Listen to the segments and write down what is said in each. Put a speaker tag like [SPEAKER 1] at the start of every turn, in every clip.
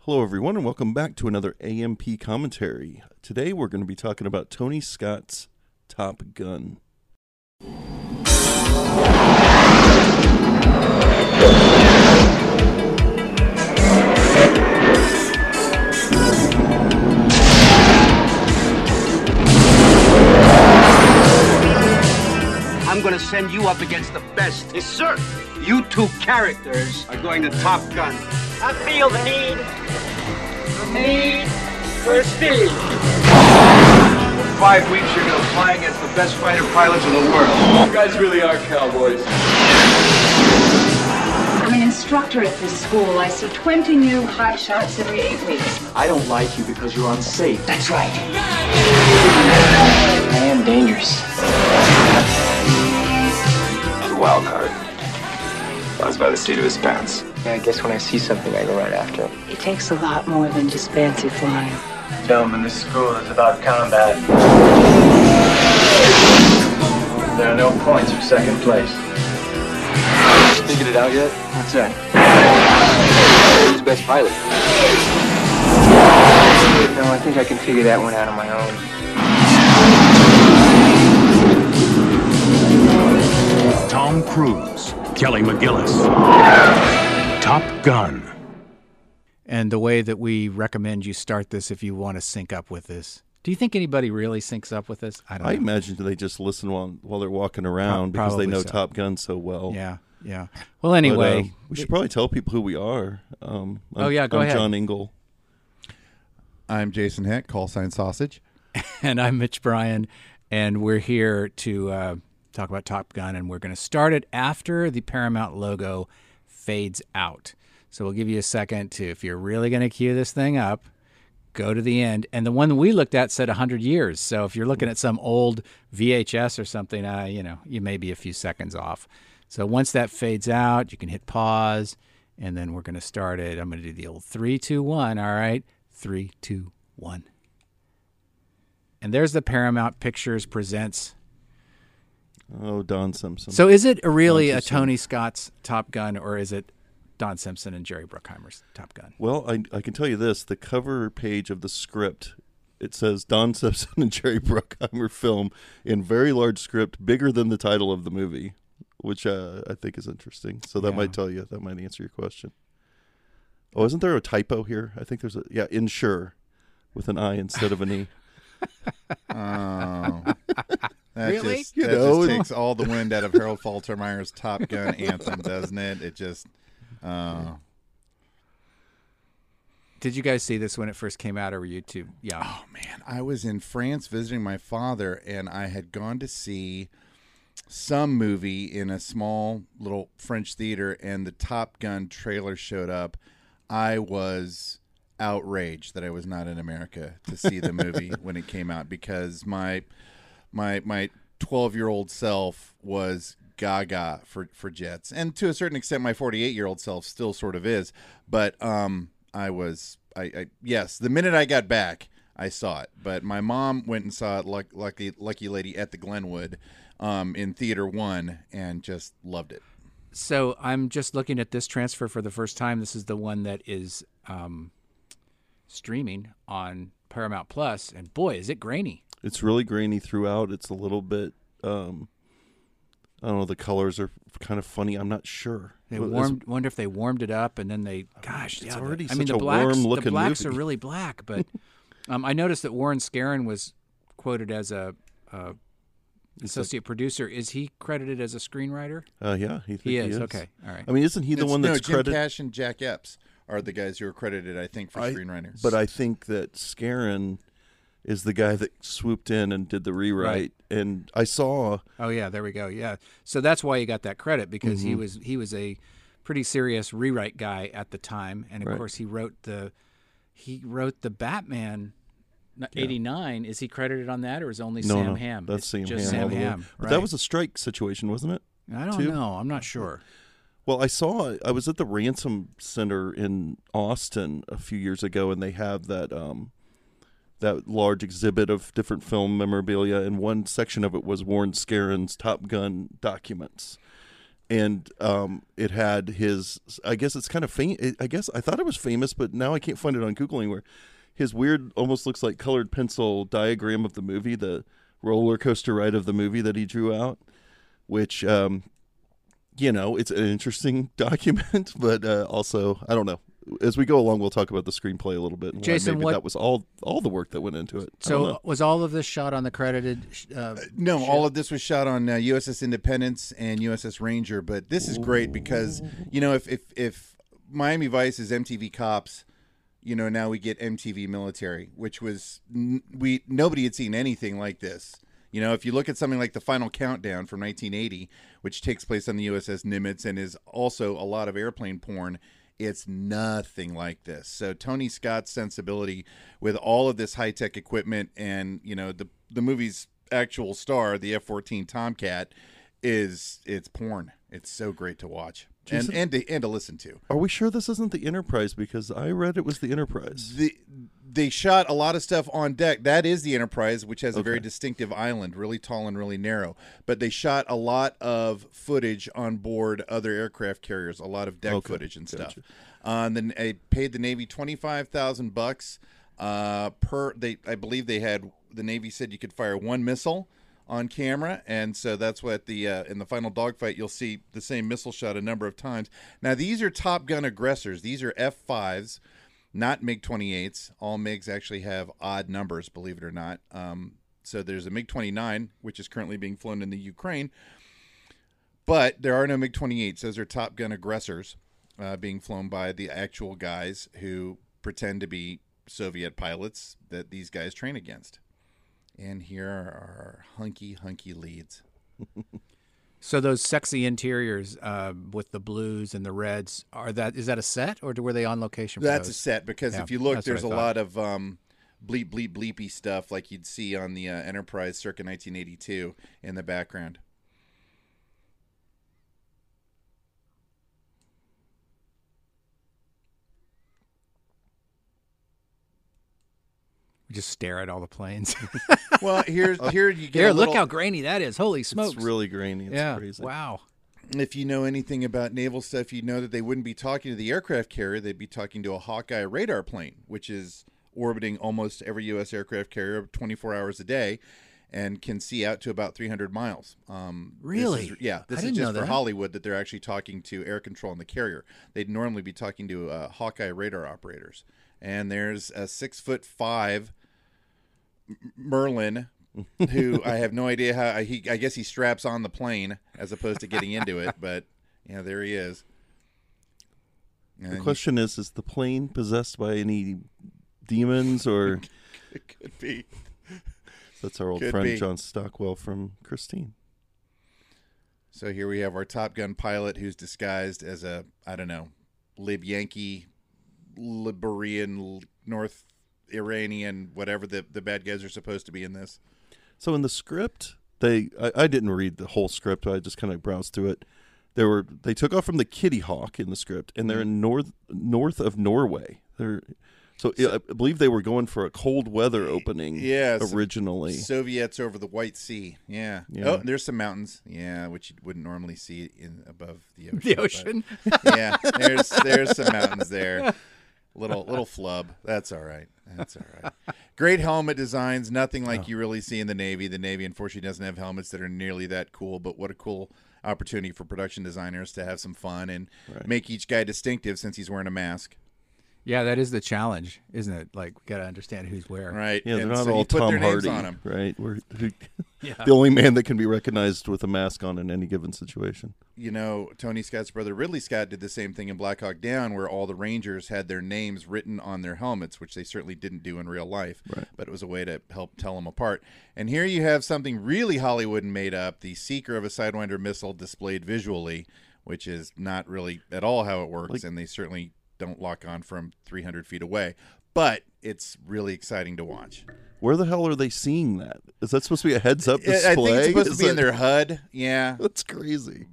[SPEAKER 1] Hello, everyone, and welcome back to another AMP commentary. Today we're going to be talking about Tony Scott's Top Gun.
[SPEAKER 2] I'm gonna send you up against the best. Yes, sir. You two characters are going to Top Gun.
[SPEAKER 3] I feel the need, the need for speed.
[SPEAKER 2] For five weeks, you're gonna fly against the best fighter pilots in the world.
[SPEAKER 4] You guys really are cowboys.
[SPEAKER 5] I'm an instructor at this school. I see 20 new hot shots every eight weeks.
[SPEAKER 6] I don't like you because you're unsafe.
[SPEAKER 5] That's right.
[SPEAKER 6] I am dangerous.
[SPEAKER 7] It's a wild card. Lies by the seat of his pants.
[SPEAKER 6] Yeah, I guess when I see something, I go right after it.
[SPEAKER 5] It takes a lot more than just fancy flying.
[SPEAKER 8] Film in this school is about combat. There are no points for second place.
[SPEAKER 6] Figured it out yet?
[SPEAKER 8] What's that?
[SPEAKER 6] Who's the best pilot? No, I think I can figure that one out on my own.
[SPEAKER 9] Tom Cruise, Kelly McGillis, Top Gun.
[SPEAKER 10] And the way that we recommend you start this if you want to sync up with this. Do you think anybody really syncs up with this?
[SPEAKER 1] I don't. I know. imagine they just listen while while they're walking around
[SPEAKER 10] Pro-
[SPEAKER 1] because they
[SPEAKER 10] probably
[SPEAKER 1] know
[SPEAKER 10] so.
[SPEAKER 1] Top Gun so well.
[SPEAKER 10] Yeah, yeah.
[SPEAKER 1] But,
[SPEAKER 10] Well,
[SPEAKER 1] uh,
[SPEAKER 10] anyway,
[SPEAKER 1] we should probably tell people who we are. Um, I'm,
[SPEAKER 10] Oh, yeah, go
[SPEAKER 1] I'm
[SPEAKER 10] ahead.
[SPEAKER 1] John Ingle.
[SPEAKER 11] I'm Jason Heck, call sign sausage.
[SPEAKER 10] and I'm Mitch Bryan, and we're here to uh, talk about Top Gun, and we're going to start it after the Paramount logo fades out. So we'll give you a second to, if you're really going to cue this thing up, go to the end. And the one we looked at said 100 years. So if you're looking at some old VHS or something, uh, you know, you may be a few seconds off. So once that fades out, you can hit pause, and then we're going to start it. I'm going to do the old three, two, one. All right, three, two, one. And there's the Paramount Pictures presents.
[SPEAKER 1] Oh, Don Simpson.
[SPEAKER 10] So is it a- really
[SPEAKER 1] Don
[SPEAKER 10] a
[SPEAKER 1] Simpson.
[SPEAKER 10] Tony Scott's Top Gun, or is it Don Simpson and Jerry Bruckheimer's Top Gun?
[SPEAKER 1] Well, I, I can tell you this: the cover page of the script it says Don Simpson and Jerry Bruckheimer film in very large script, bigger than the title of the movie, which uh, I think is interesting. So that
[SPEAKER 10] Yeah.
[SPEAKER 1] might tell you that might answer your question. Oh, isn't there a typo here? I think there's a yeah, insure with an I instead of an E.
[SPEAKER 11] Oh. That
[SPEAKER 10] Really?
[SPEAKER 11] Just,
[SPEAKER 1] You
[SPEAKER 11] that
[SPEAKER 1] know.
[SPEAKER 11] just takes all the wind out of Harold Faltermeyer's Top Gun anthem, doesn't it? It just, uh,
[SPEAKER 10] Did you guys see this when it first came out, or were you too? Yeah.
[SPEAKER 11] oh man, I was in France visiting my father, and I had gone to see some movie in a small little French theater, and the Top Gun trailer showed up. I was outraged that I was not in America to see the movie when it came out because my my my 12 year old self was gaga for for jets and to a certain extent my 48 year old self still sort of is but um i was I, I yes the minute i got back i saw it but my mom went and saw it luck, lucky lucky lady at the glenwood um in theater one and just loved it
[SPEAKER 10] So I'm just looking at this transfer for the first time. This is the one that is um, streaming on Paramount Plus, and boy, is it grainy.
[SPEAKER 1] It's really grainy throughout. It's a little bit. Um, I don't know. The colors are kind of funny. I'm not sure.
[SPEAKER 10] They
[SPEAKER 1] Well, it's-
[SPEAKER 10] warmed. Wonder if they warmed it up, and then they. Gosh,
[SPEAKER 1] it's
[SPEAKER 10] yeah, the-
[SPEAKER 1] already
[SPEAKER 10] I mean,
[SPEAKER 1] such
[SPEAKER 10] the
[SPEAKER 1] a
[SPEAKER 10] blacks. The
[SPEAKER 1] warm-looking
[SPEAKER 10] blacks
[SPEAKER 1] movie.
[SPEAKER 10] are really black, but um, I noticed that Warren Scarron was quoted as a, a associate producer. Is he credited as a screenwriter?
[SPEAKER 1] Uh, yeah, he,
[SPEAKER 10] He
[SPEAKER 1] think
[SPEAKER 10] is, okay, all right.
[SPEAKER 1] I mean, isn't he the
[SPEAKER 11] It's-
[SPEAKER 1] one
[SPEAKER 11] no,
[SPEAKER 1] that's
[SPEAKER 11] Jim
[SPEAKER 1] credited?
[SPEAKER 11] cash and jack epps are the guys who are credited i think for
[SPEAKER 1] I-
[SPEAKER 11] screenwriters
[SPEAKER 1] But I think that Scarron is the guy that swooped in and did the rewrite. And I saw Mm-hmm.
[SPEAKER 10] Oh yeah, there we go. Yeah, so that's why he got that credit because he was he was a pretty serious rewrite guy at the time, and of
[SPEAKER 1] Right.
[SPEAKER 10] course he wrote the he wrote the Batman. '89 is he credited on that, or is only
[SPEAKER 1] No,
[SPEAKER 10] Sam
[SPEAKER 1] no,
[SPEAKER 10] Ham?
[SPEAKER 1] That's
[SPEAKER 10] It's
[SPEAKER 1] Sam
[SPEAKER 10] just
[SPEAKER 1] Ham. all
[SPEAKER 10] Sam
[SPEAKER 1] the way.
[SPEAKER 10] Ham.
[SPEAKER 1] But
[SPEAKER 10] right.
[SPEAKER 1] that was a strike situation, wasn't it?
[SPEAKER 10] I don't
[SPEAKER 1] too?
[SPEAKER 10] know. I'm not sure.
[SPEAKER 1] Well, I saw I was at the Ransom Center in Austin a few years ago, and they have that um, that large exhibit of different film memorabilia, and one section of it was Warren Scarron's Top Gun documents, and um, it had his. I guess it's kind of famous. I guess I thought it was famous, but now I can't find it on Google anywhere. His weird, almost looks like colored pencil diagram of the movie, the roller coaster ride of the movie that he drew out, which um, you know, it's an interesting document, but uh, also I don't know. As we go along, we'll talk about the screenplay a little bit. And why
[SPEAKER 10] Jason,
[SPEAKER 1] maybe
[SPEAKER 10] what-
[SPEAKER 1] that was all all the work that went into it. I don't
[SPEAKER 10] So
[SPEAKER 1] know.
[SPEAKER 10] was all of this shot on the credited? sh- Uh,
[SPEAKER 11] No, all of this was shot on uh, USS Independence and USS Ranger, but this is great because you know if if if Miami Vice is MTV Cops, you know now we get MTV Military, which was n- we nobody had seen anything like this. You know, if you look at something like The Final Countdown from 1980, which takes place on the USS Nimitz and is also a lot of airplane porn, it's nothing like this. So Tony Scott's sensibility with all of this high tech equipment and you know the the movie's actual star, the F-14 Tomcat, is it's porn. It's so great to watch
[SPEAKER 1] Jason-
[SPEAKER 11] and and to, and to listen to.
[SPEAKER 1] Are we sure this isn't the Enterprise? Because I read it was the Enterprise.
[SPEAKER 11] The they shot a lot of stuff on deck. That is the Enterprise, which has a very
[SPEAKER 1] Okay.
[SPEAKER 11] distinctive island, really tall and really narrow. But they shot a lot of footage on board other aircraft carriers, a lot of deck
[SPEAKER 1] Okay,
[SPEAKER 11] footage and stuff.
[SPEAKER 1] gotcha.
[SPEAKER 11] Uh, and then they paid the Navy twenty five thousand bucks uh, per. They I believe they had the Navy said you could fire one missile on camera, and so that's what the uh, in the final dogfight you'll see the same missile shot a number of times. Now these are Top Gun aggressors. These are F fives. Not MiG 28s. All MiGs actually have odd numbers, believe it or not. Um, so there's a MiG 29, which is currently being flown in the Ukraine, but there are no MiG 28s. Those are Top Gun aggressors uh, being flown by the actual guys who pretend to be Soviet pilots that these guys train against. And here are our hunky, hunky leads.
[SPEAKER 10] so those sexy interiors uh, with the blues and the reds are that is that a set or were they on location? For
[SPEAKER 11] That's a
[SPEAKER 10] those?
[SPEAKER 11] set because
[SPEAKER 10] Yeah,
[SPEAKER 11] if you look,
[SPEAKER 10] that's what I
[SPEAKER 11] there's a
[SPEAKER 10] thought.
[SPEAKER 11] lot of um, bleep, bleep, bleepy stuff like you'd see on the uh, Enterprise circa 1982 in the background.
[SPEAKER 10] We just stare at all the planes.
[SPEAKER 11] Well, here's here you get.
[SPEAKER 10] Oh, Here,
[SPEAKER 11] a
[SPEAKER 10] look
[SPEAKER 11] little-
[SPEAKER 10] how grainy that is! Holy smokes!
[SPEAKER 1] It's really grainy. It's
[SPEAKER 10] yeah.
[SPEAKER 1] crazy.
[SPEAKER 10] Wow.
[SPEAKER 11] if you know anything about naval stuff, you know that they wouldn't be talking to the aircraft carrier. They'd be talking to a Hawkeye radar plane, which is orbiting almost every U.S. aircraft carrier 24 hours a day and can see out to about 300 miles. Um, this is-
[SPEAKER 10] Really?
[SPEAKER 11] yeah.
[SPEAKER 10] I
[SPEAKER 11] This is
[SPEAKER 10] didn't
[SPEAKER 11] just
[SPEAKER 10] know
[SPEAKER 11] for
[SPEAKER 10] that.
[SPEAKER 11] Hollywood that they're actually talking to air control on the carrier. They'd normally be talking to uh, Hawkeye radar operators. And there's a six foot five M- Merlin. who I have no idea how he I guess he straps on the plane as opposed to getting into it, but yeah, there he is. And
[SPEAKER 1] The
[SPEAKER 11] he-
[SPEAKER 1] question is: Is the plane possessed by any demons, or
[SPEAKER 11] it could be.
[SPEAKER 1] that's our old
[SPEAKER 11] Could
[SPEAKER 1] friend
[SPEAKER 11] be.
[SPEAKER 1] John Stockwell from Christine?
[SPEAKER 11] So here we have our Top Gun pilot who's disguised as a I don't know, Lib Yankee, Liberian, L- North Iranian, whatever the the bad guys are supposed to be in this.
[SPEAKER 1] So in the script, they I, I didn't read the whole script. I just kind of browsed through it. There were they took off from the Kitty Hawk in the script, and they're in north north of Norway. They're so, I I believe they were going for a cold weather opening.
[SPEAKER 11] Yeah, so-
[SPEAKER 1] originally.
[SPEAKER 11] Soviets over the White Sea. Yeah.
[SPEAKER 1] Yeah.
[SPEAKER 11] Oh, there's some mountains. Yeah, which you wouldn't normally see in above the ocean.
[SPEAKER 10] The
[SPEAKER 11] but-
[SPEAKER 10] ocean.
[SPEAKER 11] yeah, there's there's some mountains there. Little little flub. That's all right. That's all right. Great helmet designs. Nothing like you really see in the Navy. The Navy unfortunately doesn't have helmets that are nearly that cool. But what a cool opportunity for production designers to have some fun and make each guy distinctive since he's wearing a mask.
[SPEAKER 10] Yeah, that is the challenge, isn't it? Like, we got to understand who's where.
[SPEAKER 11] Right.
[SPEAKER 1] Yeah, they're
[SPEAKER 11] And
[SPEAKER 1] not
[SPEAKER 11] so you
[SPEAKER 1] all
[SPEAKER 11] put
[SPEAKER 1] Tom
[SPEAKER 11] their names
[SPEAKER 1] Hardy,
[SPEAKER 11] on 'em.
[SPEAKER 1] right? We're, who,
[SPEAKER 10] Yeah.
[SPEAKER 1] The only man that can be recognized with a mask on in any given situation.
[SPEAKER 11] you know, Tony Scott's brother Ridley Scott did the same thing in Black Hawk Down, where all the Rangers had their names written on their helmets, which they certainly didn't do in real life.
[SPEAKER 1] Right.
[SPEAKER 11] But it was a way to help tell them apart. And here you have something really Hollywood and made up the Seeker of a Sidewinder missile displayed visually which is not really at all how it works, like, and they certainly don't lock on from 300 feet away. But it's really exciting to watch.
[SPEAKER 1] Where the hell are they seeing that? Is that supposed to be a heads up display? I
[SPEAKER 11] think it's supposed
[SPEAKER 1] is
[SPEAKER 11] to be
[SPEAKER 1] that...
[SPEAKER 11] in their HUD. Yeah,
[SPEAKER 1] that's crazy.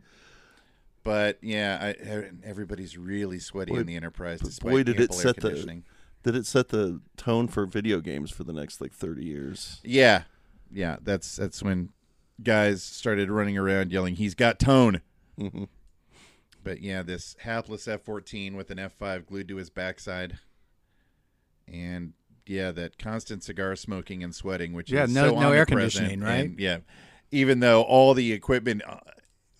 [SPEAKER 11] But yeah, I, er, everybody's really sweaty boy, in the Enterprise.
[SPEAKER 1] Boy, did it set the did it set the tone for video games for the next like 30 years?
[SPEAKER 11] Yeah, yeah. That's that's when guys started running around yelling, "He's got tone." Mm-hmm. But yeah, this hapless F-14 with an F-5 glued to his backside, and yeah, that constant cigar smoking and sweating, which
[SPEAKER 10] yeah,
[SPEAKER 11] is
[SPEAKER 10] no,
[SPEAKER 11] so
[SPEAKER 10] no air
[SPEAKER 11] present.
[SPEAKER 10] conditioning, right?
[SPEAKER 11] And, yeah, even though all the equipment uh,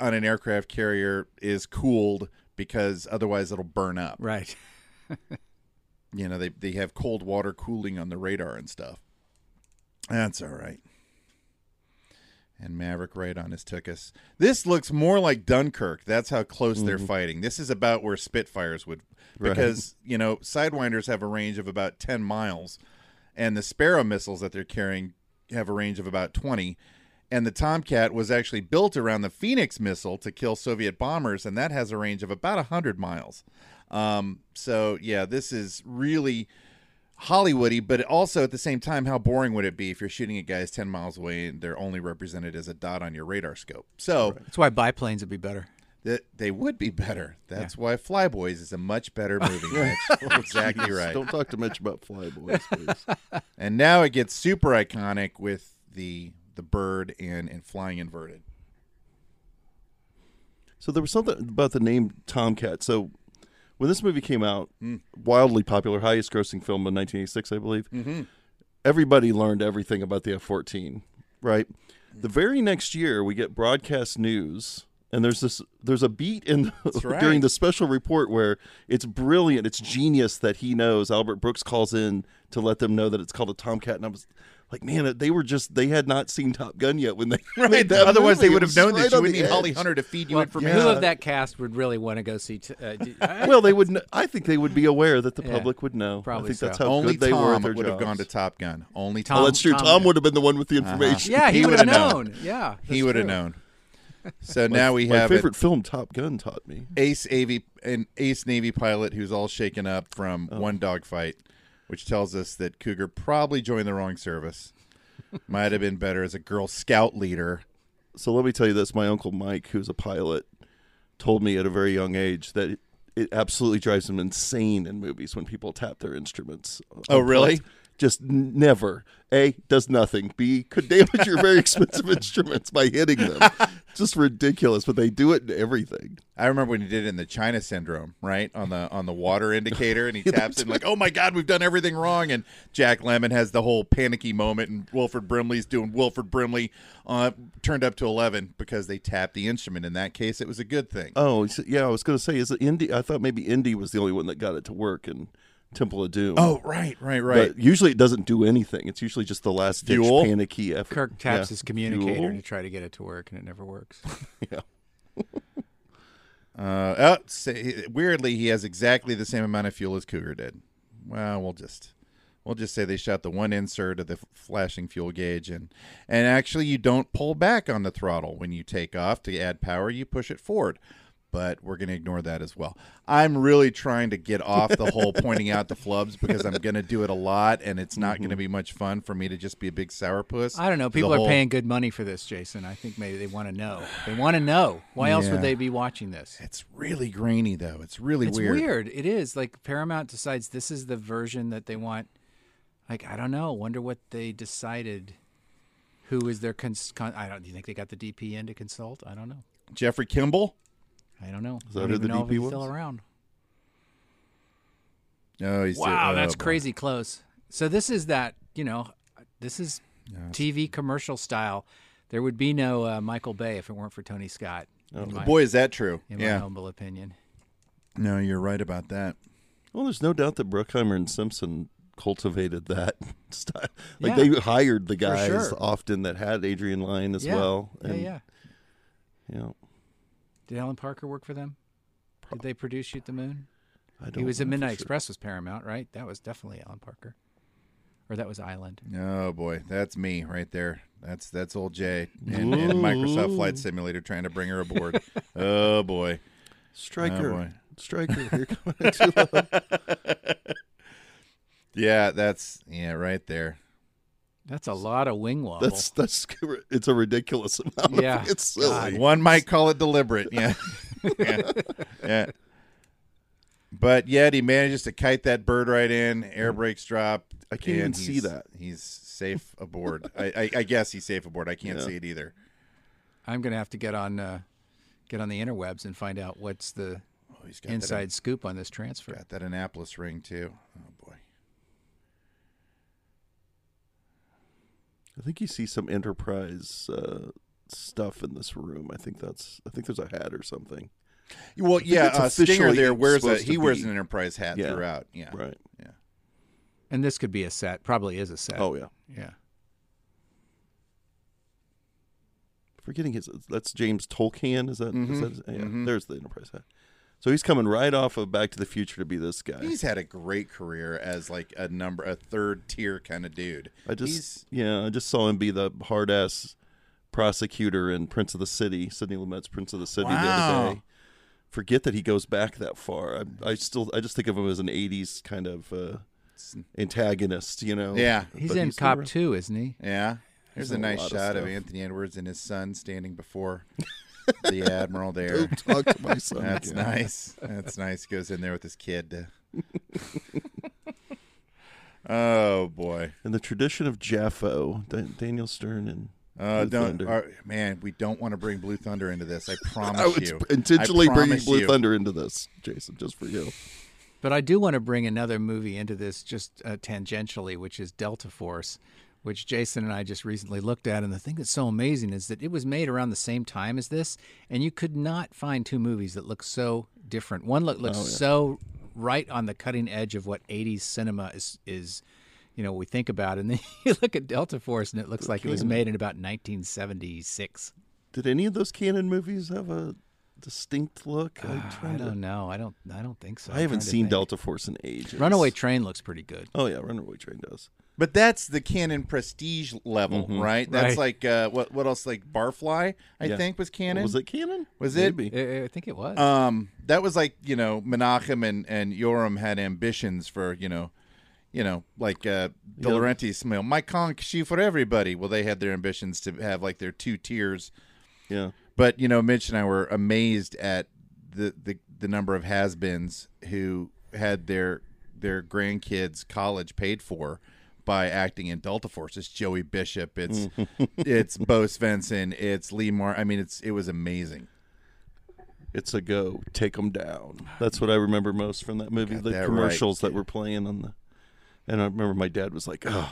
[SPEAKER 11] on an aircraft carrier is cooled because otherwise it'll burn up,
[SPEAKER 10] right?
[SPEAKER 11] you know, they they have cold water cooling on the radar and stuff. That's all right. And Maverick right on his took us. This looks more like Dunkirk. That's how close mm-hmm. they're fighting. This is about where Spitfires would because right. you know sidewinders have a range of about 10 miles and the sparrow missiles that they're carrying have a range of about 20 and the tomcat was actually built around the phoenix missile to kill soviet bombers and that has a range of about 100 miles um, so yeah this is really hollywoody but also at the same time how boring would it be if you're shooting at guys 10 miles away and they're only represented as a dot on your radar scope so right.
[SPEAKER 10] that's why biplanes would be better
[SPEAKER 11] that they would be better. That's yeah. why Flyboys is a much better movie. That's exactly right.
[SPEAKER 1] Oh, Don't talk too much about Flyboys, please.
[SPEAKER 11] and now it gets super iconic with the the bird and and flying inverted.
[SPEAKER 1] So there was something about the name Tomcat. So when this movie came out,
[SPEAKER 11] Hmm.
[SPEAKER 1] mm. wildly popular, highest grossing film in 1986, I believe. Mm-hmm. Everybody learned everything about the F-14, right?
[SPEAKER 11] Hmm.
[SPEAKER 1] Mm. The very next year, we get broadcast news and there's this there's a beat in right. during the special report where it's brilliant it's genius that he knows albert brooks calls in to let them know that it's called a tomcat and i was like man they were just they had not seen top gun yet when they
[SPEAKER 11] right
[SPEAKER 1] that
[SPEAKER 11] otherwise
[SPEAKER 1] movie.
[SPEAKER 11] they would have known
[SPEAKER 1] right
[SPEAKER 11] this you would
[SPEAKER 1] the
[SPEAKER 11] need edge. holly hunter to feed you
[SPEAKER 10] well,
[SPEAKER 11] information
[SPEAKER 10] who of that cast would really want to go see t- uh, d-
[SPEAKER 1] well they would kn- i think they would be aware that the public yeah, would know i
[SPEAKER 10] probably
[SPEAKER 1] think
[SPEAKER 10] so.
[SPEAKER 1] that's how
[SPEAKER 11] only
[SPEAKER 1] good they
[SPEAKER 11] tom
[SPEAKER 1] were at their
[SPEAKER 11] would have
[SPEAKER 1] jobs.
[SPEAKER 11] gone to top gun only
[SPEAKER 1] tom oh, that's true tom, tom would have been the one with the information
[SPEAKER 10] uh-huh. yeah he, would have known yeah
[SPEAKER 11] he would have known so
[SPEAKER 1] my,
[SPEAKER 11] now we
[SPEAKER 1] my
[SPEAKER 11] have
[SPEAKER 1] favorite it. film, Top Gun, taught me
[SPEAKER 11] Ace Navy, an Ace Navy pilot who's all shaken up from oh. one dogfight, which tells us that Cougar probably joined the wrong service. Might have been better as a Girl Scout leader.
[SPEAKER 1] So let me tell you this: my uncle Mike, who's a pilot, told me at a very young age that it, it absolutely drives him insane in movies when people tap their instruments.
[SPEAKER 11] Oh, really?
[SPEAKER 1] Planes just never a does nothing b could damage your very expensive instruments by hitting them just ridiculous but they do it in everything
[SPEAKER 11] i remember when he did it in the china syndrome right on the on the water indicator and he taps it like oh my god we've done everything wrong and jack lemon has the whole panicky moment and wilfred brimley's doing wilfred brimley uh, turned up to 11 because they tapped the instrument in that case it was a good thing
[SPEAKER 1] oh yeah i was going to say is it indy i thought maybe indy was the only one that got it to work and Temple of Doom.
[SPEAKER 11] Oh, right, right, right.
[SPEAKER 1] But usually it doesn't do anything. It's usually just the last ditch
[SPEAKER 11] Fuel.
[SPEAKER 1] panicky effort.
[SPEAKER 10] Kirk taps yeah. his communicator Fuel. to try to get it to work, and it never works.
[SPEAKER 1] yeah.
[SPEAKER 11] uh, oh, weirdly, he has exactly the same amount of fuel as Cougar did. Well, we'll just we'll just say they shot the one insert of the flashing fuel gauge, and and actually, you don't pull back on the throttle when you take off to add power. You push it forward but we're going to ignore that as well. I'm really trying to get off the whole pointing out the flubs because I'm going to do it a lot and it's not mm-hmm. going to be much fun for me to just be a big sourpuss.
[SPEAKER 10] I don't know. People are whole... paying good money for this, Jason. I think maybe they want to know. They want to know. Why yeah. else would they be watching this?
[SPEAKER 11] It's really grainy, though. It's really
[SPEAKER 10] it's
[SPEAKER 11] weird.
[SPEAKER 10] weird. It is. Like Paramount decides this is the version that they want. Like, I don't know. Wonder what they decided. Who is their cons? Con- I don't. Do you think they got the DPN to consult? I don't know.
[SPEAKER 11] Jeffrey Kimball.
[SPEAKER 10] I don't know.
[SPEAKER 1] Is
[SPEAKER 10] that
[SPEAKER 1] I do
[SPEAKER 10] the know
[SPEAKER 1] DP
[SPEAKER 10] if
[SPEAKER 1] ones?
[SPEAKER 10] still around.
[SPEAKER 11] Oh, he's
[SPEAKER 10] wow,
[SPEAKER 11] oh,
[SPEAKER 10] that's
[SPEAKER 11] boy.
[SPEAKER 10] crazy close. So this is that you know, this is yeah, TV commercial style. There would be no uh, Michael Bay if it weren't for Tony Scott.
[SPEAKER 11] Oh, my, boy, is that true?
[SPEAKER 10] In
[SPEAKER 11] yeah.
[SPEAKER 10] my humble opinion.
[SPEAKER 11] No, you're right about that.
[SPEAKER 1] Well, there's no doubt that Bruckheimer and Simpson cultivated that style. Like yeah, they hired the guys
[SPEAKER 10] sure.
[SPEAKER 1] often that had Adrian Lyne as
[SPEAKER 10] yeah.
[SPEAKER 1] well.
[SPEAKER 10] And, yeah,
[SPEAKER 1] yeah. You know,
[SPEAKER 10] did Alan Parker work for them? Did they produce Shoot the Moon?
[SPEAKER 1] I don't
[SPEAKER 10] he was
[SPEAKER 1] in
[SPEAKER 10] Midnight
[SPEAKER 1] sure.
[SPEAKER 10] Express was Paramount, right? That was definitely Alan Parker, or that was Island.
[SPEAKER 11] Oh boy, that's me right there. That's that's old Jay and, and Microsoft Flight Simulator trying to bring her aboard. oh boy.
[SPEAKER 1] Striker.
[SPEAKER 11] boy.
[SPEAKER 1] Striker. You're coming too low.
[SPEAKER 11] Yeah, that's yeah, right there.
[SPEAKER 10] That's a lot of wing wobble.
[SPEAKER 1] That's that's it's a ridiculous amount.
[SPEAKER 10] Yeah.
[SPEAKER 1] It's silly.
[SPEAKER 10] God.
[SPEAKER 11] One might call it deliberate. Yeah. yeah. Yeah. But yet he manages to kite that bird right in, air brakes drop.
[SPEAKER 1] I can't even
[SPEAKER 11] and
[SPEAKER 1] see
[SPEAKER 11] he's-
[SPEAKER 1] that.
[SPEAKER 11] He's safe aboard. I, I, I guess he's safe aboard. I can't
[SPEAKER 1] Yeah.
[SPEAKER 11] see it either.
[SPEAKER 10] I'm gonna have to get on uh, get on the interwebs and find out what's the
[SPEAKER 11] Oh, he's got
[SPEAKER 10] inside scoop on this transfer.
[SPEAKER 11] That, got that Annapolis ring too. Oh boy.
[SPEAKER 1] I think you see some enterprise uh, stuff in this room. I think that's I think there's a hat or something.
[SPEAKER 11] Well,
[SPEAKER 1] think
[SPEAKER 11] yeah,
[SPEAKER 1] it's
[SPEAKER 11] uh, Stinger
[SPEAKER 1] officially
[SPEAKER 11] there wears a
[SPEAKER 1] supposed to
[SPEAKER 11] he wears
[SPEAKER 1] be-
[SPEAKER 11] an Enterprise hat
[SPEAKER 1] Yeah.
[SPEAKER 11] throughout. Yeah,
[SPEAKER 1] Right.
[SPEAKER 11] Yeah.
[SPEAKER 10] And this could be a set. Probably is a set.
[SPEAKER 1] Oh yeah.
[SPEAKER 10] yeah.
[SPEAKER 1] Forgetting his that's James Tolkien. Is that, is
[SPEAKER 11] Mhm.
[SPEAKER 1] that his- yeah,
[SPEAKER 11] Mhm.
[SPEAKER 1] there's the enterprise hat. So he's coming right off of Back to the Future to be this guy.
[SPEAKER 11] He's had a great career as like a number a third tier kind of dude.
[SPEAKER 1] I just
[SPEAKER 11] He's-
[SPEAKER 1] yeah, I just saw him be the hard ass prosecutor in Prince of the City, Sidney Lumet's Prince of the City the
[SPEAKER 11] Wow.
[SPEAKER 1] other day. Forget that he goes back that far. I, I still I just think of him as an '80s kind of uh, antagonist, you know.
[SPEAKER 11] Yeah.
[SPEAKER 10] He's
[SPEAKER 1] But
[SPEAKER 10] in
[SPEAKER 1] still
[SPEAKER 10] Cop
[SPEAKER 1] around.
[SPEAKER 10] Two, isn't he?
[SPEAKER 11] yeah. There's
[SPEAKER 1] He's
[SPEAKER 11] a
[SPEAKER 1] in a
[SPEAKER 11] nice
[SPEAKER 1] lot of
[SPEAKER 11] shot of,
[SPEAKER 1] stuff.
[SPEAKER 11] Anthony Edwards and his son standing before the admiral there.
[SPEAKER 1] Don't talk to my son.
[SPEAKER 11] That's
[SPEAKER 1] again.
[SPEAKER 11] nice. That's nice. Goes in there with his kid. To... oh boy.
[SPEAKER 1] In the tradition of Jaffo, Dan- Daniel Stern and
[SPEAKER 11] Uh,
[SPEAKER 1] Blue
[SPEAKER 11] don't
[SPEAKER 1] Thunder.
[SPEAKER 11] all right, man. We don't want to bring Blue Thunder into this. I promise
[SPEAKER 1] I was
[SPEAKER 11] you.
[SPEAKER 1] intentionally
[SPEAKER 11] I
[SPEAKER 1] bringing
[SPEAKER 11] promise
[SPEAKER 1] Blue
[SPEAKER 11] you.
[SPEAKER 1] Thunder into this, Jason, just for you.
[SPEAKER 10] But I do want to bring another movie into this just uh, tangentially, which is Delta Force, which Jason and I just recently looked at. And the thing that's so amazing is that it was made around the same time as this, and you could not find two movies that look so different. One look
[SPEAKER 1] Oh,
[SPEAKER 10] looks so right on the cutting edge of what '80s cinema is is. You know, we think about, and then you look at Delta Force, and it looks like it was made in about 1976.
[SPEAKER 1] Did any of those canon movies have a distinct look? I'm
[SPEAKER 11] Ah,
[SPEAKER 10] I
[SPEAKER 1] trying to-
[SPEAKER 10] don't know. I don't. I don't think so.
[SPEAKER 1] I
[SPEAKER 10] I'm
[SPEAKER 1] haven't
[SPEAKER 10] trying to
[SPEAKER 1] seen
[SPEAKER 10] think.
[SPEAKER 1] Delta Force in ages.
[SPEAKER 10] Runaway Train looks pretty good.
[SPEAKER 1] Oh yeah, Runaway Train does.
[SPEAKER 11] But that's the canon prestige level, right?
[SPEAKER 10] Right.
[SPEAKER 11] That's like uh, what what else? Like Barfly, I
[SPEAKER 1] Mm-hmm. Yeah.
[SPEAKER 11] think was canon.
[SPEAKER 1] Was it canon?
[SPEAKER 11] Was it?
[SPEAKER 1] Maybe.
[SPEAKER 10] I, I think it was.
[SPEAKER 11] Um, that was like you know Menachem and and Yoram had ambitions for you know, you know like uh, De
[SPEAKER 1] Yeah.
[SPEAKER 11] Laurentiis, you know, my conch she for everybody. Well, they had their ambitions to have like their two tiers
[SPEAKER 1] Yeah.
[SPEAKER 11] but you know, Mitch and I were amazed at the the, the number of has-beens who had their their grandkids' college paid for by acting in Delta Force. It's Joey Bishop. It's it's Bo Svensson. It's Lee Mar. I mean, it's it was amazing.
[SPEAKER 1] It's a go. Take them down. That's what I remember most from that movie.
[SPEAKER 11] Got
[SPEAKER 1] the
[SPEAKER 11] that right.
[SPEAKER 1] commercials that were playing on the. And I remember my dad was like, "Oh."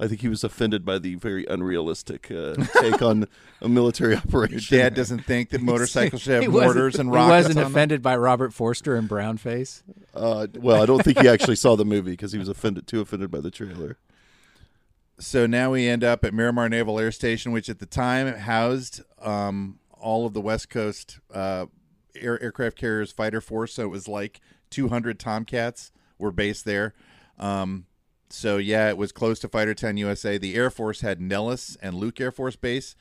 [SPEAKER 1] I think he was offended by the very unrealistic uh, take on a military
[SPEAKER 11] Your
[SPEAKER 1] operation.
[SPEAKER 11] dad doesn't think that motorcycles should
[SPEAKER 10] He
[SPEAKER 11] have
[SPEAKER 10] wasn't-
[SPEAKER 11] mortars and
[SPEAKER 10] he
[SPEAKER 11] rockets.
[SPEAKER 10] wasn't
[SPEAKER 11] on them?
[SPEAKER 10] offended by Robert Forster and brownface.
[SPEAKER 1] Uh, well, I don't think he actually saw the movie because he was offended, too offended by the trailer.
[SPEAKER 11] So now we end up at Miramar Naval Air Station, which at the time housed um, all of the West Coast uh, air, aircraft carriers fighter force. So it was like 200 Tomcats were based there. Um, so yeah, it was close to Fighter 10 USA. The Air Force had Nellis and Luke Air Force Base,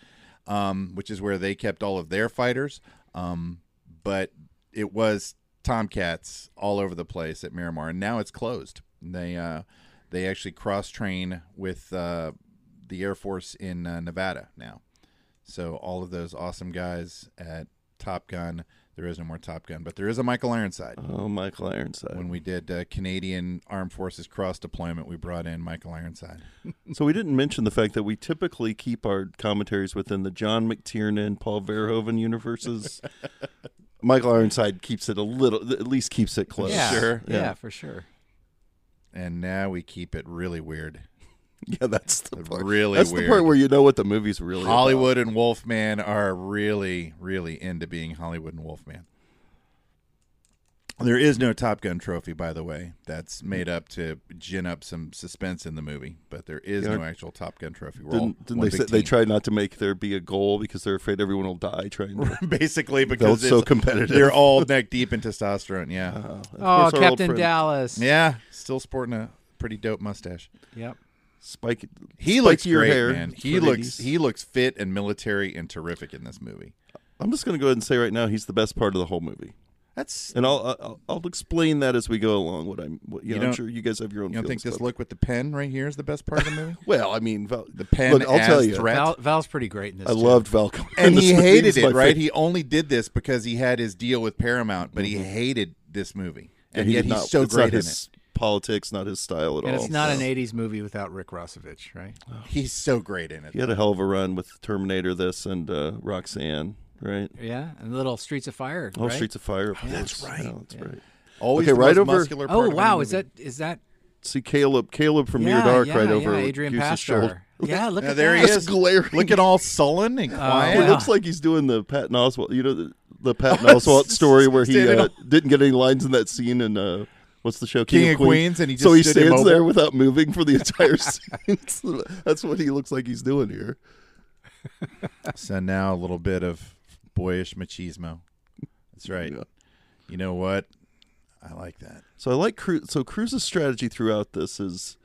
[SPEAKER 11] um, which is where they kept all of their fighters. Um, but it was Tomcats all over the place at Miramar, and now it's closed. They uh, they actually cross train with uh, the Air Force in uh, Nevada now. So all of those awesome guys at Top Gun. There is no more Top Gun, but there is a Michael Ironside.
[SPEAKER 1] Oh, Michael Ironside.
[SPEAKER 11] When we did uh, Canadian Armed Forces cross deployment, we brought in Michael Ironside.
[SPEAKER 1] So we didn't mention the fact that we typically keep our commentaries within the John McTiernan, Paul Verhoeven universes. Michael Ironside keeps it a little, at least keeps it close.
[SPEAKER 10] yeah,
[SPEAKER 11] Sure.
[SPEAKER 10] yeah,
[SPEAKER 1] Oh, Yeah.
[SPEAKER 10] for sure.
[SPEAKER 11] And now we keep it really weird.
[SPEAKER 1] Yeah, that's the part.
[SPEAKER 11] Really
[SPEAKER 1] that's
[SPEAKER 11] weird.
[SPEAKER 1] the part where you know what the movie's really about.
[SPEAKER 11] Hollywood and Wolfman are really, really into being Hollywood and Wolfman. There is no Top Gun trophy, by the way. That's made up to gin up some suspense in the movie, but there is
[SPEAKER 1] Yeah.
[SPEAKER 11] no actual Top Gun trophy. We're all
[SPEAKER 1] Didn't, didn't
[SPEAKER 11] one
[SPEAKER 1] they
[SPEAKER 11] big
[SPEAKER 1] say they
[SPEAKER 11] team.
[SPEAKER 1] try not to make there be a goal because they're afraid everyone will die trying to.
[SPEAKER 11] basically because
[SPEAKER 1] They're so
[SPEAKER 11] it's-
[SPEAKER 1] competitive. Uh-huh.
[SPEAKER 11] They're all neck deep in testosterone. Yeah,
[SPEAKER 1] Of
[SPEAKER 10] Oh,
[SPEAKER 1] course, our old
[SPEAKER 10] Captain
[SPEAKER 1] friend
[SPEAKER 10] Dallas.
[SPEAKER 11] yeah, still sporting a pretty dope mustache.
[SPEAKER 10] Yep.
[SPEAKER 1] Spike.
[SPEAKER 11] He
[SPEAKER 1] spike
[SPEAKER 11] looks
[SPEAKER 1] your
[SPEAKER 11] great,
[SPEAKER 1] hair.
[SPEAKER 11] man.
[SPEAKER 1] It's
[SPEAKER 11] He
[SPEAKER 1] pretty
[SPEAKER 11] looks
[SPEAKER 1] neat.
[SPEAKER 11] he looks fit and military and terrific in this movie.
[SPEAKER 1] I'm just going to go ahead and say right now he's the best part of the whole movie.
[SPEAKER 11] That's
[SPEAKER 1] and I'll, I'll I'll explain that as we go along. What I'm, what, you,
[SPEAKER 11] You
[SPEAKER 1] know, I'm
[SPEAKER 11] don't-
[SPEAKER 1] sure you guys have your own.
[SPEAKER 11] You don't think
[SPEAKER 1] feelings
[SPEAKER 11] this
[SPEAKER 1] about
[SPEAKER 11] look with the pen right here is the best part of the movie?
[SPEAKER 1] it. Well, I mean, Val,
[SPEAKER 11] The pen
[SPEAKER 1] Look, I'll
[SPEAKER 11] as
[SPEAKER 1] tell you,
[SPEAKER 11] threat.
[SPEAKER 10] Val, Val's pretty great in this.
[SPEAKER 1] I
[SPEAKER 10] too.
[SPEAKER 1] loved Val, Kilmer in
[SPEAKER 11] and
[SPEAKER 1] this
[SPEAKER 11] he
[SPEAKER 1] movie.
[SPEAKER 11] hated
[SPEAKER 1] was
[SPEAKER 11] it,
[SPEAKER 1] my
[SPEAKER 11] right?
[SPEAKER 1] favorite.
[SPEAKER 11] He only did this because he had his deal with Paramount, but he hated this movie,
[SPEAKER 1] Yeah,
[SPEAKER 11] and
[SPEAKER 1] Mm-hmm. he
[SPEAKER 11] yet
[SPEAKER 1] did
[SPEAKER 11] he's
[SPEAKER 1] not-
[SPEAKER 11] so
[SPEAKER 1] it's not
[SPEAKER 11] great in it.
[SPEAKER 1] his Politics, not his style at
[SPEAKER 10] And
[SPEAKER 1] all.
[SPEAKER 10] it's not
[SPEAKER 1] so.
[SPEAKER 10] an '80s movie without Rick Rossovich, right?
[SPEAKER 11] He's so great in it.
[SPEAKER 1] He had a hell of a run with Terminator, this and uh, Roxanne, right?
[SPEAKER 10] Yeah, and little Streets of Fire.
[SPEAKER 1] Oh,
[SPEAKER 10] right?
[SPEAKER 1] Streets of Fire. Of course.
[SPEAKER 11] that's right.
[SPEAKER 1] Yeah, that's right.
[SPEAKER 11] Always
[SPEAKER 1] Okay,
[SPEAKER 11] the
[SPEAKER 1] right
[SPEAKER 11] most
[SPEAKER 1] over-
[SPEAKER 11] muscular part
[SPEAKER 10] Oh
[SPEAKER 11] of any
[SPEAKER 10] wow, is
[SPEAKER 11] movie.
[SPEAKER 10] that is that?
[SPEAKER 1] See Caleb, Caleb from
[SPEAKER 10] yeah,
[SPEAKER 1] Near Dark,
[SPEAKER 10] yeah,
[SPEAKER 1] right
[SPEAKER 10] yeah,
[SPEAKER 1] over
[SPEAKER 10] Adrian
[SPEAKER 1] Goose's
[SPEAKER 10] Pastor.
[SPEAKER 1] shoulder.
[SPEAKER 10] Yeah, look
[SPEAKER 11] Now,
[SPEAKER 10] at
[SPEAKER 11] there
[SPEAKER 10] that. Oh.
[SPEAKER 11] he is,
[SPEAKER 1] glaring.
[SPEAKER 11] Look at all sullen and quiet.
[SPEAKER 1] It
[SPEAKER 10] Yeah.
[SPEAKER 1] looks like he's doing the Patton Oswalt, you know, the, the Patton Oswalt story where he
[SPEAKER 11] Oh, Standing
[SPEAKER 1] uh,
[SPEAKER 11] on-
[SPEAKER 1] didn't get any lines in that scene in uh, what's the show,
[SPEAKER 11] King of Queens, and he
[SPEAKER 1] so
[SPEAKER 11] just
[SPEAKER 1] he
[SPEAKER 11] stood
[SPEAKER 1] stands
[SPEAKER 11] immobile.
[SPEAKER 1] there without moving for the entire scene. So That's what he looks like he's doing here.
[SPEAKER 11] So now a little bit of boyish machismo. That's right.
[SPEAKER 1] Yeah.
[SPEAKER 11] You know what? I like that.
[SPEAKER 1] So I like Cru- so Cruz's strategy throughout this is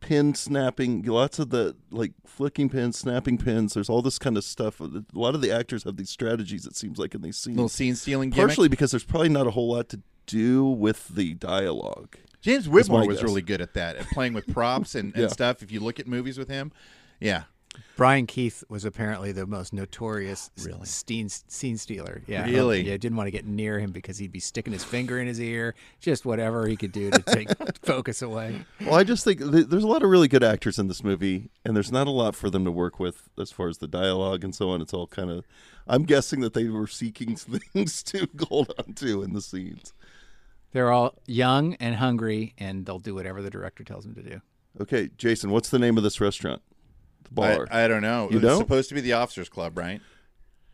[SPEAKER 1] pin snapping, lots of the like flicking pins, snapping pins. There's all this kind of stuff. A lot of the actors have these strategies. It seems like in these scenes,
[SPEAKER 11] Little scene stealing gimmick.
[SPEAKER 1] partially because there's probably not a whole lot to do with the dialogue.
[SPEAKER 11] James
[SPEAKER 1] my
[SPEAKER 11] Whitmore was
[SPEAKER 1] guess.
[SPEAKER 11] really good at that, at playing with props and,
[SPEAKER 1] Yeah.
[SPEAKER 11] and stuff. If you look at movies with him, yeah,
[SPEAKER 10] Brian Keith was apparently the most notorious s- scene, scene stealer. Yeah,
[SPEAKER 11] Really?
[SPEAKER 10] Yeah, didn't want to get near him because he'd be sticking his finger in his ear, just whatever he could do to take focus away.
[SPEAKER 1] Well, I just think th- there's a lot of really good actors in this movie, and there's not a lot for them to work with as far as the dialogue and so on. It's all kind of, I'm guessing that they were seeking things to hold on to in the scenes.
[SPEAKER 10] They're all young and hungry, and they'll do whatever the director tells them to do.
[SPEAKER 1] Okay, Jason, what's the name of this restaurant? The bar.
[SPEAKER 11] I, I don't know.
[SPEAKER 1] You
[SPEAKER 11] it was
[SPEAKER 1] don't?
[SPEAKER 11] supposed to be the Officers Club, right?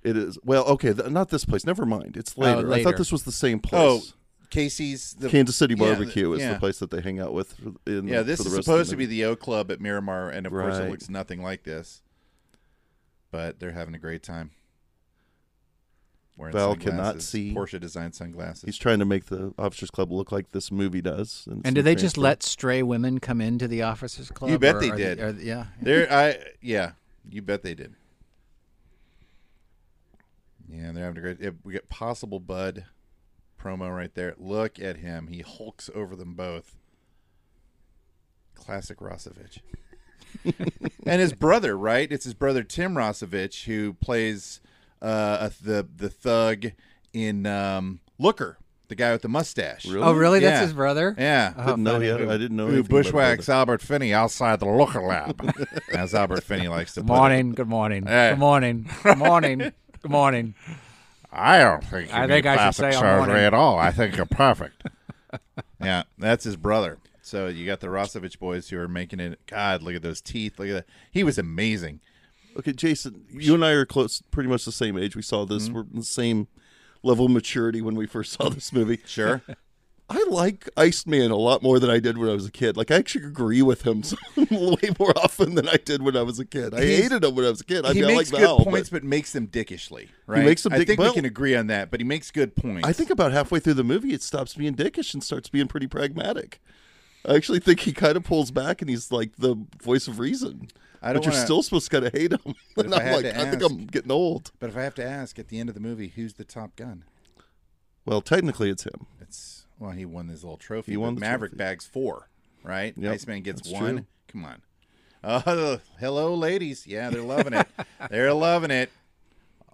[SPEAKER 1] it is well, okay, th- not this place. Never mind. It's later. I
[SPEAKER 10] later.
[SPEAKER 1] thought this was the same
[SPEAKER 11] Oh,
[SPEAKER 1] place.
[SPEAKER 11] Casey's the
[SPEAKER 1] Kansas City
[SPEAKER 11] yeah, the-
[SPEAKER 1] Barbecue is
[SPEAKER 11] yeah.
[SPEAKER 1] the place that they hang out with. for- In,
[SPEAKER 11] Yeah, this
[SPEAKER 1] for the
[SPEAKER 11] is
[SPEAKER 1] rest of
[SPEAKER 11] supposed to
[SPEAKER 1] movie.
[SPEAKER 11] be the O Club at Miramar, and of course
[SPEAKER 1] Right.
[SPEAKER 11] it looks nothing like this. But they're having a great time. Wearing
[SPEAKER 1] Val cannot
[SPEAKER 11] sunglasses,
[SPEAKER 1] see.
[SPEAKER 11] Porsche designed sunglasses.
[SPEAKER 1] He's trying to make the Officers Club look like this movie does.
[SPEAKER 10] And did they just let stray women come into the officers' club?
[SPEAKER 11] You bet
[SPEAKER 10] or
[SPEAKER 11] they
[SPEAKER 10] are
[SPEAKER 11] did.
[SPEAKER 10] are yeah.
[SPEAKER 11] There, I yeah, you bet they did. Yeah, they're having a great. We got possible Bud promo right there. Look at him; he hulks over them both. Classic Rosovich. and his brother, right? It's his brother Tim Rosovich who plays uh, a- the the thug in um, Looker, the guy with the mustache.
[SPEAKER 1] Really? Uh-huh.
[SPEAKER 10] Oh, really?
[SPEAKER 11] Yeah.
[SPEAKER 10] That's his brother.
[SPEAKER 11] Yeah.
[SPEAKER 10] Oh,
[SPEAKER 1] Didn't know
[SPEAKER 10] funny.
[SPEAKER 1] he had, I didn't know.
[SPEAKER 11] Who
[SPEAKER 1] anything about
[SPEAKER 11] bushwhacks
[SPEAKER 1] that.
[SPEAKER 11] Albert Finney outside the Looker Lab, as Albert Finney likes to
[SPEAKER 10] Good
[SPEAKER 11] put it.
[SPEAKER 10] morning. Good morning.
[SPEAKER 11] Hey.
[SPEAKER 10] Good morning. Good morning. Good morning.
[SPEAKER 11] I don't think you
[SPEAKER 10] I
[SPEAKER 11] need
[SPEAKER 10] think I should
[SPEAKER 11] plastic
[SPEAKER 10] say I'm
[SPEAKER 11] surgery
[SPEAKER 10] warning.
[SPEAKER 11] at all. I think you're perfect. yeah, that's his brother. So you got the Rosovich boys who are making it. God, look at those teeth. Look at that. He was amazing.
[SPEAKER 1] Okay, Jason, you and I are close, pretty much the same age. We saw this.
[SPEAKER 11] Mm-hmm.
[SPEAKER 1] We're in the same level of maturity when we first saw this movie.
[SPEAKER 11] Sure.
[SPEAKER 1] I like Iceman a lot more than I did when I was a kid. Like, I actually agree with him some- way more often than I did when I was a kid. I
[SPEAKER 11] He's-
[SPEAKER 1] hated him when I was a kid. I
[SPEAKER 11] he
[SPEAKER 1] mean,
[SPEAKER 11] makes
[SPEAKER 1] I like
[SPEAKER 11] good
[SPEAKER 1] Val,
[SPEAKER 11] points,
[SPEAKER 1] but
[SPEAKER 11] but, makes them dickishly. Right.
[SPEAKER 1] makes them
[SPEAKER 11] I
[SPEAKER 1] dick-
[SPEAKER 11] think
[SPEAKER 1] well-
[SPEAKER 11] we can agree on that. But he makes good points.
[SPEAKER 1] I think about halfway through the movie, it stops being dickish and starts being pretty pragmatic. I actually think he kind of pulls back and he's like the voice of reason.
[SPEAKER 11] I don't
[SPEAKER 1] but you're
[SPEAKER 11] wanna-
[SPEAKER 1] still supposed to kind of hate him.
[SPEAKER 11] But if
[SPEAKER 1] And
[SPEAKER 11] I
[SPEAKER 1] I'm
[SPEAKER 11] had
[SPEAKER 1] like,
[SPEAKER 11] to
[SPEAKER 1] I think
[SPEAKER 11] ask-
[SPEAKER 1] I'm getting old.
[SPEAKER 11] But if I have to ask at the end of the movie, who's the Top Gun?
[SPEAKER 1] Well, technically, it's him.
[SPEAKER 11] It's well, he won this little trophy.
[SPEAKER 1] He won
[SPEAKER 11] but
[SPEAKER 1] the
[SPEAKER 11] Maverick
[SPEAKER 1] trophy.
[SPEAKER 11] bags four, right?
[SPEAKER 1] Yep,
[SPEAKER 11] Iceman gets
[SPEAKER 1] that's
[SPEAKER 11] one.
[SPEAKER 1] true.
[SPEAKER 11] Come on. Uh, hello, ladies. Yeah, they're loving it. they're loving it.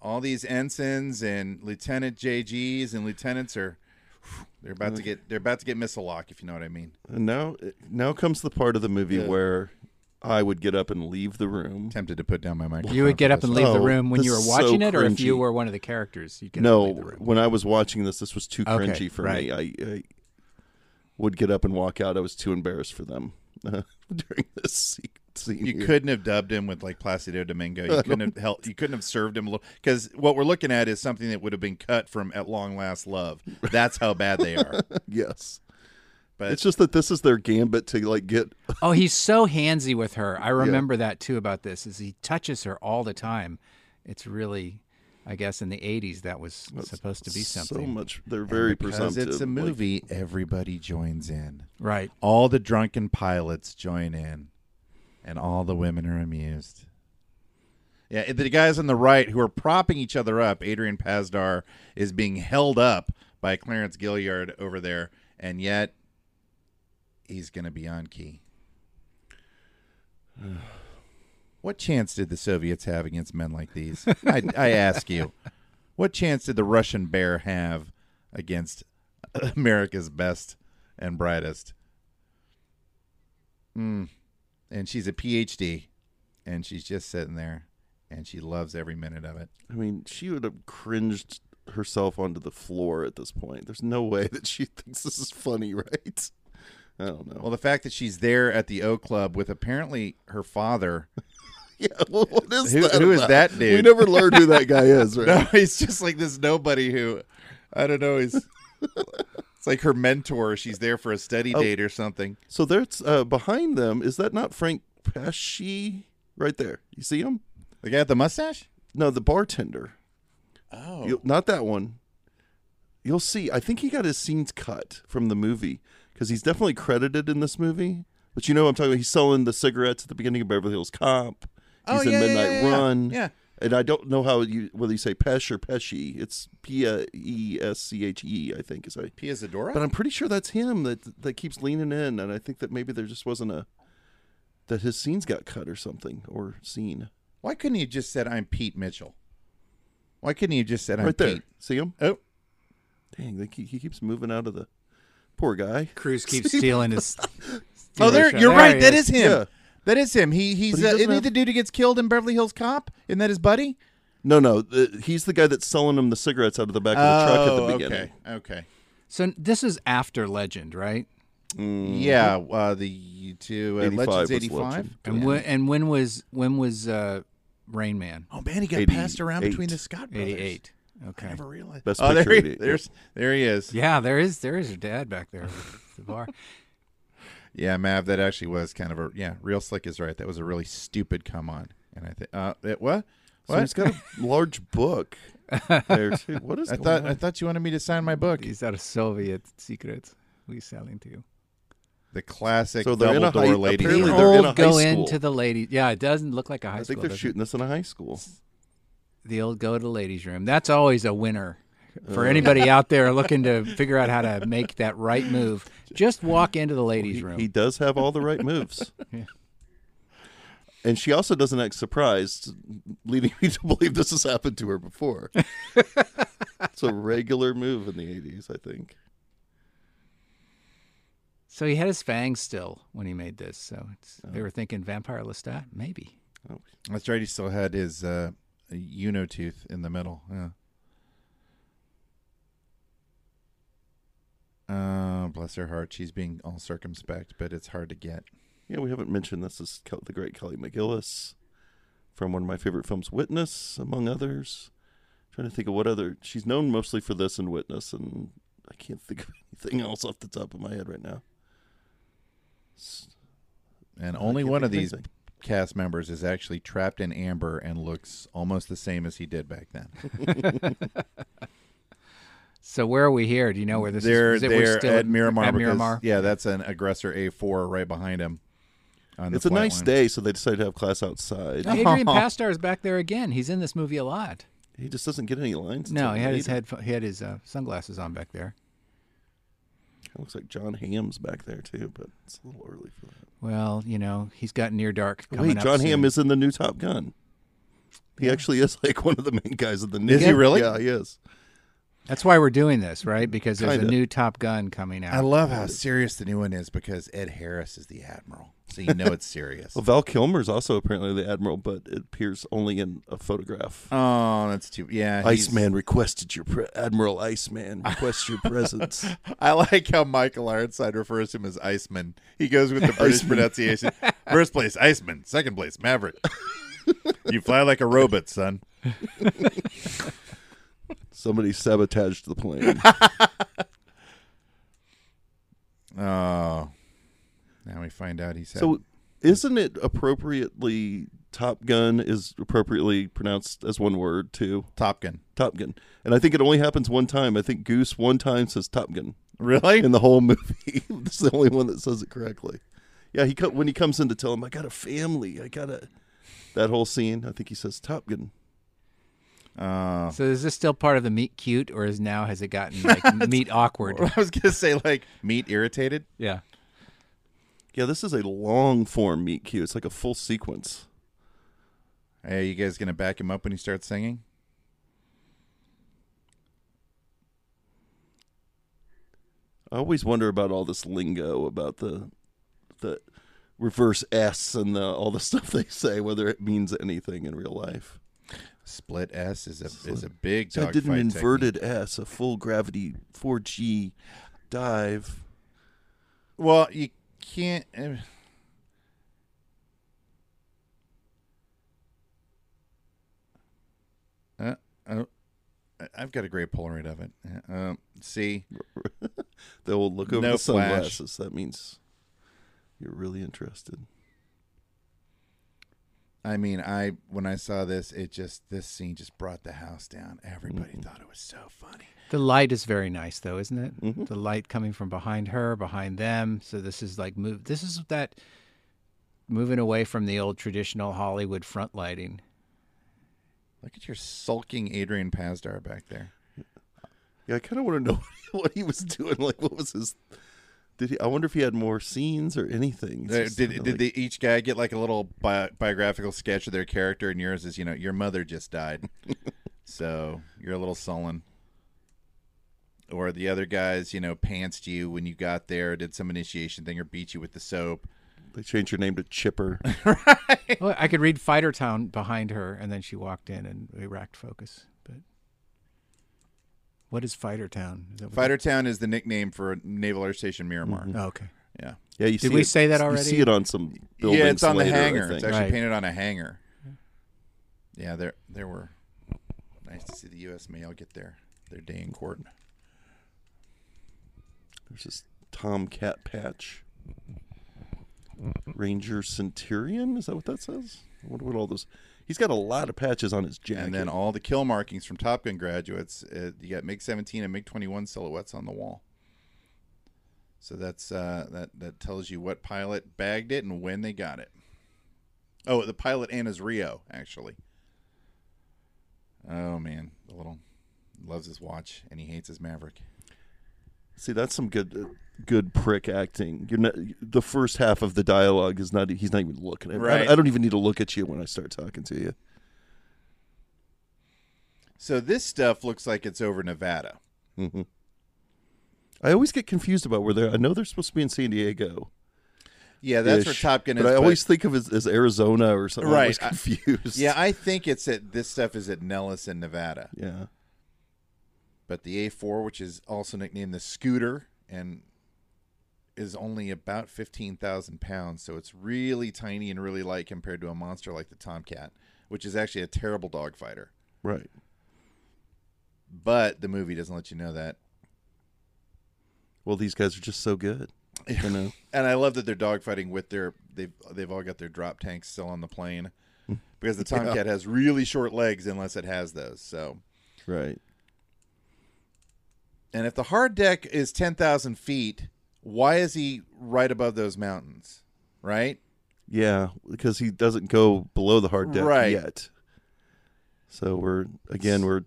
[SPEAKER 11] All these ensigns and Lieutenant JGs and lieutenants are they're about to get they're about to get missile lock, if you know what I mean.
[SPEAKER 1] And now, now comes the part of the movie where I would get up and leave the room.
[SPEAKER 11] Tempted to put down my microphone.
[SPEAKER 10] You would get
[SPEAKER 11] for
[SPEAKER 10] up
[SPEAKER 11] this.
[SPEAKER 10] and leave the
[SPEAKER 1] Oh,
[SPEAKER 10] room when
[SPEAKER 1] this
[SPEAKER 10] you were
[SPEAKER 1] is so
[SPEAKER 10] watching it, or if you
[SPEAKER 1] cringy.
[SPEAKER 10] were one of the characters, you could
[SPEAKER 1] No,
[SPEAKER 10] leave the room.
[SPEAKER 1] when I was watching this, this was too
[SPEAKER 10] Okay,
[SPEAKER 1] cringy for me.
[SPEAKER 10] right.
[SPEAKER 1] I, I would get up and walk out. I was too embarrassed for them uh, during this se- scene.
[SPEAKER 11] You
[SPEAKER 1] here.
[SPEAKER 11] couldn't have dubbed him with like Placido Domingo. You couldn't have helped. You couldn't have served him a little because what we're looking at is something that would have been cut from At Long Last Love. That's how bad they are.
[SPEAKER 1] yes.
[SPEAKER 11] But
[SPEAKER 1] it's just that this is their gambit to like get.
[SPEAKER 10] Oh, he's so handsy with her. I remember that too about this. Is he touches her all the time? It's really, I guess, in the '80s that was supposed to be something,
[SPEAKER 1] So much. They're very
[SPEAKER 11] because
[SPEAKER 1] presumptive.
[SPEAKER 11] it's a
[SPEAKER 1] like-
[SPEAKER 11] movie, everybody joins in.
[SPEAKER 10] right?
[SPEAKER 11] All the drunken pilots join in, and all the women are amused. Yeah, the guys on the right who are propping each other up, Adrian Pazdar is being held up by Clarence Gilliard over there, and yet he's going to be on key. what chance did the Soviets have against men like these? I, I ask you. What chance did the Russian bear have against America's best and brightest? Mm. And she's a PhD, and she's just sitting there, and she loves every minute of it.
[SPEAKER 1] I mean, she would have cringed herself onto the floor at this point. There's no way that she thinks this is funny, right? I don't know.
[SPEAKER 11] Well, the fact that she's there at the O Club with apparently her father.
[SPEAKER 1] yeah, well, what is
[SPEAKER 11] who,
[SPEAKER 1] that?
[SPEAKER 11] Who is that dude?
[SPEAKER 1] We never learned who that guy is, right?
[SPEAKER 11] no, he's just like this nobody who, I don't know. He's it's like her mentor. She's there for a study
[SPEAKER 1] Oh.
[SPEAKER 11] date or something.
[SPEAKER 1] So there's uh, behind them. Is that not Frank Pesci right there? You see him?
[SPEAKER 11] The guy with the mustache?
[SPEAKER 1] No, the bartender.
[SPEAKER 11] Oh,
[SPEAKER 1] You- not that one. You'll see. I think he got his scenes cut from the movie because he's definitely credited in this movie. But you know what I'm talking about. He's selling the cigarettes at the beginning of Beverly Hills Cop.
[SPEAKER 11] Oh,
[SPEAKER 1] He's in
[SPEAKER 11] yeah, yeah,
[SPEAKER 1] Midnight
[SPEAKER 11] yeah, yeah.
[SPEAKER 1] Run.
[SPEAKER 11] Yeah.
[SPEAKER 1] And I don't know how you whether you say Pesh or Pesci. It's P E S C H E, I think is I.
[SPEAKER 11] Pia Zadora.
[SPEAKER 1] But I'm pretty sure that's him that that keeps leaning in, and I think that maybe there just wasn't a that his scenes got cut or something or scene
[SPEAKER 11] Why couldn't he have just said I'm Pete Mitchell? Why couldn't he have just said I'm
[SPEAKER 1] right there.
[SPEAKER 11] Pete?
[SPEAKER 1] See him?
[SPEAKER 11] Oh,
[SPEAKER 1] Dang, they, keep- he keeps moving out of the poor guy.
[SPEAKER 10] Cruz keeps stealing his.
[SPEAKER 11] oh, there.
[SPEAKER 10] Sure.
[SPEAKER 11] You're
[SPEAKER 10] There
[SPEAKER 11] right.
[SPEAKER 10] he
[SPEAKER 11] That
[SPEAKER 10] is.
[SPEAKER 11] is him.
[SPEAKER 1] Yeah.
[SPEAKER 11] That is him. He he's
[SPEAKER 1] But he
[SPEAKER 11] uh,
[SPEAKER 1] doesn't
[SPEAKER 11] isn't he
[SPEAKER 1] have-
[SPEAKER 11] the dude who gets killed in Beverly Hills Cop? Isn't that his buddy?
[SPEAKER 1] No, no, the, he's the guy that's selling him the cigarettes out of the back of the truck at the beginning.
[SPEAKER 11] Oh, okay. Okay.
[SPEAKER 10] So this is after Legend, right?
[SPEAKER 11] Yeah. Uh, the two uh,
[SPEAKER 1] 85
[SPEAKER 11] Legends
[SPEAKER 1] Hmm. was
[SPEAKER 11] eighty five.
[SPEAKER 1] Legend.
[SPEAKER 10] And when and when was when was uh, Rain Man?
[SPEAKER 11] Oh man, he got
[SPEAKER 1] 88.
[SPEAKER 11] passed around between the Scott brothers.
[SPEAKER 10] Eighty eight. Okay.
[SPEAKER 11] I never realized.
[SPEAKER 1] Best
[SPEAKER 11] oh, there
[SPEAKER 1] picture,
[SPEAKER 11] he,
[SPEAKER 1] 88,
[SPEAKER 11] there's there he is.
[SPEAKER 10] Yeah, there is there is your dad back there with the bar.
[SPEAKER 11] Yeah, Mav, that actually was kind of a yeah. Real slick is right. That was a really stupid come on. And I think uh, it, what
[SPEAKER 1] So
[SPEAKER 11] what
[SPEAKER 1] he's got a large book there too. What is
[SPEAKER 11] I
[SPEAKER 1] going
[SPEAKER 11] thought
[SPEAKER 1] on?
[SPEAKER 11] I thought you wanted me to sign my book.
[SPEAKER 10] These are Soviet secrets we selling to you.
[SPEAKER 11] The classic
[SPEAKER 1] So they're in
[SPEAKER 11] double
[SPEAKER 1] a
[SPEAKER 11] door
[SPEAKER 1] high-
[SPEAKER 11] lady.
[SPEAKER 1] apparently
[SPEAKER 11] thing.
[SPEAKER 1] they're in a high
[SPEAKER 10] old go
[SPEAKER 1] school.
[SPEAKER 10] into the ladies. Yeah, it doesn't look like a high
[SPEAKER 1] I
[SPEAKER 10] school.
[SPEAKER 1] think they're
[SPEAKER 10] does it?
[SPEAKER 1] shooting this in a high school.
[SPEAKER 10] The old go to ladies room. That's always a winner
[SPEAKER 1] Uh.
[SPEAKER 10] for anybody out there looking to figure out how to make that right move. Just walk into the ladies
[SPEAKER 1] He,
[SPEAKER 10] room.
[SPEAKER 1] he does have all the right moves.
[SPEAKER 10] Yeah.
[SPEAKER 1] And she also doesn't act surprised, leading me to believe this has happened to her before. it's a regular move in the 80s, I think.
[SPEAKER 10] so he had his fangs still when he made this. So it's, they
[SPEAKER 1] Oh.
[SPEAKER 10] were thinking Vampire Lestat, maybe.
[SPEAKER 11] That's right. He still had his uh, Uno tooth in the middle. Yeah. Uh, bless her heart. She's being all circumspect, but it's hard to get.
[SPEAKER 1] Yeah, we haven't mentioned this is Kel- the great Kelly McGillis from one of my favorite films, Witness, among others. trying to think of what other she's known mostly for this and Witness, and I can't think of anything else off the top of my head right now. S-
[SPEAKER 11] And only
[SPEAKER 1] can't
[SPEAKER 11] one
[SPEAKER 1] think
[SPEAKER 11] of
[SPEAKER 1] of
[SPEAKER 11] these
[SPEAKER 1] anything.
[SPEAKER 11] cast members is actually trapped in amber and looks almost the same as he did back then.
[SPEAKER 10] So where are we here? Do you know where this
[SPEAKER 11] they're
[SPEAKER 10] is? Is it we're
[SPEAKER 11] they're
[SPEAKER 10] still
[SPEAKER 11] at, Miramar.
[SPEAKER 10] At
[SPEAKER 11] because-
[SPEAKER 10] Miramar.
[SPEAKER 11] yeah, that's an aggressor A4 right behind him. on the
[SPEAKER 1] It's a
[SPEAKER 11] flight
[SPEAKER 1] nice
[SPEAKER 11] line.
[SPEAKER 1] day, so they decided to have class outside.
[SPEAKER 10] Adrian Pastar is back there again. He's in this movie a lot.
[SPEAKER 1] He just doesn't get any lines.
[SPEAKER 10] No,
[SPEAKER 1] until
[SPEAKER 10] he had his
[SPEAKER 1] later.
[SPEAKER 10] head. He had his uh, sunglasses on back there.
[SPEAKER 1] It looks like John Hamm's back there too, but it's a little early for that.
[SPEAKER 10] Well, you know, he's got near dark. Coming
[SPEAKER 1] Wait,
[SPEAKER 10] up
[SPEAKER 1] John Hamm
[SPEAKER 10] soon.
[SPEAKER 1] is in the new Top Gun. He actually is like one of the main guys of the new.
[SPEAKER 11] Is he really?
[SPEAKER 1] Yeah, he is.
[SPEAKER 10] That's why we're doing this, right? Because there's a
[SPEAKER 1] Kinda.
[SPEAKER 10] new Top Gun coming out.
[SPEAKER 11] I love how serious the new one is because Ed Harris is the admiral, so you know it's serious.
[SPEAKER 1] Well, Val Kilmer's also apparently the admiral, but it appears only in a photograph.
[SPEAKER 11] Oh, that's too. Yeah, he's-
[SPEAKER 1] Iceman requested your pre- Admiral Iceman requests your presence.
[SPEAKER 11] I like how Michael Ironside refers to him as Iceman. He goes with the British pronunciation. First place, Iceman. Second place, Maverick. you fly like a robot, son.
[SPEAKER 1] Somebody sabotaged the plane.
[SPEAKER 11] Oh, now we find out he's
[SPEAKER 1] so, isn't it appropriately Top Gun is appropriately pronounced as one word too?
[SPEAKER 11] Top Gun.
[SPEAKER 1] Top Gun, and I think it only happens one time. I think Goose one time says Top Gun
[SPEAKER 11] Really?
[SPEAKER 1] in the whole movie. this is the only one that says it correctly. Yeah, he co- when he comes in to tell him, "I got a family, I got a," that whole scene. I think he says Top Gun.
[SPEAKER 11] Uh,
[SPEAKER 10] so is this still part of the meat cute, or is now has it gotten like meat awkward?
[SPEAKER 11] I was gonna say like meat irritated.
[SPEAKER 10] Yeah,
[SPEAKER 1] yeah. This is a long form meat cute. It's like a full sequence.
[SPEAKER 11] Hey, you guys gonna back him up when he starts singing?
[SPEAKER 1] I always wonder about all this lingo about the the reverse S and the, all the stuff they say, whether it means anything in real life.
[SPEAKER 11] Split S is a Split. is a big.
[SPEAKER 1] So I did an inverted technique. S, a full gravity four G dive.
[SPEAKER 11] Well, you can't. Uh... Uh, uh, I've got a great Polaroid of it. Uh, see,
[SPEAKER 1] they will look over no the sunglasses. Flash. That means you're really interested.
[SPEAKER 11] I mean, I when I saw this, it just this scene just brought the house down. Everybody mm-hmm. thought it was so funny.
[SPEAKER 10] The light is very nice, though, isn't it? Mm-hmm. The light coming from behind her, behind them. So this is like move. This is that moving away from the old traditional Hollywood front lighting.
[SPEAKER 11] Look at your sulking Adrian Pazdar back there.
[SPEAKER 1] Yeah, I kind of want to know what he was doing. Like, what was his? Did he? I wonder if he had more scenes or anything.
[SPEAKER 11] Uh, did did like... they, each guy get like a little bi- biographical sketch of their character? And yours is, you know, your mother just died, so you're a little sullen. Or the other guys, you know, pantsed you when you got there, did some initiation thing, or beat you with the soap.
[SPEAKER 1] They changed your name to Chipper.
[SPEAKER 10] right. Well, I could read Fighter Town behind her, and then she walked in and we racked focus. But what is Fighter Town? Is
[SPEAKER 11] Fighter Town is the nickname for Naval Air Station Miramar.
[SPEAKER 10] Mm-hmm. Oh, okay.
[SPEAKER 11] Yeah.
[SPEAKER 1] Yeah. You
[SPEAKER 10] Did we
[SPEAKER 1] it,
[SPEAKER 10] say that already?
[SPEAKER 1] You see it on some buildings.
[SPEAKER 11] Yeah, it's on
[SPEAKER 1] later,
[SPEAKER 11] the hangar. It's actually right. painted on a hangar. Yeah. There, there were. Nice to see the U.S. Mail get their their day in court.
[SPEAKER 1] There's this Tomcat patch. Ranger Centurion. Is that what that says? I wonder what all those. He's got a lot of patches on his jacket.
[SPEAKER 11] And then all the kill markings from Top Gun graduates. Uh, you got MiG 17 and MiG 21 silhouettes on the wall. So that's uh, that. That tells you what pilot bagged it and when they got it. Oh, the pilot and his Rio actually. Oh man, the little loves his watch and he hates his Maverick.
[SPEAKER 1] See, that's some good. Uh, good prick acting. You're not the first half of the dialogue is not. He's not even looking at me. Right. I, I, don't even need to look at you when I start talking to you.
[SPEAKER 11] So this stuff looks like it's over Nevada.
[SPEAKER 1] Mm-hmm. I always get confused about where they're. I know they're supposed to be in San Diego.
[SPEAKER 11] Yeah, that's where Top Gun
[SPEAKER 1] is. But I always but... think of it as, as, Arizona or something. Right. I was confused.
[SPEAKER 11] I, yeah, I think it's at this stuff is at Nellis in Nevada.
[SPEAKER 1] Yeah.
[SPEAKER 11] But the A4, which is also nicknamed the Scooter, and is only about 15,000 pounds, so it's really tiny and really light compared to a monster like the Tomcat, which is actually a terrible dog fighter.
[SPEAKER 1] Right.
[SPEAKER 11] But the movie doesn't let you know that.
[SPEAKER 1] Well, these guys are just so good. You know.
[SPEAKER 11] and I love that they're dogfighting with their they've they've all got their drop tanks still on the plane because the Tomcat yeah. has really short legs unless it has those. So
[SPEAKER 1] Right.
[SPEAKER 11] And if the hard deck is 10,000 feet, why is he right above those mountains? Right?
[SPEAKER 1] Yeah, because he doesn't go below the hard deck right. yet. So we're again we're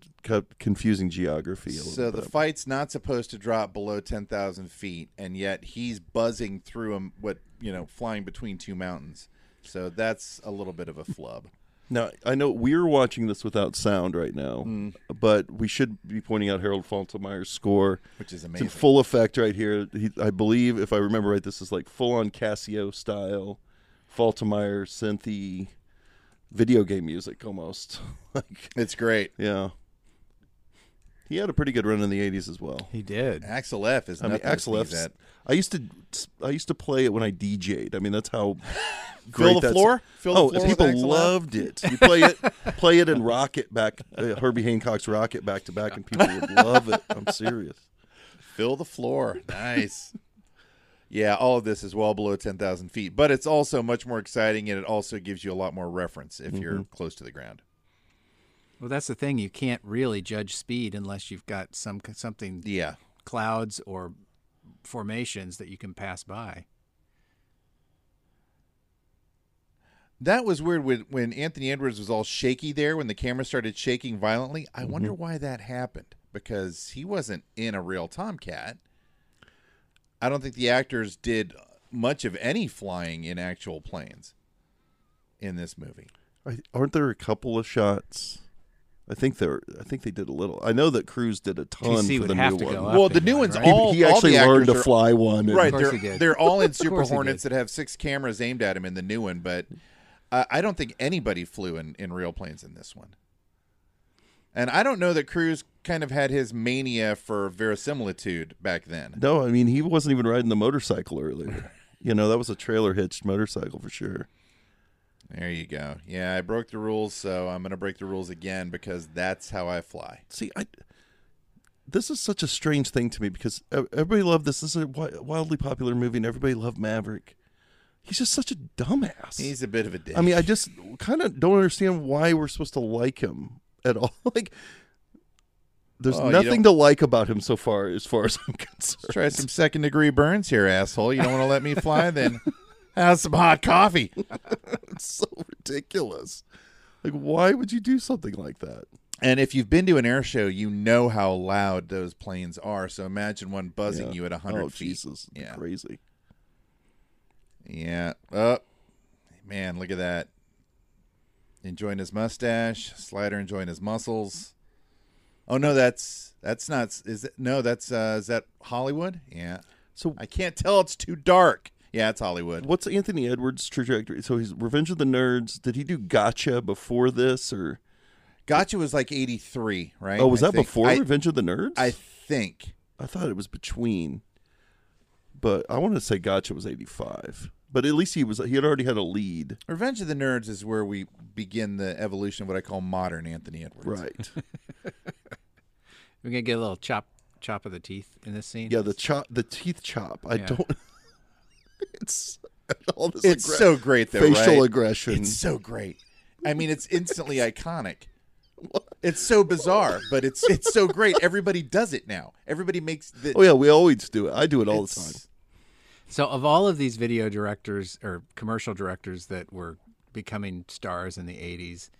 [SPEAKER 1] confusing geography.
[SPEAKER 11] so the
[SPEAKER 1] bit.
[SPEAKER 11] fight's not supposed to drop below ten thousand feet, and yet he's buzzing through him. What you know, flying between two mountains. So that's a little bit of a flub.
[SPEAKER 1] Now I know we're watching this without sound right now, mm. but we should be pointing out Harold Faltermeyer's score,
[SPEAKER 11] which is amazing,
[SPEAKER 1] it's in full effect right here. He, I believe, if I remember right, this is like full on Casio style, Faltermeyer synthy, video game music almost. like
[SPEAKER 11] it's great.
[SPEAKER 1] Yeah, he had a pretty good run in the '80s as well.
[SPEAKER 10] He did.
[SPEAKER 11] Axel F is. I mean,
[SPEAKER 1] Axel F. I used to, I used to play it when I DJ'd. I mean, that's how.
[SPEAKER 11] Fill the floor. Fill the
[SPEAKER 1] oh,
[SPEAKER 11] floor
[SPEAKER 1] people loved it. You play it, play it, and rock it back. Uh, Herbie Hancock's rock it back to back, and people would love it. I'm serious.
[SPEAKER 11] Fill the floor. Nice. yeah, all of this is well below ten thousand feet, but it's also much more exciting, and it also gives you a lot more reference if mm-hmm. you're close to the ground.
[SPEAKER 10] Well, that's the thing. You can't really judge speed unless you've got some something,
[SPEAKER 11] yeah,
[SPEAKER 10] clouds or formations that you can pass by.
[SPEAKER 11] That was weird when, when Anthony Edwards was all shaky there when the camera started shaking violently. I wonder why that happened because he wasn't in a real Tomcat. I don't think the actors did much of any flying in actual planes in this movie.
[SPEAKER 1] I, aren't there a couple of shots? I think there. I think they did a little. I know that Cruz did a ton
[SPEAKER 10] TC
[SPEAKER 1] for
[SPEAKER 10] would
[SPEAKER 1] the
[SPEAKER 10] have
[SPEAKER 1] new
[SPEAKER 10] to
[SPEAKER 1] one.
[SPEAKER 10] go up.
[SPEAKER 11] Well, the
[SPEAKER 10] in
[SPEAKER 11] new
[SPEAKER 10] that,
[SPEAKER 11] ones,
[SPEAKER 10] right?
[SPEAKER 11] all
[SPEAKER 1] he
[SPEAKER 11] all the
[SPEAKER 1] actually learned
[SPEAKER 11] actors
[SPEAKER 1] to
[SPEAKER 11] are-
[SPEAKER 1] fly one. and-
[SPEAKER 11] Right,
[SPEAKER 10] course
[SPEAKER 11] they're
[SPEAKER 10] he did.
[SPEAKER 11] they're all in
[SPEAKER 10] Of
[SPEAKER 11] Super
[SPEAKER 10] course he
[SPEAKER 11] Hornets
[SPEAKER 10] did.
[SPEAKER 11] that have six cameras aimed at him in the new one, but uh, I don't think anybody flew in in real planes in this one. And I don't know that Cruz kind of had his mania for verisimilitude back then.
[SPEAKER 1] No, I mean he wasn't even riding the motorcycle earlier. You know that was a trailer hitched motorcycle for sure.
[SPEAKER 11] There you go. Yeah, I broke the rules, so I'm going to break the rules again because that's how I fly.
[SPEAKER 1] See, I this is such a strange thing to me because e- everybody loved this. This is a wi- wildly popular movie, and everybody loved Maverick. He's just such a dumbass.
[SPEAKER 11] He's a bit of a dick.
[SPEAKER 1] I mean, I just kind of don't understand why we're supposed to like him at all. Like, there's
[SPEAKER 11] Oh, you
[SPEAKER 1] nothing to like about him so far, as far as I'm concerned.
[SPEAKER 11] Let's try some second degree burns here, asshole. You don't want to let me fly? Then have some hot coffee.
[SPEAKER 1] It's so ridiculous. Like, why would you do something like that?
[SPEAKER 11] And if you've been to an air show, you know how loud those planes are. So imagine one buzzing you at 100
[SPEAKER 1] oh,
[SPEAKER 11] feet.
[SPEAKER 1] Jesus,
[SPEAKER 11] Yeah.
[SPEAKER 1] crazy.
[SPEAKER 11] Yeah. Oh, man, look at that. Enjoying his mustache. Slider enjoying his muscles. Oh, no, that's that's not. Is it? No, that's. Uh, is that Hollywood? Yeah.
[SPEAKER 1] So-
[SPEAKER 11] I can't tell. It's too dark. Yeah, it's Hollywood.
[SPEAKER 1] What's Anthony Edwards' trajectory? So he's Revenge of the Nerds. Did he do Gotcha before this, or
[SPEAKER 11] Gotcha was like 83, right?
[SPEAKER 1] oh, was
[SPEAKER 11] I
[SPEAKER 1] that
[SPEAKER 11] think.
[SPEAKER 1] before
[SPEAKER 11] I,
[SPEAKER 1] Revenge of the Nerds?
[SPEAKER 11] I think.
[SPEAKER 1] I thought it was between, but I want to say Gotcha was eighty five. But at least he was he had already had a lead,
[SPEAKER 11] Revenge of the Nerds is where we begin the evolution of what I call modern Anthony Edwards.
[SPEAKER 1] right?
[SPEAKER 10] We're gonna get a little chop chop of the teeth in this scene.
[SPEAKER 1] yeah, the chop, the teeth chop. I
[SPEAKER 10] Yeah.
[SPEAKER 1] don't. it's all this.
[SPEAKER 11] It's
[SPEAKER 1] aggra-
[SPEAKER 11] so great though.
[SPEAKER 1] facial
[SPEAKER 11] right?
[SPEAKER 1] aggression.
[SPEAKER 11] It's so great. I mean, it's instantly iconic. It's so bizarre, but it's it's so great. Everybody does it now. Everybody makes the
[SPEAKER 1] oh yeah, we always do it. I do it all the time.
[SPEAKER 11] it's- oh,
[SPEAKER 10] So, of all of these video directors or commercial directors that were becoming stars in the 80s,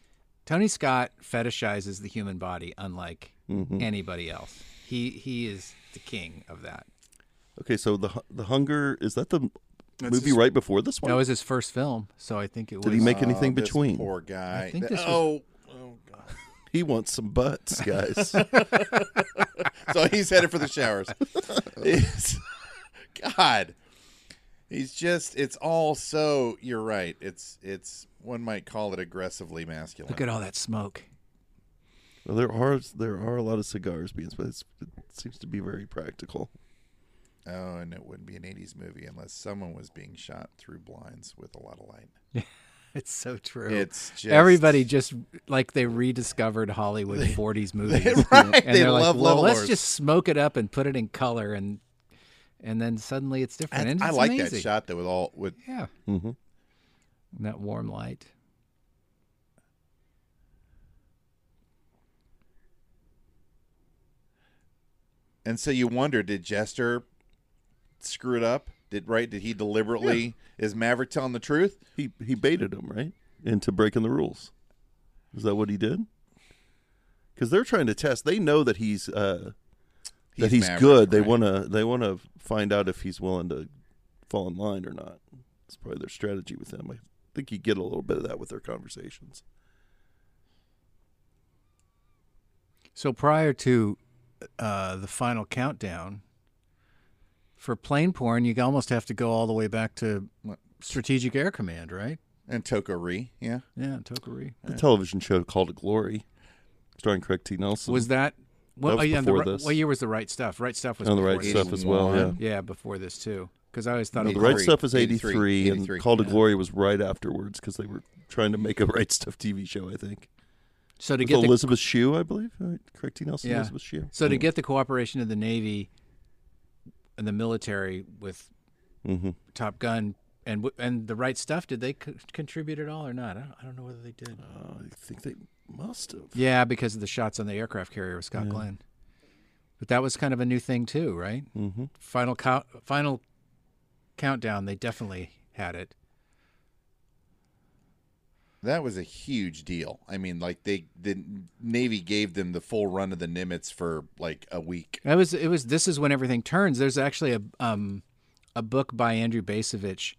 [SPEAKER 10] Tony Scott fetishizes the human body unlike
[SPEAKER 1] Mm-hmm.
[SPEAKER 10] anybody else. He he is the king of that.
[SPEAKER 1] Okay, so the Hu- the hunger is that the movie
[SPEAKER 11] his-
[SPEAKER 1] right before this one?
[SPEAKER 10] That was his first film, so I think it was.
[SPEAKER 1] Oh, Did he make anything
[SPEAKER 11] Oh, this
[SPEAKER 1] between?
[SPEAKER 11] Poor guy.
[SPEAKER 10] I think this was-
[SPEAKER 11] oh,
[SPEAKER 1] He wants some butts, guys.
[SPEAKER 11] so he's headed for the showers. It's- God, he's just—it's all so. You're right. It's it's one might call it aggressively masculine.
[SPEAKER 10] Look at all that smoke.
[SPEAKER 1] Well, there are there are a lot of cigars being, but it's, it seems to be very practical.
[SPEAKER 11] Oh, and it wouldn't be an 80s movie unless someone was being shot through blinds with a lot of light.
[SPEAKER 10] It's so true.
[SPEAKER 11] It's just
[SPEAKER 10] Everybody just like they rediscovered Hollywood 40s movies.
[SPEAKER 11] right,
[SPEAKER 10] And
[SPEAKER 11] they
[SPEAKER 10] are
[SPEAKER 11] love
[SPEAKER 10] like, well,
[SPEAKER 11] level
[SPEAKER 10] let's
[SPEAKER 11] horse."
[SPEAKER 10] just smoke it up and put it in color and and then suddenly it's different.
[SPEAKER 11] I,
[SPEAKER 10] And
[SPEAKER 11] I
[SPEAKER 10] it's
[SPEAKER 11] like
[SPEAKER 10] amazing.
[SPEAKER 11] that shot Mm-hmm. though with all with
[SPEAKER 10] Yeah.
[SPEAKER 1] Mhm.
[SPEAKER 10] And That warm light.
[SPEAKER 11] and so you wonder did Jester screw it up? Did right? Did he deliberately? Is Maverick telling the truth?
[SPEAKER 1] He he baited him right into breaking the rules. Is that what he did? Because they're trying to test. They know that he's uh, that he's
[SPEAKER 11] Maverick,
[SPEAKER 1] good. They
[SPEAKER 11] right?
[SPEAKER 1] wanna they wanna find out if he's willing to fall in line or not. It's probably their strategy with him. I think you get a little bit of that with their conversations.
[SPEAKER 10] So prior to uh, the final countdown, for plane porn, you almost have to go all the way back to Strategic Air Command, right?
[SPEAKER 11] and Tokori. Yeah,
[SPEAKER 10] Yeah, Tokari.
[SPEAKER 1] The television show called Glory, starring Craig T. Nelson.
[SPEAKER 10] Was that? What,
[SPEAKER 1] was
[SPEAKER 10] oh, yeah, the
[SPEAKER 1] before
[SPEAKER 10] ri-
[SPEAKER 1] this.
[SPEAKER 10] What year was the right stuff? Right stuff was
[SPEAKER 11] Oh,
[SPEAKER 1] on the
[SPEAKER 10] before
[SPEAKER 1] right
[SPEAKER 10] this.
[SPEAKER 1] stuff as well? Yeah.
[SPEAKER 11] 81.
[SPEAKER 10] Yeah, before this too, because I always thought
[SPEAKER 11] No,
[SPEAKER 10] it
[SPEAKER 1] The
[SPEAKER 10] was
[SPEAKER 11] Right
[SPEAKER 1] Right Stuff was 83,
[SPEAKER 11] 83,
[SPEAKER 1] and
[SPEAKER 11] 83,
[SPEAKER 1] Call to
[SPEAKER 11] yeah.
[SPEAKER 1] Glory was right afterwards because they were trying to make a Right Stuff TV show, I think.
[SPEAKER 10] so to
[SPEAKER 1] With
[SPEAKER 10] get the
[SPEAKER 1] Elizabeth Shue, I believe. Right? Correct, T. Nelson,
[SPEAKER 10] Yeah.
[SPEAKER 1] Elizabeth Shue.
[SPEAKER 10] so to get the cooperation of the Navy and the military with
[SPEAKER 1] Mhm.
[SPEAKER 10] Top Gun and w- and the right stuff, did they co- contribute at all or not? I don't, I don't know whether they did.
[SPEAKER 1] Uh, I think they must have.
[SPEAKER 10] Yeah, because of the shots on the aircraft carrier with Scott Glenn. But that was kind of a new thing too, right? Mm-hmm. Final count, final countdown. They definitely had it.
[SPEAKER 11] That was a huge deal. I mean, like they the Navy gave them the full run of the Nimitz for like a week.
[SPEAKER 10] That was it was this is when everything turns. There's actually a um a book by Andrew Basevich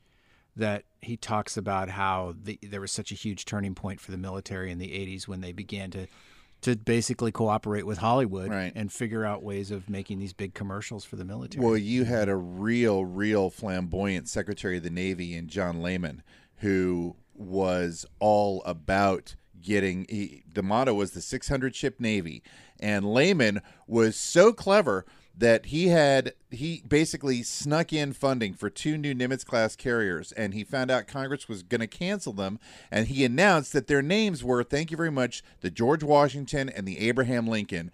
[SPEAKER 10] that he talks about how the, there was such a huge turning point for the military in the 80s when they began to to basically cooperate with Hollywood
[SPEAKER 11] Right.
[SPEAKER 10] and figure out ways of making these big commercials for the military.
[SPEAKER 11] Well, you had a real, real flamboyant Secretary of the Navy in John Lehman, who was all about getting he, the motto was the 600 ship navy and lehman was so clever that he had he basically snuck in funding for two new nimitz class carriers and he found out congress was going to cancel them and he announced that their names were thank you very much the george washington and the abraham lincoln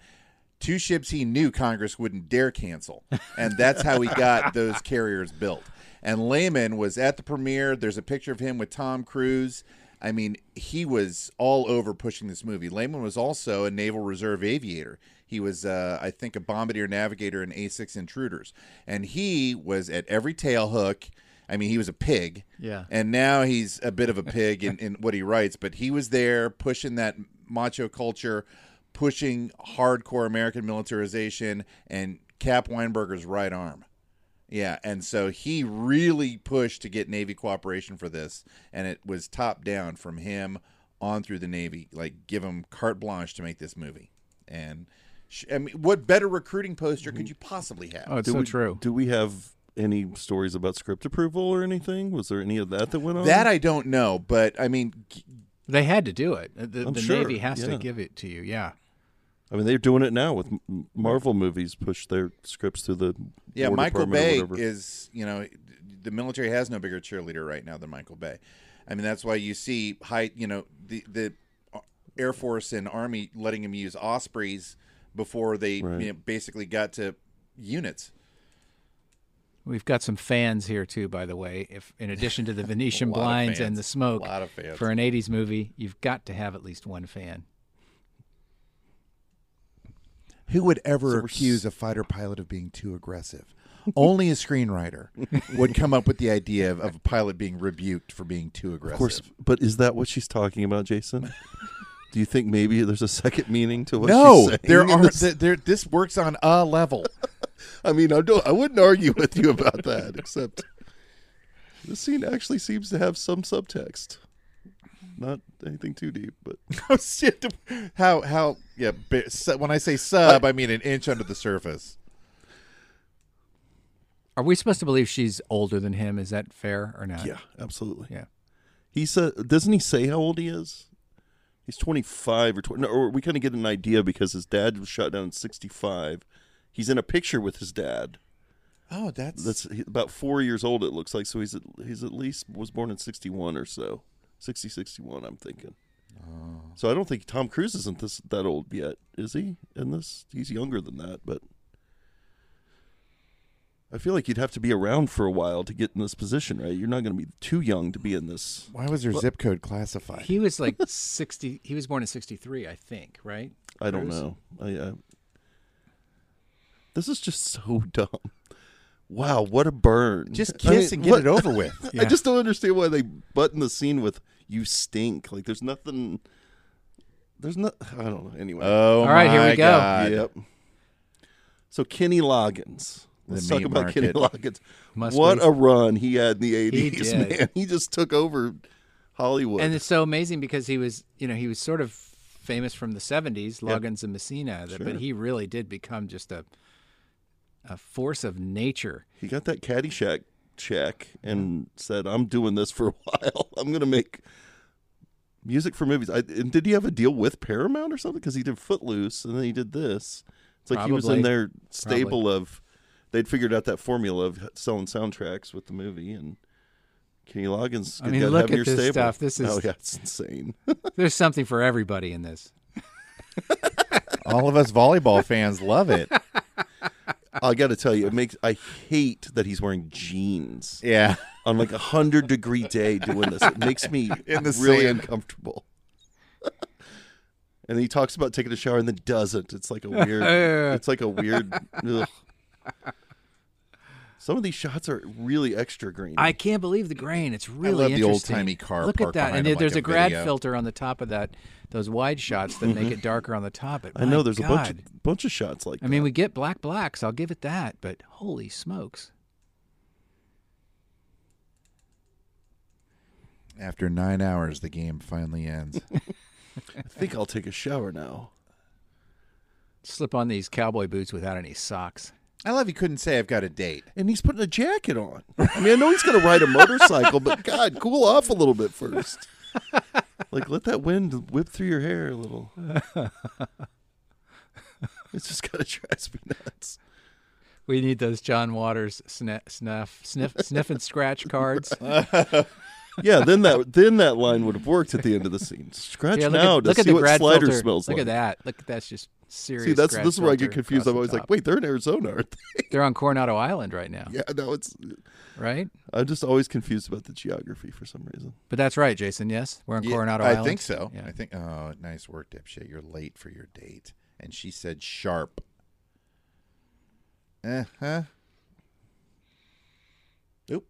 [SPEAKER 11] two ships he knew Congress wouldn't dare cancel. And that's how he got those carriers built. And Lehman was at the premiere. There's a picture of him with Tom Cruise. I mean, he was all over pushing this movie. Lehman was also a Naval Reserve aviator. He was, uh, I think, a bombardier navigator in A6 Intruders. And he was at every tail hook. I mean, he was a pig.
[SPEAKER 10] Yeah.
[SPEAKER 11] And now he's a bit of a pig in, in what he writes, but he was there pushing that macho culture, pushing hardcore American militarization and Cap Weinberger's right arm. Yeah, and so he really pushed to get Navy cooperation for this, and it was top down from him on through the Navy, like give him carte blanche to make this movie. And sh- I mean, what better recruiting poster could you possibly have?
[SPEAKER 10] Oh, it's
[SPEAKER 1] do
[SPEAKER 10] so
[SPEAKER 1] we,
[SPEAKER 10] true.
[SPEAKER 1] Do we have any stories about script approval or anything? Was there any of that that went on?
[SPEAKER 11] That I don't know, but I mean, g-
[SPEAKER 10] They had to do it. The,
[SPEAKER 1] I'm
[SPEAKER 10] the
[SPEAKER 1] sure,
[SPEAKER 10] Navy has
[SPEAKER 1] yeah.
[SPEAKER 10] to give it to you. Yeah.
[SPEAKER 1] I mean, they're doing it now with m- Marvel movies. Push their scripts through the
[SPEAKER 11] Yeah,
[SPEAKER 1] War
[SPEAKER 11] Michael
[SPEAKER 1] Department or
[SPEAKER 11] Bay
[SPEAKER 1] whatever.
[SPEAKER 11] is, you know, the military has no bigger cheerleader right now than Michael Bay. I mean, that's why you see high, you know, the the Air Force and Army letting him use Ospreys before they
[SPEAKER 1] Right.
[SPEAKER 11] you know, basically got to units.
[SPEAKER 10] We've got some fans here too, by the way. If in addition to the Venetian
[SPEAKER 11] lot of
[SPEAKER 10] blinds and
[SPEAKER 11] fans.
[SPEAKER 10] the smoke,
[SPEAKER 11] A lot of fans.
[SPEAKER 10] for an '80s movie, you've got to have at least one fan.
[SPEAKER 11] Who would ever
[SPEAKER 1] So we're
[SPEAKER 11] accuse a fighter pilot of being too aggressive? Only a screenwriter would come up with the idea of, of a pilot being rebuked for being too aggressive.
[SPEAKER 1] of course. But is that what she's talking about, Jason? do you think maybe there's a second meaning to what? she's
[SPEAKER 11] no,
[SPEAKER 1] saying
[SPEAKER 11] there
[SPEAKER 1] in
[SPEAKER 11] are
[SPEAKER 1] this?
[SPEAKER 11] th there. This works on a level.
[SPEAKER 1] I mean, I don't. I wouldn't argue with you about that, except this scene actually seems to have some subtext. Not anything too deep, but
[SPEAKER 11] Oh, shit. how how yeah ba- su- when i say sub I, mean an inch under the surface
[SPEAKER 10] Are we supposed to believe she's older than him? Is that fair or not?
[SPEAKER 1] yeah, absolutely.
[SPEAKER 10] Yeah.
[SPEAKER 1] He said, doesn't he say how old he is? He's 25 or 20. No, or we kind of get an idea because his dad was shot down in 65. He's in a picture with his dad.
[SPEAKER 11] oh that's
[SPEAKER 1] That's he- about four years old, it looks like. So he's at, he's at least was born in 61 or so. 60, 61, I'm thinking.
[SPEAKER 11] Oh.
[SPEAKER 1] So I don't think Tom Cruise isn't this that old yet, is he? In this, he's younger than that, but I feel like you'd have to be around for a while to get in this position, right? You're not going to be too young to be in this.
[SPEAKER 11] why was your zip code classified
[SPEAKER 10] He was like 60. He was born in 63, I think, right?
[SPEAKER 1] I don't
[SPEAKER 10] Bruce?
[SPEAKER 1] know. I, I this is just so dumb. Wow, what a burn!
[SPEAKER 11] just
[SPEAKER 1] I mean,
[SPEAKER 11] kiss and get
[SPEAKER 1] what-
[SPEAKER 11] it over with
[SPEAKER 10] Yeah.
[SPEAKER 1] I just don't understand why they button the scene with "you stink." Like, there's nothing. There's not. I don't know. Anyway,
[SPEAKER 11] oh
[SPEAKER 10] All right, here we
[SPEAKER 11] my
[SPEAKER 10] go.
[SPEAKER 11] God.
[SPEAKER 1] yep. So Kenny Loggins.
[SPEAKER 11] The
[SPEAKER 1] Let's talk
[SPEAKER 11] meat
[SPEAKER 1] about Kenny Loggins.
[SPEAKER 10] Must
[SPEAKER 1] what
[SPEAKER 10] be-
[SPEAKER 1] a run he had in the '80s,
[SPEAKER 10] did.
[SPEAKER 1] man! He just took over Hollywood.
[SPEAKER 10] And it's so amazing because he was, you know, he was sort of famous from the 70s, Loggins and Messina, that,
[SPEAKER 1] Sure.
[SPEAKER 10] but he really did become just a a force of nature.
[SPEAKER 1] he got that Caddyshack check and said, "I'm doing this for a while. I'm going to make music for movies." I, and did he have a deal with Paramount or something? Because he did Footloose and then he did this. It's like he was in
[SPEAKER 10] Probably.
[SPEAKER 1] their stable of. They'd figured out that formula of selling soundtracks with the movie and. Kenny Loggins.
[SPEAKER 10] I
[SPEAKER 1] good
[SPEAKER 10] mean,
[SPEAKER 1] God,
[SPEAKER 10] look
[SPEAKER 1] have
[SPEAKER 10] at
[SPEAKER 1] your
[SPEAKER 10] this
[SPEAKER 1] stable.
[SPEAKER 10] stuff. This is-
[SPEAKER 1] oh yeah, it's insane.
[SPEAKER 10] There's something for everybody in this.
[SPEAKER 11] all of us volleyball fans love it
[SPEAKER 1] I got to tell you, it makes I hate that he's wearing jeans
[SPEAKER 11] yeah
[SPEAKER 1] on like a hundred degree day doing this. It makes me
[SPEAKER 11] In the
[SPEAKER 1] really
[SPEAKER 11] sand.
[SPEAKER 1] uncomfortable. and he talks about taking a shower and then doesn't. It's like a weird. it's like a weird. ugh. Some of these shots are really extra grainy.
[SPEAKER 10] I can't believe the grain. It's really
[SPEAKER 11] I love the
[SPEAKER 10] interesting.
[SPEAKER 11] old-timey car
[SPEAKER 10] Look at
[SPEAKER 11] parked
[SPEAKER 10] that,
[SPEAKER 11] behind
[SPEAKER 10] and
[SPEAKER 11] it
[SPEAKER 10] there-
[SPEAKER 11] like
[SPEAKER 10] there's
[SPEAKER 11] a
[SPEAKER 10] a grad
[SPEAKER 11] video.
[SPEAKER 10] filter on the top of that. Those wide shots that make it darker on the top. But
[SPEAKER 1] I know
[SPEAKER 10] my
[SPEAKER 1] there's a bunch
[SPEAKER 10] God.
[SPEAKER 1] of, bunch of shots like
[SPEAKER 10] I mean, we get black blacks. I'll give it that. But holy smokes!
[SPEAKER 11] After nine hours, the game finally ends.
[SPEAKER 1] I think I'll take a shower now.
[SPEAKER 10] Slip on these cowboy boots without any socks.
[SPEAKER 11] I love you couldn't say I've got a date.
[SPEAKER 1] And he's putting a jacket on. I mean, I know he's going to ride a motorcycle, but God, cool off a little bit first. Like, let that wind whip through your hair a little. It's just kind of drives me nuts.
[SPEAKER 10] We need those John Waters sniff, snuff, sniff, sniff and scratch cards.
[SPEAKER 1] Yeah, then that then that line would have worked at the end of the scene. Scratch
[SPEAKER 10] Yeah, look
[SPEAKER 1] now
[SPEAKER 10] at,
[SPEAKER 1] to
[SPEAKER 10] look at
[SPEAKER 1] see
[SPEAKER 10] the
[SPEAKER 1] what
[SPEAKER 10] grad
[SPEAKER 1] slider
[SPEAKER 10] filter.
[SPEAKER 1] smells
[SPEAKER 10] look
[SPEAKER 1] like.
[SPEAKER 10] at that. Look, that's just serious.
[SPEAKER 1] See, that's
[SPEAKER 10] grad
[SPEAKER 1] this is where I get
[SPEAKER 10] filter
[SPEAKER 1] confused.
[SPEAKER 10] across
[SPEAKER 1] I'm always
[SPEAKER 10] the
[SPEAKER 1] like,
[SPEAKER 10] top.
[SPEAKER 1] wait, they're in Arizona, aren't they?
[SPEAKER 10] they're on Coronado Island right now,
[SPEAKER 1] Yeah, no, it's
[SPEAKER 10] right?
[SPEAKER 1] I'm just always confused about the geography for some reason.
[SPEAKER 10] But that's right, Jason. Yes, we're on
[SPEAKER 11] Yeah,
[SPEAKER 10] Coronado
[SPEAKER 11] I
[SPEAKER 10] Island.
[SPEAKER 11] think so.
[SPEAKER 10] Yeah.
[SPEAKER 11] I think. Oh, nice work, dipshit. You're late for your date, and she said sharp. Uh huh. Nope.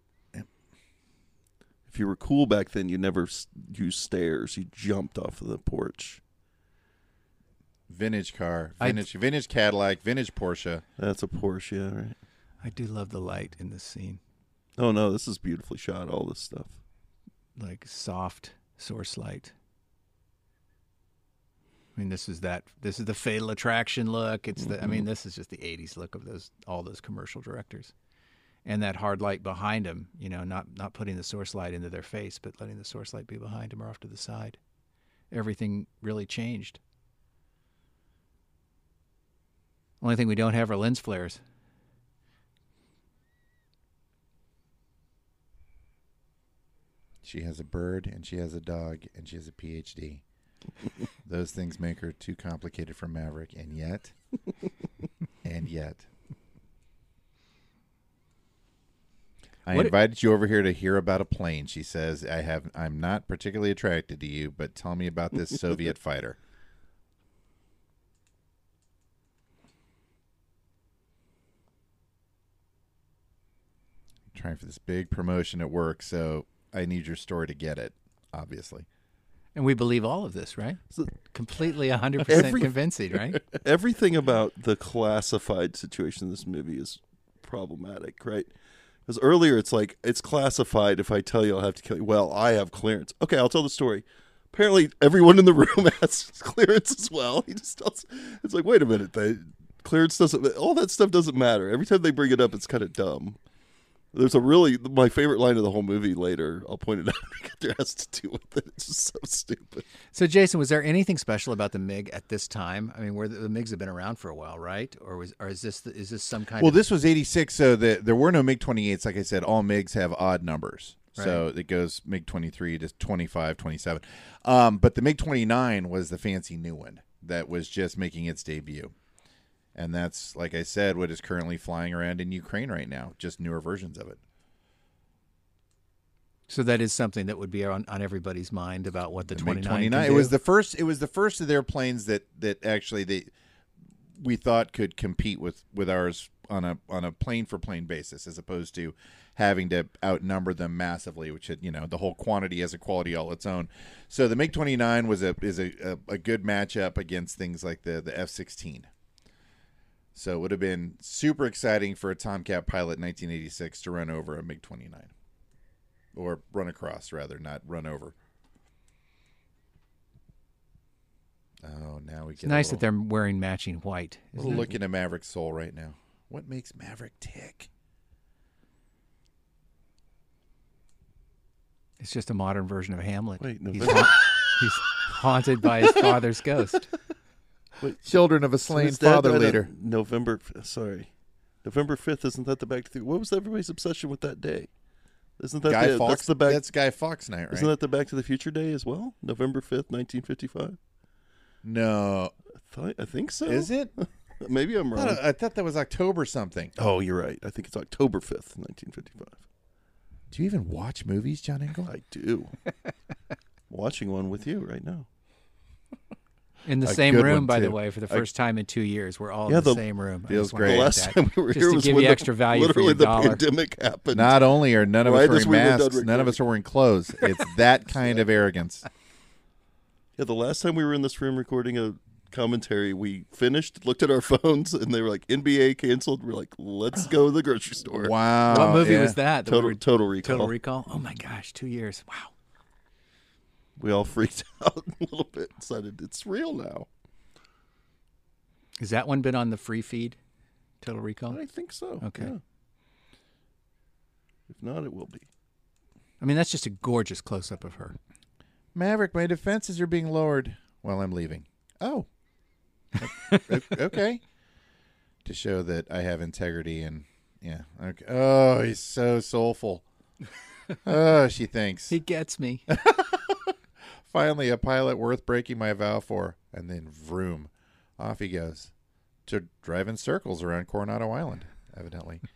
[SPEAKER 1] If you were cool back then, you never s- used stairs. You jumped off of the porch.
[SPEAKER 11] Vintage car.
[SPEAKER 10] I-
[SPEAKER 11] Vintage. vintage Cadillac. Vintage Porsche.
[SPEAKER 1] That's a Porsche, yeah, right?
[SPEAKER 10] I do love the light in this scene,
[SPEAKER 1] Oh no, this is beautifully shot. All this stuff.
[SPEAKER 10] like soft source light. I mean, this is that. This is the Fatal Attraction look. It's the. I mean, this is just the '80s look of those all those commercial directors, and that hard light behind them. You know, not not putting the source light into their face, but letting the source light be behind them or off to the side. Everything really changed. Only thing we don't have are lens flares.
[SPEAKER 11] She has a bird, and she has a dog, and she has a PhD. Those things make her too complicated for Maverick, and yet, and yet. I
[SPEAKER 10] What-
[SPEAKER 11] invited you over here to hear about a plane. She says, "I have. I'm not particularly attracted to you, but tell me about this Soviet fighter." trying for this big promotion at work, so I need your story to get it. Obviously,
[SPEAKER 10] And we believe all of this, right?
[SPEAKER 1] So-
[SPEAKER 10] Completely 100%
[SPEAKER 1] Every-
[SPEAKER 10] convincing, right?
[SPEAKER 1] Everything about the classified situation in this movie is problematic, right? Because earlier it's like it's classified. If I tell you, I'll have to kill you. Well, I have clearance. Okay, I'll tell the story. Apparently, everyone in the room has clearance as well. He just tells. It's like, wait a minute, they clearance doesn't. All that stuff doesn't matter. Every time they bring it up, it's kind of dumb. There's a really my favorite line of the whole movie. Later, I'll point it out. There has to deal with it. It's just so stupid.
[SPEAKER 10] So, Jason, was there anything special about the MiG at this time? I mean, where the, the MiGs have been around for a while, right? Or was, or is this the, is this some kind
[SPEAKER 11] well,
[SPEAKER 10] of
[SPEAKER 11] this was '86, so the, there were no MiG 28s. Like I said, all MiGs have odd numbers, so it goes MiG 23 to 25, 27. Um, but the MiG 29 was the fancy new one that was just making its debut, and that's like I said, what is currently flying around in Ukraine right now, just newer versions of it.
[SPEAKER 10] so that is something that would be on, on everybody's mind about what the,
[SPEAKER 11] The
[SPEAKER 10] twenty
[SPEAKER 11] MiG
[SPEAKER 10] nine.
[SPEAKER 11] 29. It was the first. It was the first of their planes that that actually they we thought could compete with with ours on a on a plane for plane basis, as opposed to having to outnumber them massively, which had, you know the whole quantity has a quality all its own. So the MiG 29 was a is a, a, a good matchup against things like the the F 16. So it would have been super exciting for a Tomcat pilot in 1986 to run over a MiG 29 or run across rather, not run over. Oh, now we
[SPEAKER 10] It's
[SPEAKER 11] get
[SPEAKER 10] nice
[SPEAKER 11] a
[SPEAKER 10] that
[SPEAKER 11] little-
[SPEAKER 10] they're wearing matching white.
[SPEAKER 11] we're
[SPEAKER 10] isn't it?
[SPEAKER 11] looking at Maverick's soul right now. What makes Maverick tick?
[SPEAKER 10] It's just a modern version of Hamlet.
[SPEAKER 1] Wait,
[SPEAKER 10] he's,
[SPEAKER 1] November-
[SPEAKER 10] haunt- he's haunted by his father's ghost.
[SPEAKER 11] Children of a slain
[SPEAKER 1] Who's that right on November, sorry, November fifth. Isn't that the Back to the? What was everybody's obsession with that day? Isn't that
[SPEAKER 11] Guy
[SPEAKER 1] the,
[SPEAKER 11] Fox.
[SPEAKER 1] that's the back?
[SPEAKER 11] Guy Fox night, right?
[SPEAKER 1] Isn't that the Back to the Future day as well? November fifth, nineteen fifty-five.
[SPEAKER 11] no,
[SPEAKER 1] I, thought- I think so.
[SPEAKER 11] is it? I
[SPEAKER 1] Maybe I'm wrong.
[SPEAKER 11] thought, I thought that was October something.
[SPEAKER 1] oh, you're right. I think it's October fifth, nineteen fifty-five.
[SPEAKER 11] Do you even watch movies, John Engel?
[SPEAKER 1] I do. Watching one with you right now.
[SPEAKER 10] In the
[SPEAKER 11] a
[SPEAKER 10] same
[SPEAKER 11] good
[SPEAKER 10] room,
[SPEAKER 11] one,
[SPEAKER 10] by the
[SPEAKER 11] too.
[SPEAKER 10] way, for the
[SPEAKER 11] I-
[SPEAKER 10] first time in two years, we're all
[SPEAKER 11] Yeah,
[SPEAKER 10] in the,
[SPEAKER 11] the-
[SPEAKER 10] same room. I
[SPEAKER 11] feels
[SPEAKER 10] just wanted to
[SPEAKER 11] great.
[SPEAKER 10] add
[SPEAKER 11] Last
[SPEAKER 10] that,
[SPEAKER 11] time we were
[SPEAKER 10] just
[SPEAKER 11] here
[SPEAKER 10] to
[SPEAKER 11] was
[SPEAKER 10] give
[SPEAKER 11] when
[SPEAKER 10] you
[SPEAKER 11] the-
[SPEAKER 10] extra value for
[SPEAKER 1] literally
[SPEAKER 10] your
[SPEAKER 1] the
[SPEAKER 10] dollar.
[SPEAKER 1] pandemic happened.
[SPEAKER 11] Not only are none of
[SPEAKER 1] Right
[SPEAKER 11] us
[SPEAKER 1] as
[SPEAKER 11] wearing
[SPEAKER 1] we were done
[SPEAKER 11] masks, none of us are wearing clothes. It's that kind of arrogance.
[SPEAKER 1] Yeah, the last time we were in this room recording a commentary, we finished, looked at our phones, and they were like NBA canceled. We're like, let's go to the grocery store.
[SPEAKER 11] Wow.
[SPEAKER 10] What movie
[SPEAKER 11] yeah.
[SPEAKER 10] was that? that we
[SPEAKER 1] Total-
[SPEAKER 10] were-
[SPEAKER 1] Total Recall.
[SPEAKER 10] Total Recall. Oh my gosh, two years. Wow.
[SPEAKER 1] We all freaked out a little bit. and Decided it's real now.
[SPEAKER 10] Is that one been on the free feed? Total Recall.
[SPEAKER 1] I think so.
[SPEAKER 10] Okay.
[SPEAKER 1] yeah. If not, it will be.
[SPEAKER 10] I mean, that's just a gorgeous close up of her.
[SPEAKER 11] Maverick, my defenses are being lowered while I'm leaving. Oh. O- o- okay. To show that I have integrity and yeah. Okay. Oh, he's so soulful. Oh, she thinks.
[SPEAKER 10] He gets me.
[SPEAKER 11] Finally, a pilot worth breaking my vow for. And then vroom. Off he goes. To drive in circles around Coronado Island, evidently.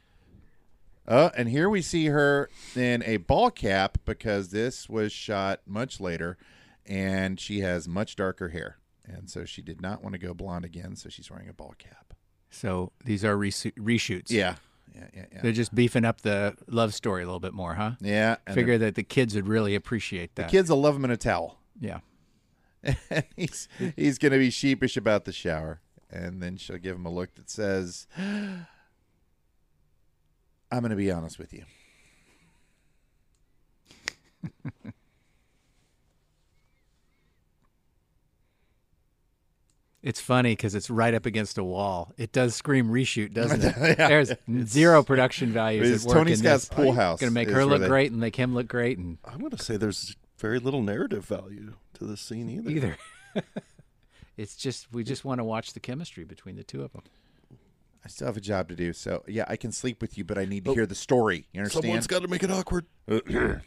[SPEAKER 11] Uh, and here we see her in a ball cap because this was shot much later and she has much darker hair. And so she did not want to go blonde again, so she's wearing a ball cap.
[SPEAKER 10] So these are resu- reshoots.
[SPEAKER 11] Yeah. Yeah, yeah, yeah.
[SPEAKER 10] They're just beefing up the love story a little bit more, huh?
[SPEAKER 11] Yeah. and
[SPEAKER 10] Figure that the kids would really appreciate
[SPEAKER 11] the
[SPEAKER 10] that.
[SPEAKER 11] kids will love him in a towel.
[SPEAKER 10] Yeah.
[SPEAKER 11] and he's he's gonna be sheepish about the shower, and then she'll give him a look that says, "I'm gonna be honest with you."
[SPEAKER 10] It's funny because it's right up against a wall. It does scream reshoot, doesn't it?
[SPEAKER 11] Yeah.
[SPEAKER 10] There's zero production values.
[SPEAKER 11] it's
[SPEAKER 10] at work
[SPEAKER 11] Tony
[SPEAKER 10] in
[SPEAKER 11] Scott's
[SPEAKER 10] this.
[SPEAKER 11] pool house
[SPEAKER 10] Gonna make
[SPEAKER 11] is
[SPEAKER 10] her
[SPEAKER 11] where
[SPEAKER 10] look
[SPEAKER 11] they-
[SPEAKER 10] great and make him look great, and
[SPEAKER 1] I'm gonna say there's very little narrative value to this scene either.
[SPEAKER 10] either. it's just we just want to watch the chemistry between the two of them.
[SPEAKER 11] I still have a job to do, so yeah, I can sleep with you, but I need to hear the story. You understand?
[SPEAKER 1] Oh. Someone's got to make it awkward.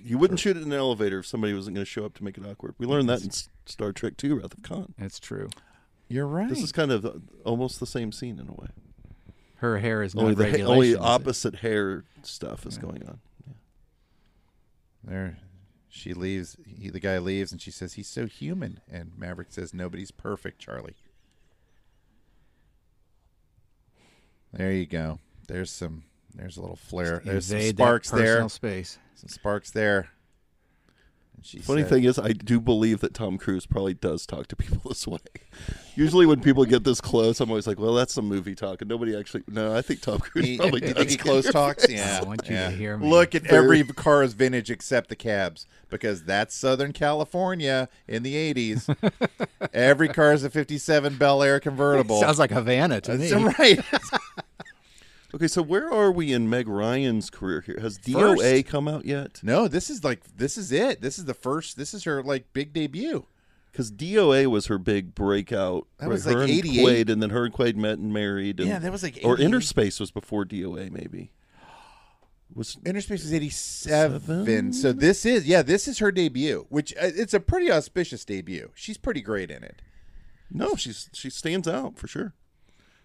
[SPEAKER 1] you wouldn't shoot it in an elevator if somebody wasn't going to show up to make it awkward. We learned that in S- Star Trek II: Wrath of Khan.
[SPEAKER 10] That's true.
[SPEAKER 11] You're right.
[SPEAKER 1] This is kind of uh, almost the same scene in a way.
[SPEAKER 10] Her hair is not
[SPEAKER 1] Only the ha-
[SPEAKER 10] regulation.
[SPEAKER 1] only
[SPEAKER 10] is it?
[SPEAKER 1] opposite hair stuff is going on.
[SPEAKER 11] there. She leaves. He, the guy leaves, and she says, "He's so human." And Maverick says, "Nobody's perfect, Charlie." There you go. There's some. There's a little flare. There's some
[SPEAKER 10] Invade that
[SPEAKER 11] sparks there.
[SPEAKER 10] personal Space.
[SPEAKER 11] some sparks there. And she
[SPEAKER 1] Funny
[SPEAKER 11] said-
[SPEAKER 1] thing is, I do believe that Tom Cruise probably does talk to people this way. Usually, when people get this close, I'm always like, "Well, that's some movie talk," and nobody actually. No, I think Tom Cruise
[SPEAKER 11] He-
[SPEAKER 1] probably
[SPEAKER 11] do you
[SPEAKER 1] does.
[SPEAKER 11] think he close talks? Yeah,
[SPEAKER 10] I want you to
[SPEAKER 11] yeah.
[SPEAKER 10] hear me.
[SPEAKER 11] Look at every car is vintage except the cabs because that's Southern California in the '80s. every car is a '57 Bel Air convertible.
[SPEAKER 10] Sounds like Havana to me.
[SPEAKER 11] That's right.
[SPEAKER 1] Okay, so where are we in Meg Ryan's career here? Has DOA come out yet?
[SPEAKER 11] no, this is like this is it. This is the first. This is her like big debut.
[SPEAKER 1] Because DOA was her big breakout.
[SPEAKER 11] That
[SPEAKER 1] right?
[SPEAKER 11] was like
[SPEAKER 1] her and
[SPEAKER 11] 88.
[SPEAKER 1] Quaid, and then her and Quaid met and married. And,
[SPEAKER 11] Yeah, that was like
[SPEAKER 1] Or
[SPEAKER 11] 88.
[SPEAKER 1] Interspace was before DOA, maybe. Was
[SPEAKER 11] Interspace was 87. So this is, yeah, this is her debut, which uh, it's a pretty auspicious debut. She's pretty great in it.
[SPEAKER 1] no, she's she stands out for sure,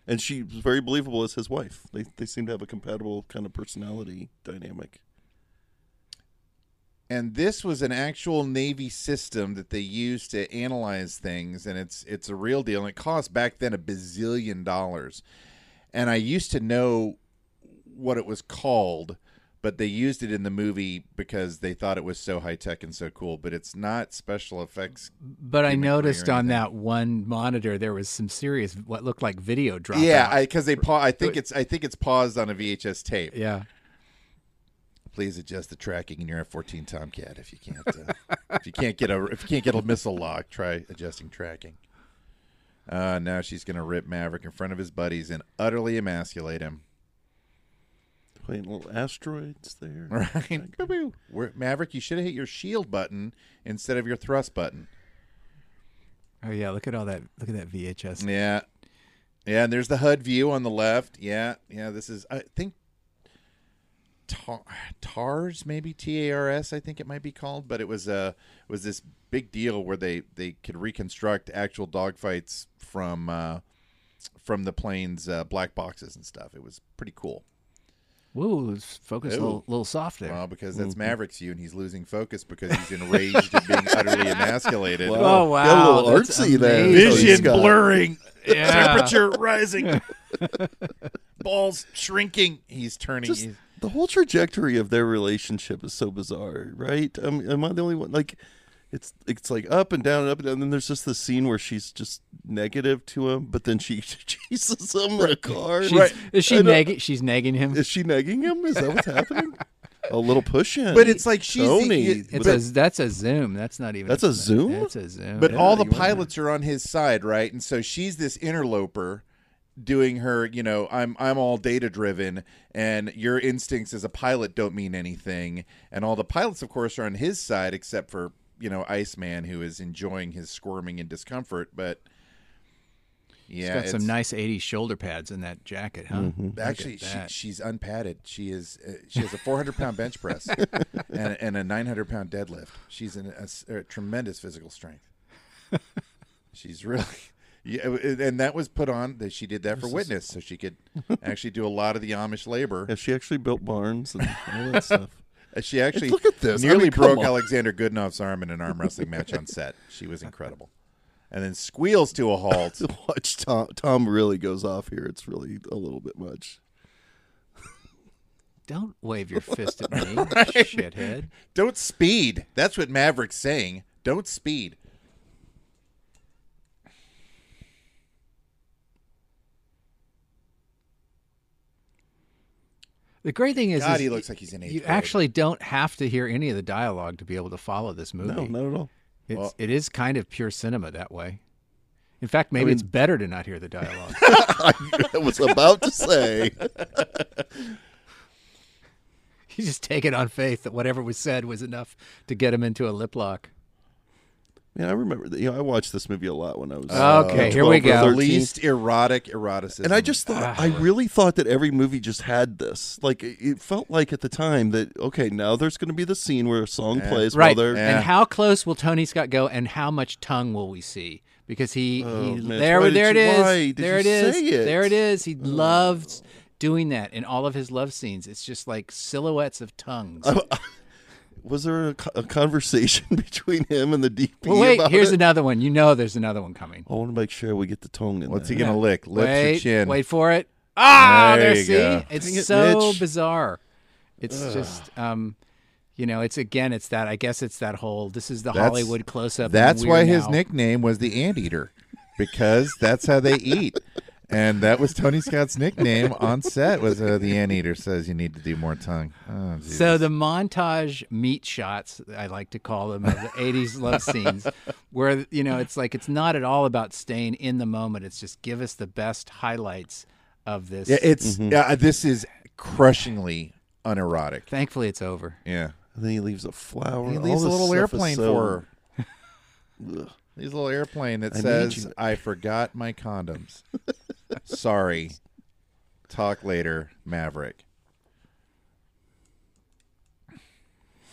[SPEAKER 1] and she was very believable as his wife. They they seem to have a compatible kind of personality dynamic.
[SPEAKER 11] And this was an actual Navy system that they used to analyze things, and it's it's a real deal. And it cost back then a bazillion dollars. And I used to know what it was called, but they used it in the movie because they thought it was so high tech and so cool. But it's not special effects
[SPEAKER 10] But I
[SPEAKER 11] Human career
[SPEAKER 10] noticed
[SPEAKER 11] or
[SPEAKER 10] on
[SPEAKER 11] anything.
[SPEAKER 10] that one monitor there was some serious what looked like video drop.
[SPEAKER 11] Yeah, because they pa- I think it's I think it's paused on a VHS tape.
[SPEAKER 10] yeah.
[SPEAKER 11] Please adjust the tracking in your F-14 Tomcat if you can't uh, if you can't get a if you can't get a missile lock. Try adjusting tracking. Uh, now she's gonna rip Maverick in front of his buddies and utterly emasculate him.
[SPEAKER 1] Playing little asteroids there.
[SPEAKER 11] Right, Boo-boo. Where- Maverick, you should have hit your shield button instead of your thrust button.
[SPEAKER 10] Oh yeah, look at all that look at that VHS.
[SPEAKER 11] Yeah, yeah. And there's the HUD view on the left. Yeah, yeah. This is I think tar, TARS, maybe T A R S. I think it might be called, but it was uh, it was this big deal where they they could reconstruct actual dogfights from uh, from the plane's uh, black boxes and stuff. It was pretty cool.
[SPEAKER 10] Whoa, let's focus a little, little soft there.
[SPEAKER 11] Well, because that's Maverick's you, and he's losing focus because he's enraged at being utterly emasculated.
[SPEAKER 10] Wow. Oh, wow. Got a little That's artsy there. amazing.
[SPEAKER 1] Vision blurring.
[SPEAKER 10] Yeah.
[SPEAKER 1] Temperature rising.
[SPEAKER 11] Balls shrinking. He's turning.
[SPEAKER 1] Just
[SPEAKER 11] he's-
[SPEAKER 1] the whole trajectory of their relationship is so bizarre, right? Um, am I the only one? Like, it's it's like up and down and up and down. And then there's just the scene where she's just negative to him, but then she chases him in a car.
[SPEAKER 10] She's, Is she
[SPEAKER 1] I don't-
[SPEAKER 10] nagging? She's nagging him.
[SPEAKER 1] Is she nagging him? Is that what's happening? a little push in.
[SPEAKER 11] But it's like she's the-
[SPEAKER 1] Tony.
[SPEAKER 11] it-
[SPEAKER 10] It's
[SPEAKER 1] but-
[SPEAKER 10] a, that's a zoom. That's not even.
[SPEAKER 1] That's a
[SPEAKER 10] smash.
[SPEAKER 1] zoom?
[SPEAKER 10] That's a zoom.
[SPEAKER 11] But
[SPEAKER 10] Yeah.
[SPEAKER 11] all the
[SPEAKER 1] you wouldn't.
[SPEAKER 11] pilots are on his side, right? And so she's this interloper doing her, you know, I'm I'm all data driven and your instincts as a pilot don't mean anything. And all the pilots of course are on his side except for, you know, Iceman who is enjoying his squirming and discomfort, but
[SPEAKER 10] She's
[SPEAKER 11] yeah,
[SPEAKER 10] got some
[SPEAKER 11] it's- Mm-hmm.
[SPEAKER 10] nice '80s shoulder pads in that jacket, huh? Look at
[SPEAKER 11] Actually, she,
[SPEAKER 10] that.
[SPEAKER 11] she's unpadded. She is. Uh, she has a 400 pound bench press and, and a 900 pound deadlift. She's in a, s- a tremendous physical strength. She's really. Yeah, and that was put on that she did that for witness, so she could actually do a lot of the Amish labor.
[SPEAKER 1] Yeah, she actually built barns and all that stuff.
[SPEAKER 11] Uh, She actually
[SPEAKER 1] Look at this. I
[SPEAKER 11] nearly
[SPEAKER 1] mean, come
[SPEAKER 11] broke
[SPEAKER 1] on.
[SPEAKER 11] Alexander Goodenough's arm in an arm wrestling match on set. She was incredible, and then squeals to a halt.
[SPEAKER 1] Watch Tom. Tom really goes off here. It's really a little bit much.
[SPEAKER 10] Don't wave your fist at me, shithead.
[SPEAKER 11] Don't speed. That's what Maverick's saying. Don't speed.
[SPEAKER 10] The great thing is,
[SPEAKER 11] God,
[SPEAKER 10] is
[SPEAKER 11] he looks like he's in eighth
[SPEAKER 10] You
[SPEAKER 11] grade.
[SPEAKER 10] actually don't have to hear any of the dialogue to be able to follow this movie.
[SPEAKER 1] No, not at all.
[SPEAKER 10] It's,
[SPEAKER 11] Well-
[SPEAKER 10] it is kind of pure cinema that way. In fact, maybe it's better to not hear the dialogue.
[SPEAKER 1] I was about to say.
[SPEAKER 10] you just take it on faith that whatever was said was enough to get him into a lip lock.
[SPEAKER 1] Man, I remember. That, you know, I watched this movie a lot when I was.
[SPEAKER 10] Okay, here we
[SPEAKER 1] 12
[SPEAKER 10] go.
[SPEAKER 1] or 13.
[SPEAKER 11] The least erotic eroticism.
[SPEAKER 1] And I just
[SPEAKER 10] Ah.
[SPEAKER 1] thought, I really thought that every movie just had this. Like it- it felt like at the time that okay, now there's going to be the scene where a song plays
[SPEAKER 10] Eh. Right.
[SPEAKER 1] while they're
[SPEAKER 11] Yeah.
[SPEAKER 10] And how close will Tony Scott go and how much tongue will we see? Because he, he
[SPEAKER 1] Mitch,
[SPEAKER 10] there
[SPEAKER 1] Oh, why did
[SPEAKER 10] there it
[SPEAKER 1] you-
[SPEAKER 10] is.
[SPEAKER 1] why did
[SPEAKER 10] there
[SPEAKER 1] you
[SPEAKER 10] it is.
[SPEAKER 1] say it? Oh.
[SPEAKER 10] There it is. He loves doing that in all of his love scenes. It's just like silhouettes of tongues.
[SPEAKER 1] was there a, co- a conversation between him and the DP?
[SPEAKER 10] well, wait,
[SPEAKER 1] about
[SPEAKER 10] here's
[SPEAKER 1] it?
[SPEAKER 10] another one. You know there's another one coming.
[SPEAKER 1] I want to make sure we get the tongue in.
[SPEAKER 11] What's he
[SPEAKER 1] there.
[SPEAKER 11] gonna lick? Lips
[SPEAKER 10] wait,
[SPEAKER 11] or chin?
[SPEAKER 10] wait for it. Ah,
[SPEAKER 11] There
[SPEAKER 10] there,
[SPEAKER 11] you
[SPEAKER 10] see?
[SPEAKER 11] go.
[SPEAKER 10] It's
[SPEAKER 1] Dang it,
[SPEAKER 10] so
[SPEAKER 1] Mitch.
[SPEAKER 10] bizarre. It's just um you know, it's again it's that I guess it's that whole this is the
[SPEAKER 11] That's-
[SPEAKER 10] Hollywood close up.
[SPEAKER 11] That's why his
[SPEAKER 10] now.
[SPEAKER 11] nickname was the anteater, because that's how they eat. And that was Tony Scott's nickname on set was uh, the anteater says you need to do more tongue. Oh, Jesus.
[SPEAKER 10] So the montage meat shots, I like to call them, of the '80s love scenes, where you know it's like it's not at all about staying in the moment. It's just give us the best highlights of this.
[SPEAKER 11] yeah, it's yeah, this is crushingly unerotic.
[SPEAKER 10] Thankfully, it's over.
[SPEAKER 11] Yeah,
[SPEAKER 1] And then he leaves a flower.
[SPEAKER 11] he
[SPEAKER 1] All
[SPEAKER 11] leaves a
[SPEAKER 1] this
[SPEAKER 11] little
[SPEAKER 1] stuff is
[SPEAKER 11] airplane
[SPEAKER 1] so-
[SPEAKER 11] for her. leaves a little airplane that
[SPEAKER 1] I need
[SPEAKER 11] says
[SPEAKER 1] you.
[SPEAKER 11] I forgot my condoms. Sorry. Talk later, Maverick.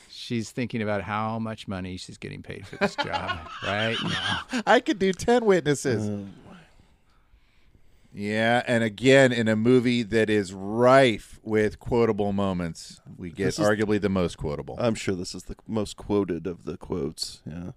[SPEAKER 10] She's thinking about how much money she's getting paid for this job right now.
[SPEAKER 11] I could do 10 witnesses. Oh, yeah, and again, in a movie that is rife with quotable moments, we get
[SPEAKER 1] This is- Uh,
[SPEAKER 11] arguably the most quotable.
[SPEAKER 1] I'm sure this is the most quoted of the quotes. Yeah.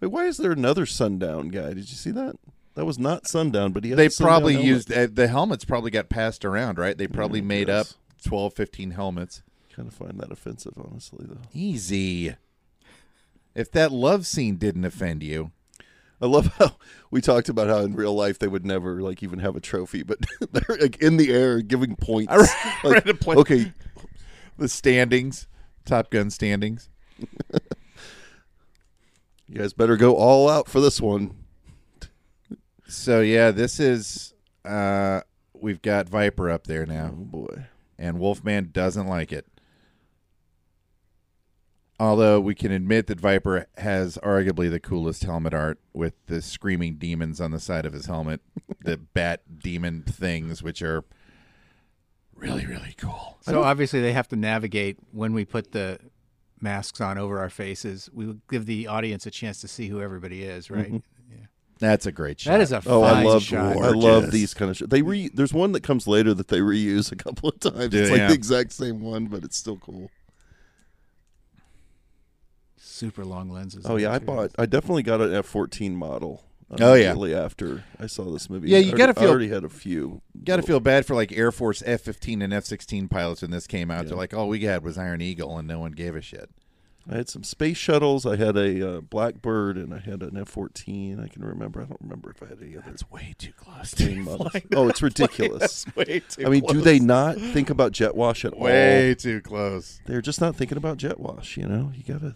[SPEAKER 1] Wait, why is there another sundown guy? Did you see that? That was not sundown, but he. Had
[SPEAKER 11] they
[SPEAKER 1] the sundown
[SPEAKER 11] probably
[SPEAKER 1] helmet.
[SPEAKER 11] used uh, the helmets, probably got passed around, right? They probably
[SPEAKER 1] I
[SPEAKER 11] made up
[SPEAKER 1] guess.
[SPEAKER 11] 12, 15 helmets.
[SPEAKER 1] Kind of find that offensive, honestly, though.
[SPEAKER 11] Easy. If that love scene didn't offend you,
[SPEAKER 1] I love how we talked about how in real life they would never like even have a trophy, but they're like in the air giving points.
[SPEAKER 11] I read-
[SPEAKER 1] Like,
[SPEAKER 11] read a point.
[SPEAKER 1] Okay,
[SPEAKER 11] the standings, Top Gun standings.
[SPEAKER 1] you guys better go all out for this one.
[SPEAKER 11] So, yeah, this is. uh We've got Viper up there now.
[SPEAKER 1] Oh boy.
[SPEAKER 11] and Wolfman doesn't like it. Although we can admit that Viper has arguably the coolest helmet art with the screaming demons on the side of his helmet, the bat demon things, which are really, really cool.
[SPEAKER 10] So obviously they have to navigate when we put the masks on over our faces. We will give the audience a chance to see who everybody is, right?
[SPEAKER 11] That's a great shot.
[SPEAKER 10] That is a oh,
[SPEAKER 1] I love
[SPEAKER 10] shot.
[SPEAKER 1] I love these kind of shots. They re there's one that comes later that they reuse a couple of times.
[SPEAKER 11] Yeah,
[SPEAKER 1] it's like
[SPEAKER 11] yeah.
[SPEAKER 1] the exact same one, but it's still cool.
[SPEAKER 10] Super long lenses.
[SPEAKER 1] Oh yeah, I bought. I definitely got an F14 model. uh,
[SPEAKER 11] Oh, yeah.
[SPEAKER 1] immediately after I saw this movie.
[SPEAKER 11] Yeah,
[SPEAKER 1] I
[SPEAKER 11] you gotta
[SPEAKER 1] already- I
[SPEAKER 11] feel-
[SPEAKER 1] already had a few.
[SPEAKER 11] Got to feel bad for like Air Force F 15 and F 16 pilots when this came out. They're like, all we had was Iron Eagle and no one gave a shit.
[SPEAKER 1] I had some space shuttles. I had a uh, Blackbird and I had an F-14. I can remember. I don't remember if I had any other. That's
[SPEAKER 10] way too close.
[SPEAKER 1] plane models. Oh, it's ridiculous.
[SPEAKER 11] That's way too
[SPEAKER 1] I mean, do
[SPEAKER 11] close.
[SPEAKER 1] they not think about jet wash at all?
[SPEAKER 11] Way too close.
[SPEAKER 1] They're just not thinking about jet wash. You know, you gotta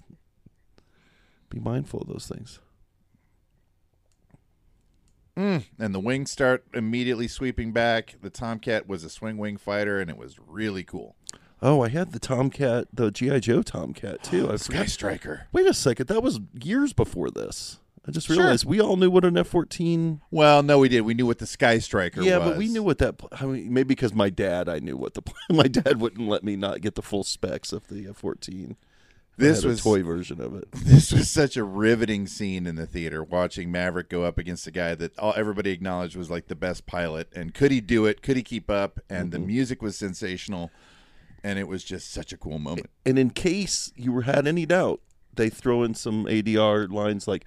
[SPEAKER 1] be mindful of those things.
[SPEAKER 11] Mm. And the wings start immediately sweeping back. The Tomcat was a swing wing fighter and it was really cool.
[SPEAKER 1] Oh, I had the Tomcat, the GI Joe Tomcat too. I
[SPEAKER 11] Sky
[SPEAKER 1] forgot-
[SPEAKER 11] Striker.
[SPEAKER 1] Wait a second, that was years before this. I just
[SPEAKER 11] Sure.
[SPEAKER 1] realized we all knew what an F-14.
[SPEAKER 11] Well, no, we did. We knew what the Sky Striker
[SPEAKER 1] Yeah,
[SPEAKER 11] was.
[SPEAKER 1] but we knew what that. pl- I mean, maybe because my dad, I knew what the. pl- My dad wouldn't let me not get the full specs of the F-14. I
[SPEAKER 11] This
[SPEAKER 1] had a
[SPEAKER 11] was-
[SPEAKER 1] toy version of it.
[SPEAKER 11] this was such a riveting scene in the theater watching Maverick go up against a guy that all everybody acknowledged was like the best pilot and could he do it could he keep up and the music was sensational and it was just such a cool moment
[SPEAKER 1] And in case you were had any doubt, they throw in some ADR lines like,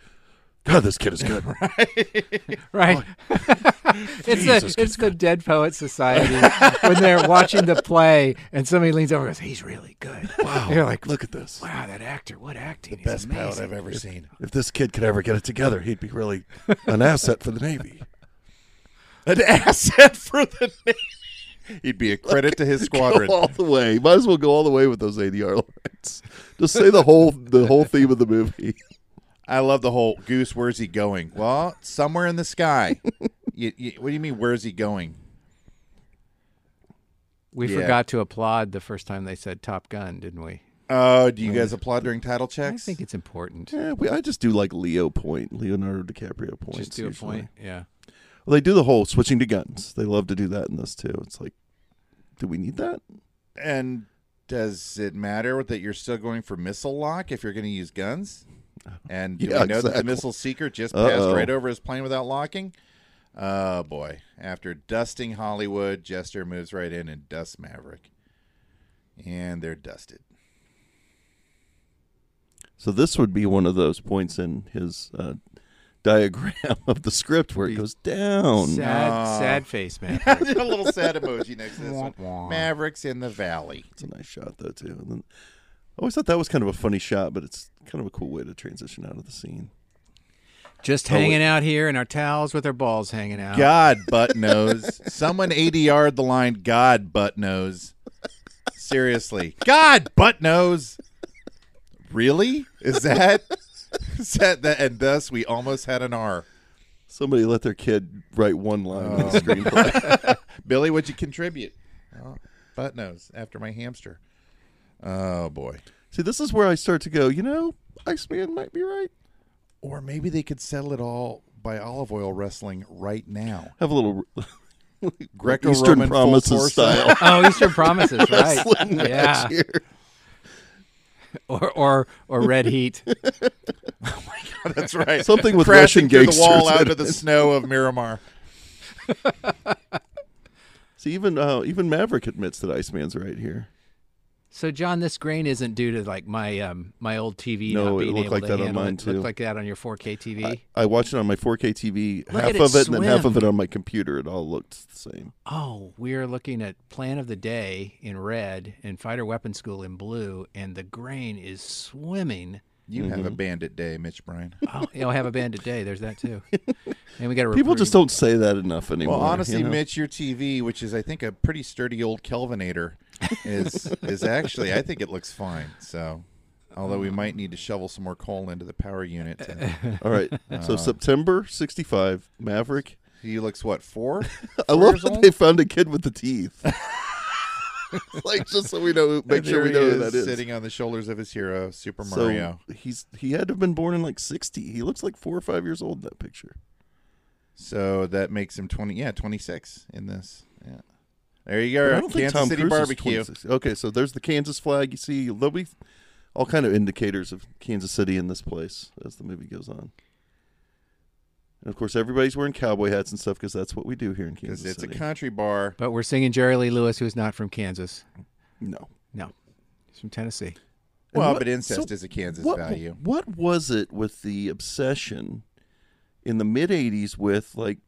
[SPEAKER 1] "God, this kid is good."
[SPEAKER 10] Right. it's
[SPEAKER 1] Jesus,
[SPEAKER 10] the it's the Dead Poet Society when they're watching the play and somebody leans over and goes, "He's really good." Wow. You're like,
[SPEAKER 1] Look at this.
[SPEAKER 10] "Wow, that actor! What acting! The
[SPEAKER 11] best pilot I've ever seen
[SPEAKER 1] If this kid could ever get it together, he'd be really an asset for the Navy.
[SPEAKER 11] an asset for the navy he'd be a credit to his squadron
[SPEAKER 1] Go all the way. Might as well go all the way with those ADR lines. Just say the whole the whole theme of the movie.
[SPEAKER 11] I love the whole goose. Where's he going? Well, somewhere in the sky. you, you, what do you mean? Where's he going?
[SPEAKER 10] We
[SPEAKER 11] Yeah.
[SPEAKER 10] forgot to applaud the first time they said Top Gun, didn't we?
[SPEAKER 11] Oh, do you guys applaud during title
[SPEAKER 10] I
[SPEAKER 11] checks?
[SPEAKER 10] think it's important.
[SPEAKER 1] Yeah, we, I just do like Leo point, Leonardo DiCaprio points.
[SPEAKER 10] Just do a
[SPEAKER 1] usually.
[SPEAKER 10] point. Yeah.
[SPEAKER 1] Well, they do the whole switching to guns. They love to do that in this too. It's like, do we need that?
[SPEAKER 11] And does it matter that you're still going for missile lock if you're going to use guns? And do
[SPEAKER 1] Yeah,
[SPEAKER 11] we know that
[SPEAKER 1] exactly.
[SPEAKER 11] the missile seeker just passed
[SPEAKER 1] Uh-oh.
[SPEAKER 11] right over his plane without locking? Oh boy! After dusting Hollywood, Jester moves right in and dusts Maverick, and they're dusted.
[SPEAKER 1] So this would be one of those points in his uh, diagram of the script where it goes down.
[SPEAKER 10] Sad,
[SPEAKER 11] no.
[SPEAKER 10] sad face, man.
[SPEAKER 11] a little sad emoji next to this one.
[SPEAKER 10] Wah, wah.
[SPEAKER 11] Mavericks in the Valley.
[SPEAKER 1] It's a nice shot though too. And then I always thought that was kind of a funny shot, but it's kind of a cool way to transition out of the scene.
[SPEAKER 10] Just
[SPEAKER 1] wait.
[SPEAKER 10] hanging out here in our towels with our balls hanging out.
[SPEAKER 11] God butt nose. Someone ADR'd the line God butt nose. Seriously. God butt nose. Really? Is that is that that and thus we almost had an R.
[SPEAKER 1] Somebody let their kid write one line on the screenplay.
[SPEAKER 11] Billy, what'd you contribute? Oh, butt nose after my hamster. Oh boy.
[SPEAKER 1] See, this is where I start to go. You know, Iceman might be right.
[SPEAKER 11] Or maybe they could settle it all by olive oil wrestling right now.
[SPEAKER 1] Have a little
[SPEAKER 11] Greco-Roman
[SPEAKER 1] Eastern
[SPEAKER 11] full torso.
[SPEAKER 1] Promises style.
[SPEAKER 10] Oh, Eastern Promises, right? yeah.
[SPEAKER 1] Here.
[SPEAKER 10] Or or or Red Heat.
[SPEAKER 11] That's right.
[SPEAKER 1] Something with
[SPEAKER 11] Crashing
[SPEAKER 1] Russian
[SPEAKER 11] through
[SPEAKER 1] gangsters
[SPEAKER 11] the wall
[SPEAKER 1] in
[SPEAKER 11] out of
[SPEAKER 1] it.
[SPEAKER 11] the snow of Miramar.
[SPEAKER 1] See, even uh, even Maverick admits that Iceman's right here.
[SPEAKER 10] So John, this grain isn't due to like my um my old TV.
[SPEAKER 1] No,
[SPEAKER 10] not
[SPEAKER 1] it
[SPEAKER 10] being
[SPEAKER 1] looked
[SPEAKER 10] able
[SPEAKER 1] like
[SPEAKER 10] to
[SPEAKER 1] that on
[SPEAKER 10] handle
[SPEAKER 1] mine,
[SPEAKER 10] it. It Looked
[SPEAKER 1] too.
[SPEAKER 10] like that on your 4K TV.
[SPEAKER 1] I, I watched it on my 4K TV,
[SPEAKER 10] Look
[SPEAKER 1] half
[SPEAKER 10] at
[SPEAKER 1] of
[SPEAKER 10] it
[SPEAKER 1] it, and then half
[SPEAKER 10] swim.
[SPEAKER 1] of it on my computer. It all looked the same.
[SPEAKER 10] oh, we are looking at Plan of the Day in red and Fighter Weapon School in blue, and the grain is swimming.
[SPEAKER 11] You have a bandit day, Mitch Bryan.
[SPEAKER 10] Oh, you know, I have a band today. There's that too. And we got a
[SPEAKER 1] People just
[SPEAKER 10] reprieve.
[SPEAKER 1] don't say that enough anymore.
[SPEAKER 11] Well, honestly,
[SPEAKER 1] you know?
[SPEAKER 11] Mitch, your TV, which is I think a pretty sturdy old Kelvinator, is is actually I think it looks fine. So, although we might need to shovel some more coal into the power unit. to-
[SPEAKER 1] All right. So September '65, Maverick.
[SPEAKER 11] he looks what four?
[SPEAKER 1] I
[SPEAKER 11] Four
[SPEAKER 1] love
[SPEAKER 11] years
[SPEAKER 1] that
[SPEAKER 11] old?
[SPEAKER 1] they found a kid with the teeth. like just so we know, who- make
[SPEAKER 11] And
[SPEAKER 1] sure
[SPEAKER 11] there
[SPEAKER 1] we
[SPEAKER 11] he
[SPEAKER 1] know who
[SPEAKER 11] is,
[SPEAKER 1] that is.
[SPEAKER 11] sitting on the shoulders of his hero, Super
[SPEAKER 1] so
[SPEAKER 11] Mario.
[SPEAKER 1] he's he had to have been born in like '60. He looks like four or five years old in that picture.
[SPEAKER 11] So that makes him twenty. Yeah, twenty six in this. Yeah, there you
[SPEAKER 1] But
[SPEAKER 11] go.
[SPEAKER 1] I don't think
[SPEAKER 11] Kansas
[SPEAKER 1] Tom
[SPEAKER 11] City
[SPEAKER 1] Cruise is
[SPEAKER 11] barbecue.
[SPEAKER 1] 26. Okay, so there's the Kansas flag. You see, there'll be all kind of indicators of Kansas City in this place as the movie goes on. And of course, everybody's wearing cowboy hats and stuff because that's what we do here in Kansas.
[SPEAKER 11] it's a
[SPEAKER 1] City.
[SPEAKER 11] country bar.
[SPEAKER 10] But we're singing Jerry Lee Lewis, who's not from Kansas.
[SPEAKER 1] No.
[SPEAKER 10] No. He's from Tennessee.
[SPEAKER 1] And
[SPEAKER 11] Well,
[SPEAKER 1] what-
[SPEAKER 11] but incest
[SPEAKER 1] so
[SPEAKER 11] is a Kansas
[SPEAKER 1] what-
[SPEAKER 11] value.
[SPEAKER 1] What was it with the obsession in the mid '80s with like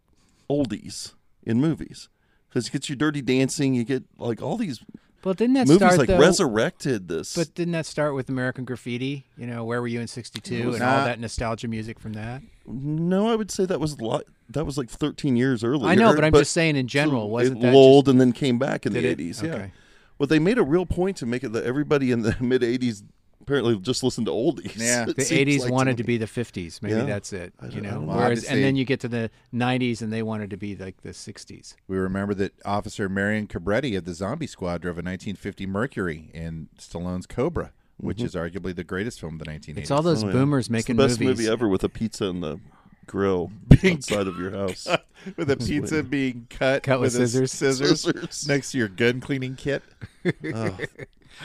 [SPEAKER 1] oldies in movies? Because you get your Dirty Dancing, you get like all these
[SPEAKER 10] Well, didn't that
[SPEAKER 1] movies
[SPEAKER 10] start
[SPEAKER 1] like
[SPEAKER 10] though,
[SPEAKER 1] resurrected this.
[SPEAKER 10] But didn't that start with American Graffiti? You know, where were you in '62 and all
[SPEAKER 11] Nah.
[SPEAKER 10] that nostalgia music from that?
[SPEAKER 1] no, I would say that was lo- that was like 13 years earlier.
[SPEAKER 10] I know, but I'm just saying in general, wasn't
[SPEAKER 1] it
[SPEAKER 10] that
[SPEAKER 1] lulled and then came back in the
[SPEAKER 10] Did it?
[SPEAKER 1] 80s? Yeah.
[SPEAKER 10] Okay.
[SPEAKER 1] Well, they made a real point to make it that everybody in the mid 80s apparently just listened to oldies.
[SPEAKER 11] Yeah.
[SPEAKER 1] It
[SPEAKER 10] The
[SPEAKER 1] seems
[SPEAKER 10] '80s
[SPEAKER 1] like
[SPEAKER 10] wanted
[SPEAKER 1] me.
[SPEAKER 10] to be the '50s. Maybe
[SPEAKER 1] Yeah.
[SPEAKER 10] that's it. You know,
[SPEAKER 11] know.
[SPEAKER 10] whereas
[SPEAKER 11] Obviously-
[SPEAKER 10] and then you get to the '90s and they wanted to be like the '60s.
[SPEAKER 11] We remember that Officer Marion Cabretti of the Zombie Squad drove a 1950 Mercury in Stallone's Cobra, which is arguably the greatest film of the 1980s.
[SPEAKER 10] Mm-hmm. It's all those
[SPEAKER 1] Oh, yeah.
[SPEAKER 10] boomers
[SPEAKER 1] It's
[SPEAKER 10] making
[SPEAKER 1] the best
[SPEAKER 10] movies.
[SPEAKER 1] movie ever with a pizza in the grill outside of your house.
[SPEAKER 11] with a pizza being cut,
[SPEAKER 10] Cut with
[SPEAKER 11] a
[SPEAKER 10] scissors.
[SPEAKER 11] scissors,
[SPEAKER 1] Scissors.
[SPEAKER 11] next to your gun cleaning kit.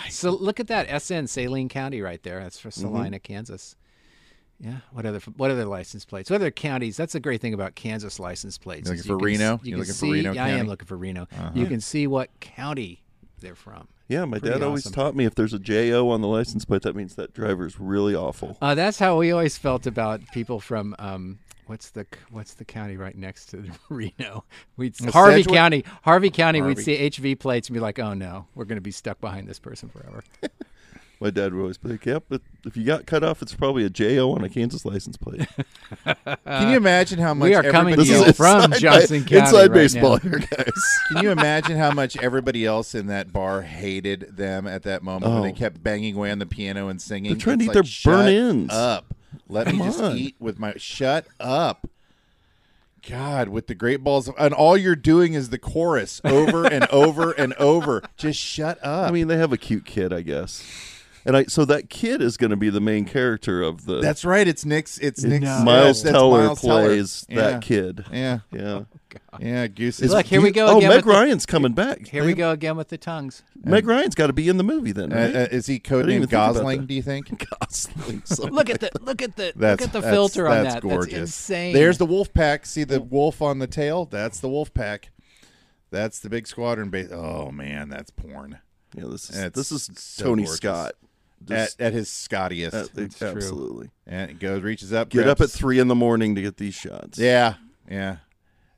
[SPEAKER 10] So look at that SN Saline County right there. That's for
[SPEAKER 11] Mm-hmm.
[SPEAKER 10] Salina, Kansas. Yeah. What other what other license plates? What other counties? That's the great thing about Kansas license plates.
[SPEAKER 11] You're
[SPEAKER 10] is
[SPEAKER 11] looking for
[SPEAKER 10] can s-
[SPEAKER 11] Reno?
[SPEAKER 10] You
[SPEAKER 11] You're
[SPEAKER 10] can
[SPEAKER 11] looking for
[SPEAKER 10] see,
[SPEAKER 11] Reno
[SPEAKER 10] yeah, I am
[SPEAKER 11] County? Uh-huh.
[SPEAKER 10] looking for Reno. You can see what county they're from.
[SPEAKER 1] Yeah, my
[SPEAKER 10] Pretty
[SPEAKER 1] dad always
[SPEAKER 10] awesome.
[SPEAKER 1] taught me if there's a JO on the license plate, that means that driver's really awful.
[SPEAKER 10] Uh, that's how we always felt about people from um, what's the what's the county right next to Reno? We'd Harvey
[SPEAKER 11] Sedgwick?
[SPEAKER 10] County, Harvey County.
[SPEAKER 11] Harvey.
[SPEAKER 10] We'd see HV plates and be like, oh no, we're going to be stuck behind this person forever.
[SPEAKER 1] My dad would always be like, "Yep, but if you got cut off, it's probably a JO on a Kansas license plate."
[SPEAKER 11] Can you imagine how much
[SPEAKER 10] we are coming to
[SPEAKER 1] This
[SPEAKER 11] everybody
[SPEAKER 10] you
[SPEAKER 1] is
[SPEAKER 11] else-
[SPEAKER 10] from
[SPEAKER 1] inside-
[SPEAKER 10] Johnson County.
[SPEAKER 1] Inside
[SPEAKER 10] right
[SPEAKER 1] baseball
[SPEAKER 10] now.
[SPEAKER 1] here, guys.
[SPEAKER 11] Can you imagine how much everybody else in that bar hated them at that moment when they
[SPEAKER 1] Oh.
[SPEAKER 11] kept banging away on the piano and singing?
[SPEAKER 1] They're trying to
[SPEAKER 11] It's
[SPEAKER 1] eat their
[SPEAKER 11] "Shut
[SPEAKER 1] burn-ins."
[SPEAKER 11] Up. Let
[SPEAKER 1] Come
[SPEAKER 11] me just
[SPEAKER 1] on.
[SPEAKER 11] eat with my shut up. God, with the great balls of, and all you're doing is the chorus over and over and over. Just shut up.
[SPEAKER 1] I mean, they have a cute kid, I guess. And I so that kid is going to be the main character of the
[SPEAKER 11] that's right. It's Nick's. It's Nick's.
[SPEAKER 1] Miles
[SPEAKER 11] yes, that's
[SPEAKER 1] Teller
[SPEAKER 11] Miles Teller.
[SPEAKER 1] plays
[SPEAKER 11] Yeah.
[SPEAKER 1] that kid.
[SPEAKER 11] Yeah.
[SPEAKER 1] Yeah.
[SPEAKER 11] Yeah. Goose.
[SPEAKER 10] Look, here
[SPEAKER 1] Do
[SPEAKER 10] we
[SPEAKER 1] you-
[SPEAKER 10] go
[SPEAKER 1] Oh,
[SPEAKER 10] again
[SPEAKER 1] Meg
[SPEAKER 10] with the-
[SPEAKER 1] Ryan's coming back.
[SPEAKER 10] Here we go again with the tongues.
[SPEAKER 1] Meg Ryan's got to be in the movie then.
[SPEAKER 11] Uh,
[SPEAKER 1] Right?
[SPEAKER 11] uh, is he
[SPEAKER 1] didn't even
[SPEAKER 11] codenamed
[SPEAKER 1] think about
[SPEAKER 11] Gosling?
[SPEAKER 1] that.
[SPEAKER 11] Do you think?
[SPEAKER 1] Gosling, something.
[SPEAKER 10] Look at the look at the
[SPEAKER 11] That's
[SPEAKER 10] look at the
[SPEAKER 11] that's-
[SPEAKER 10] filter on
[SPEAKER 11] that's
[SPEAKER 10] that.
[SPEAKER 11] Gorgeous.
[SPEAKER 10] That's insane.
[SPEAKER 11] There's the wolf pack. See the wolf on the tail? That's the wolf pack. That's the big squadron base. Oh man, that's porn.
[SPEAKER 1] yeah, this is
[SPEAKER 11] It's
[SPEAKER 1] this is
[SPEAKER 11] so
[SPEAKER 1] Tony
[SPEAKER 11] gorgeous.
[SPEAKER 1] Scott.
[SPEAKER 11] At,
[SPEAKER 1] Just-
[SPEAKER 11] at his scottiest.
[SPEAKER 1] uh, absolutely.
[SPEAKER 11] and it goes reaches up.
[SPEAKER 1] Get up at
[SPEAKER 11] grabs-
[SPEAKER 1] three in the morning to get these shots.
[SPEAKER 11] Yeah. Yeah.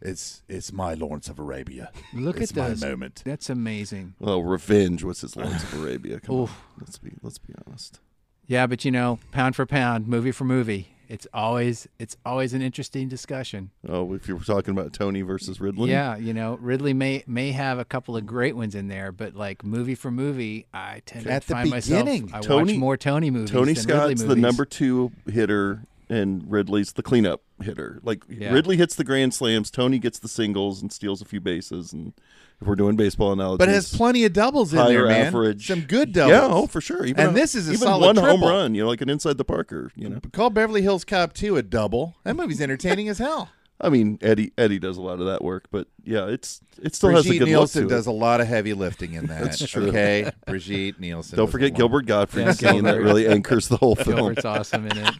[SPEAKER 11] It's it's my Lawrence of Arabia.
[SPEAKER 10] look
[SPEAKER 11] it's
[SPEAKER 10] at
[SPEAKER 11] my
[SPEAKER 10] those.
[SPEAKER 11] moment.
[SPEAKER 10] That's amazing.
[SPEAKER 1] Well, revenge was his Lawrence of Arabia. Come on.
[SPEAKER 10] Oof.
[SPEAKER 1] Let's be let's be honest.
[SPEAKER 10] Yeah, but you know, pound for pound, movie for movie, it's always it's always an interesting discussion.
[SPEAKER 1] Oh, if you were talking about Tony versus Ridley.
[SPEAKER 10] Yeah, you know, Ridley may may have a couple of great ones in there, but like movie for movie, I tend
[SPEAKER 11] At
[SPEAKER 10] to
[SPEAKER 11] the
[SPEAKER 10] find
[SPEAKER 11] beginning,
[SPEAKER 10] myself I
[SPEAKER 1] Tony-
[SPEAKER 10] watch more Tony movies.
[SPEAKER 1] Tony
[SPEAKER 10] than
[SPEAKER 1] Scott's
[SPEAKER 10] Ridley
[SPEAKER 1] the
[SPEAKER 10] movies.
[SPEAKER 1] number two hitter, and Ridley's the cleanup hitter. Like
[SPEAKER 10] Yeah.
[SPEAKER 1] Ridley hits the grand slams, Tony gets the singles and steals a few bases. And if we're doing baseball analogies,
[SPEAKER 11] But has plenty of doubles in
[SPEAKER 1] higher
[SPEAKER 11] there, man.
[SPEAKER 1] average,
[SPEAKER 11] Some good doubles.
[SPEAKER 1] Yeah, oh for sure. Even
[SPEAKER 11] And
[SPEAKER 1] a-
[SPEAKER 11] this is a
[SPEAKER 1] even
[SPEAKER 11] solid
[SPEAKER 1] one home
[SPEAKER 11] triple.
[SPEAKER 1] run. You know, like an inside the Parker. You know,
[SPEAKER 11] Call Beverly Hills Cop 2 a double. That movie's entertaining as hell.
[SPEAKER 1] I mean Eddie Eddie does a lot of that work, but yeah, it's it still has a
[SPEAKER 11] Brigitte
[SPEAKER 1] good
[SPEAKER 11] Nielsen
[SPEAKER 1] look to it.
[SPEAKER 11] does a lot of heavy lifting in that.
[SPEAKER 1] That's true.
[SPEAKER 11] Okay, Brigitte Nielsen.
[SPEAKER 1] Don't
[SPEAKER 11] does a
[SPEAKER 1] forget
[SPEAKER 11] lot.
[SPEAKER 1] Gilbert Godfrey
[SPEAKER 10] Yeah,
[SPEAKER 1] scene that
[SPEAKER 10] Gilbert.
[SPEAKER 1] really anchors the whole film.
[SPEAKER 10] Gilbert's awesome in it.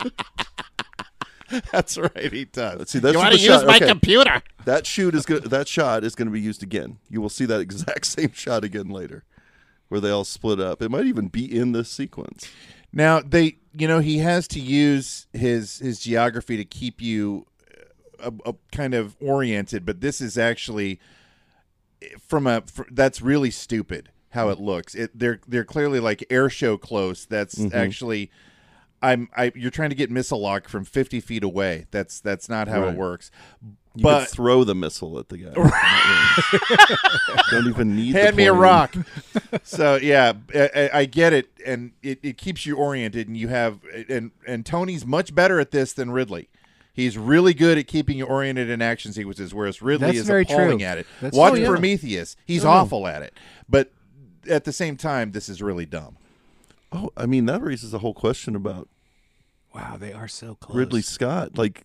[SPEAKER 11] That's right, he does.
[SPEAKER 1] See, that's
[SPEAKER 11] you
[SPEAKER 1] what
[SPEAKER 11] want
[SPEAKER 1] the
[SPEAKER 11] to use
[SPEAKER 1] shot-
[SPEAKER 11] my
[SPEAKER 1] okay.
[SPEAKER 11] computer?
[SPEAKER 1] That shoot is going that shot is gonna be used again. You will see that exact same shot again later, where they all split up. It might even be in this sequence.
[SPEAKER 11] Now they, you know, he has to use his his geography to keep you uh, a, a kind of oriented, but this is actually from a fr that's really stupid how it looks. It they're they're clearly like air show close. That's
[SPEAKER 1] Mm-hmm.
[SPEAKER 11] actually. I'm. I. You're trying to get missile lock from 50 feet away. That's. That's not how
[SPEAKER 1] Right.
[SPEAKER 11] it works.
[SPEAKER 1] You
[SPEAKER 11] but
[SPEAKER 1] could throw the missile at the guy. Not really. Don't even need. the
[SPEAKER 11] hand me a
[SPEAKER 1] plane.
[SPEAKER 11] rock. so yeah, I, I- I get it, and it, it keeps you oriented, and you have and and Tony's much better at this than Ridley. He's really good at keeping you oriented in action sequences, whereas Ridley
[SPEAKER 10] That's
[SPEAKER 11] is
[SPEAKER 10] very
[SPEAKER 11] appalling
[SPEAKER 10] true.
[SPEAKER 11] at it.
[SPEAKER 10] That's-
[SPEAKER 11] Watch
[SPEAKER 10] oh, yeah.
[SPEAKER 11] Prometheus; he's awful at it. But at the same time, this is really dumb.
[SPEAKER 1] Oh, I mean that raises a whole question about
[SPEAKER 10] Wow, they are so close.
[SPEAKER 1] Ridley Scott. Like,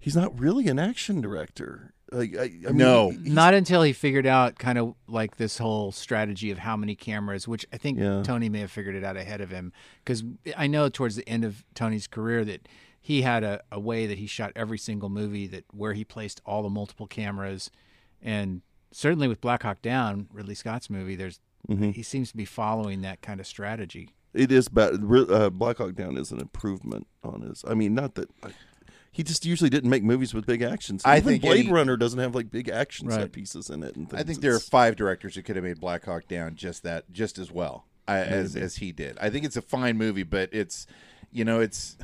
[SPEAKER 1] he's not really an action director. Like, I, I mean,
[SPEAKER 11] No.
[SPEAKER 1] he- he's-
[SPEAKER 10] Not until he figured out kind of like this whole strategy of how many cameras, which I think
[SPEAKER 1] Yeah.
[SPEAKER 10] Tony may have figured it out ahead of him. Because I know towards the end of Tony's career that he had a, a way that he shot every single movie that where he placed all the multiple cameras, and certainly with Black Hawk Down, Ridley Scott's movie, there's mm-hmm. he seems to be following that kind of strategy.
[SPEAKER 1] It is bad. Uh, Black Hawk Down is an improvement on his. I mean, not that. I, he just usually didn't make movies with big action. So I think Blade any, Runner doesn't have like big action right. set pieces in it. And things.
[SPEAKER 11] I think there are five directors who could have made Black Hawk Down just that, just as well I, as as he did. I think it's a fine movie, but it's, you know, it's.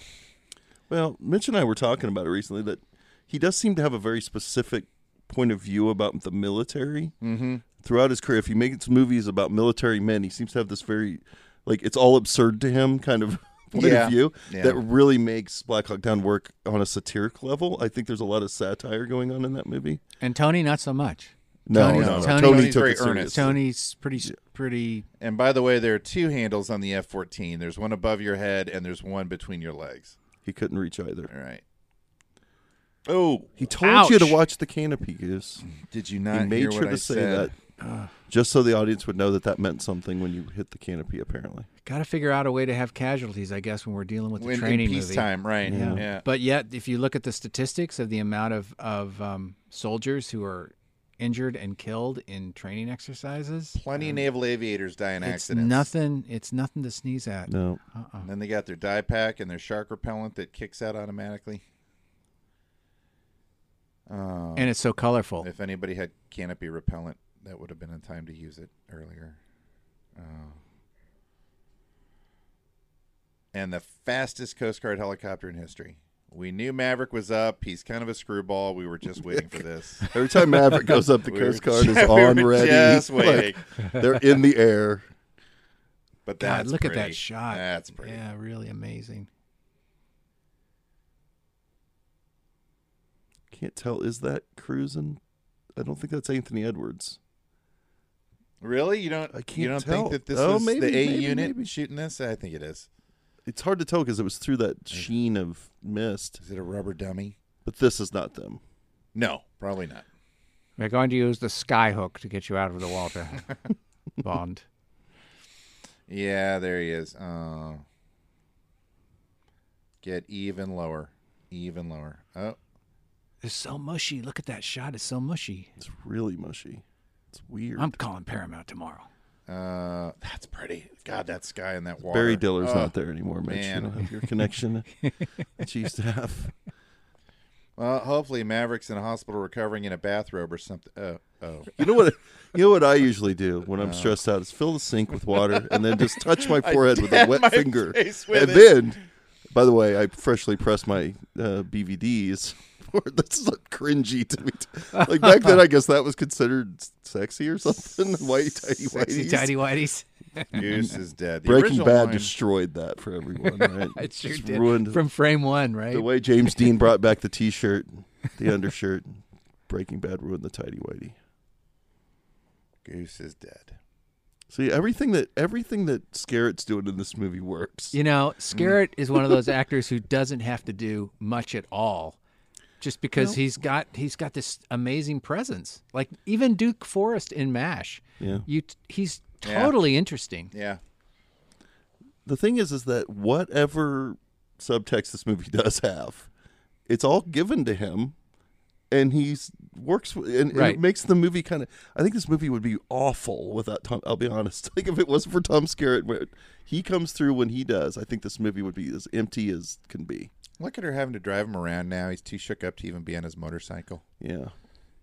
[SPEAKER 1] Well, Mitch and I were talking about it recently that he does seem to have a very specific point of view about the military
[SPEAKER 11] mm-hmm.
[SPEAKER 1] throughout his career. If he makes movies about military men, he seems to have this very, like, it's all absurd to him kind of point yeah. of view yeah. that really makes Black Hawk Down work on a satiric level. I think there's a lot of satire going on in that movie.
[SPEAKER 10] And Tony, not so much.
[SPEAKER 1] No, Tony, no, no. Tony, Tony took it earnest.
[SPEAKER 10] Tony's pretty, yeah. pretty.
[SPEAKER 11] And by the way, there are two handles on the F-14. There's one above your head, and there's one between your legs.
[SPEAKER 1] He couldn't reach either.
[SPEAKER 11] All right.
[SPEAKER 1] Oh, he told Ouch. you to watch the canopy goose.
[SPEAKER 11] Did you not? He made sure to I say said.
[SPEAKER 1] that, just so the audience would know that that meant something when you hit the canopy. Apparently,
[SPEAKER 10] got to figure out a way to have casualties, I guess, when we're dealing with the when, training in
[SPEAKER 11] peacetime, movie. right?
[SPEAKER 10] Yeah.
[SPEAKER 11] yeah.
[SPEAKER 10] But yet, if you look at the statistics of the amount of of um, soldiers who are injured and killed in training exercises,
[SPEAKER 11] plenty um, of naval aviators die in
[SPEAKER 10] it's
[SPEAKER 11] accidents.
[SPEAKER 10] Nothing. It's nothing to sneeze at.
[SPEAKER 1] No.
[SPEAKER 11] Uh-uh. Then they got their dye pack and their shark repellent that kicks out automatically.
[SPEAKER 10] Um, and it's so colorful.
[SPEAKER 11] If anybody had canopy repellent, that would have been a time to use it earlier. Uh, and the fastest Coast Guard helicopter in history. We knew Maverick was up. He's kind of a screwball. We were just waiting for this.
[SPEAKER 1] Every time Maverick goes up, the we Coast Guard just, is on we ready.
[SPEAKER 11] Just waiting.
[SPEAKER 1] Like, they're in the air.
[SPEAKER 11] But God,
[SPEAKER 10] look
[SPEAKER 11] pretty.
[SPEAKER 10] at that shot.
[SPEAKER 11] That's pretty.
[SPEAKER 10] Yeah, really amazing.
[SPEAKER 1] Can't tell. Is that cruising? I don't think that's Anthony Edwards.
[SPEAKER 11] Really? You don't? I can't you don't tell. think that this oh, is maybe, the A maybe, unit maybe. shooting this? I think it is.
[SPEAKER 1] It's hard to tell because it was through that sheen of mist.
[SPEAKER 11] Is it a rubber dummy?
[SPEAKER 1] But this is not them.
[SPEAKER 11] No, probably not.
[SPEAKER 10] They're going to use the skyhook to get you out of the water, Bond.
[SPEAKER 11] Yeah, there he is. Uh, get even lower, even lower. Oh,
[SPEAKER 10] it's so mushy. Look at that shot. It's so mushy.
[SPEAKER 1] It's really mushy. It's weird.
[SPEAKER 10] I'm calling Paramount tomorrow.
[SPEAKER 11] Uh, that's pretty. God, that sky and that water.
[SPEAKER 1] Barry Diller's oh, not there anymore, man. Mitch. You don't have your connection that you used to have.
[SPEAKER 11] Well, hopefully Maverick's in a hospital recovering in a bathrobe or something. Oh, oh.
[SPEAKER 1] You know what? You know what I usually do when I'm oh. stressed out is fill the sink with water and then just touch my forehead with a wet finger, and it. then. By the way, I freshly press my uh, BVDs that's so cringy to me. Like back then, I guess that was considered sexy or something. White tidy whities.
[SPEAKER 10] Tidy whities.
[SPEAKER 11] Goose is dead. The
[SPEAKER 1] Breaking Bad line... destroyed that for everyone. Right?
[SPEAKER 10] it sure Just did. Ruined From frame one, right?
[SPEAKER 1] The way James Dean brought back the T-shirt, the undershirt. Breaking Bad ruined the tidy whitey.
[SPEAKER 11] Goose is dead.
[SPEAKER 1] See everything that everything that Scarrett's doing in this movie works.
[SPEAKER 10] You know, Scarrett is one of those actors who doesn't have to do much at all just because no. he's got he's got this amazing presence. Like even Duke Forrest in Mash,
[SPEAKER 1] yeah,
[SPEAKER 10] you he's totally yeah. interesting.
[SPEAKER 11] Yeah.
[SPEAKER 1] The thing is, is that whatever subtext this movie does have, it's all given to him, and he's works and, and right. it makes the movie kind of. I think this movie would be awful without Tom. I'll be honest. Like if it wasn't for Tom Skerritt, where he comes through when he does, I think this movie would be as empty as can be.
[SPEAKER 11] Look at her having to drive him around now. He's too shook up to even be on his motorcycle.
[SPEAKER 1] Yeah.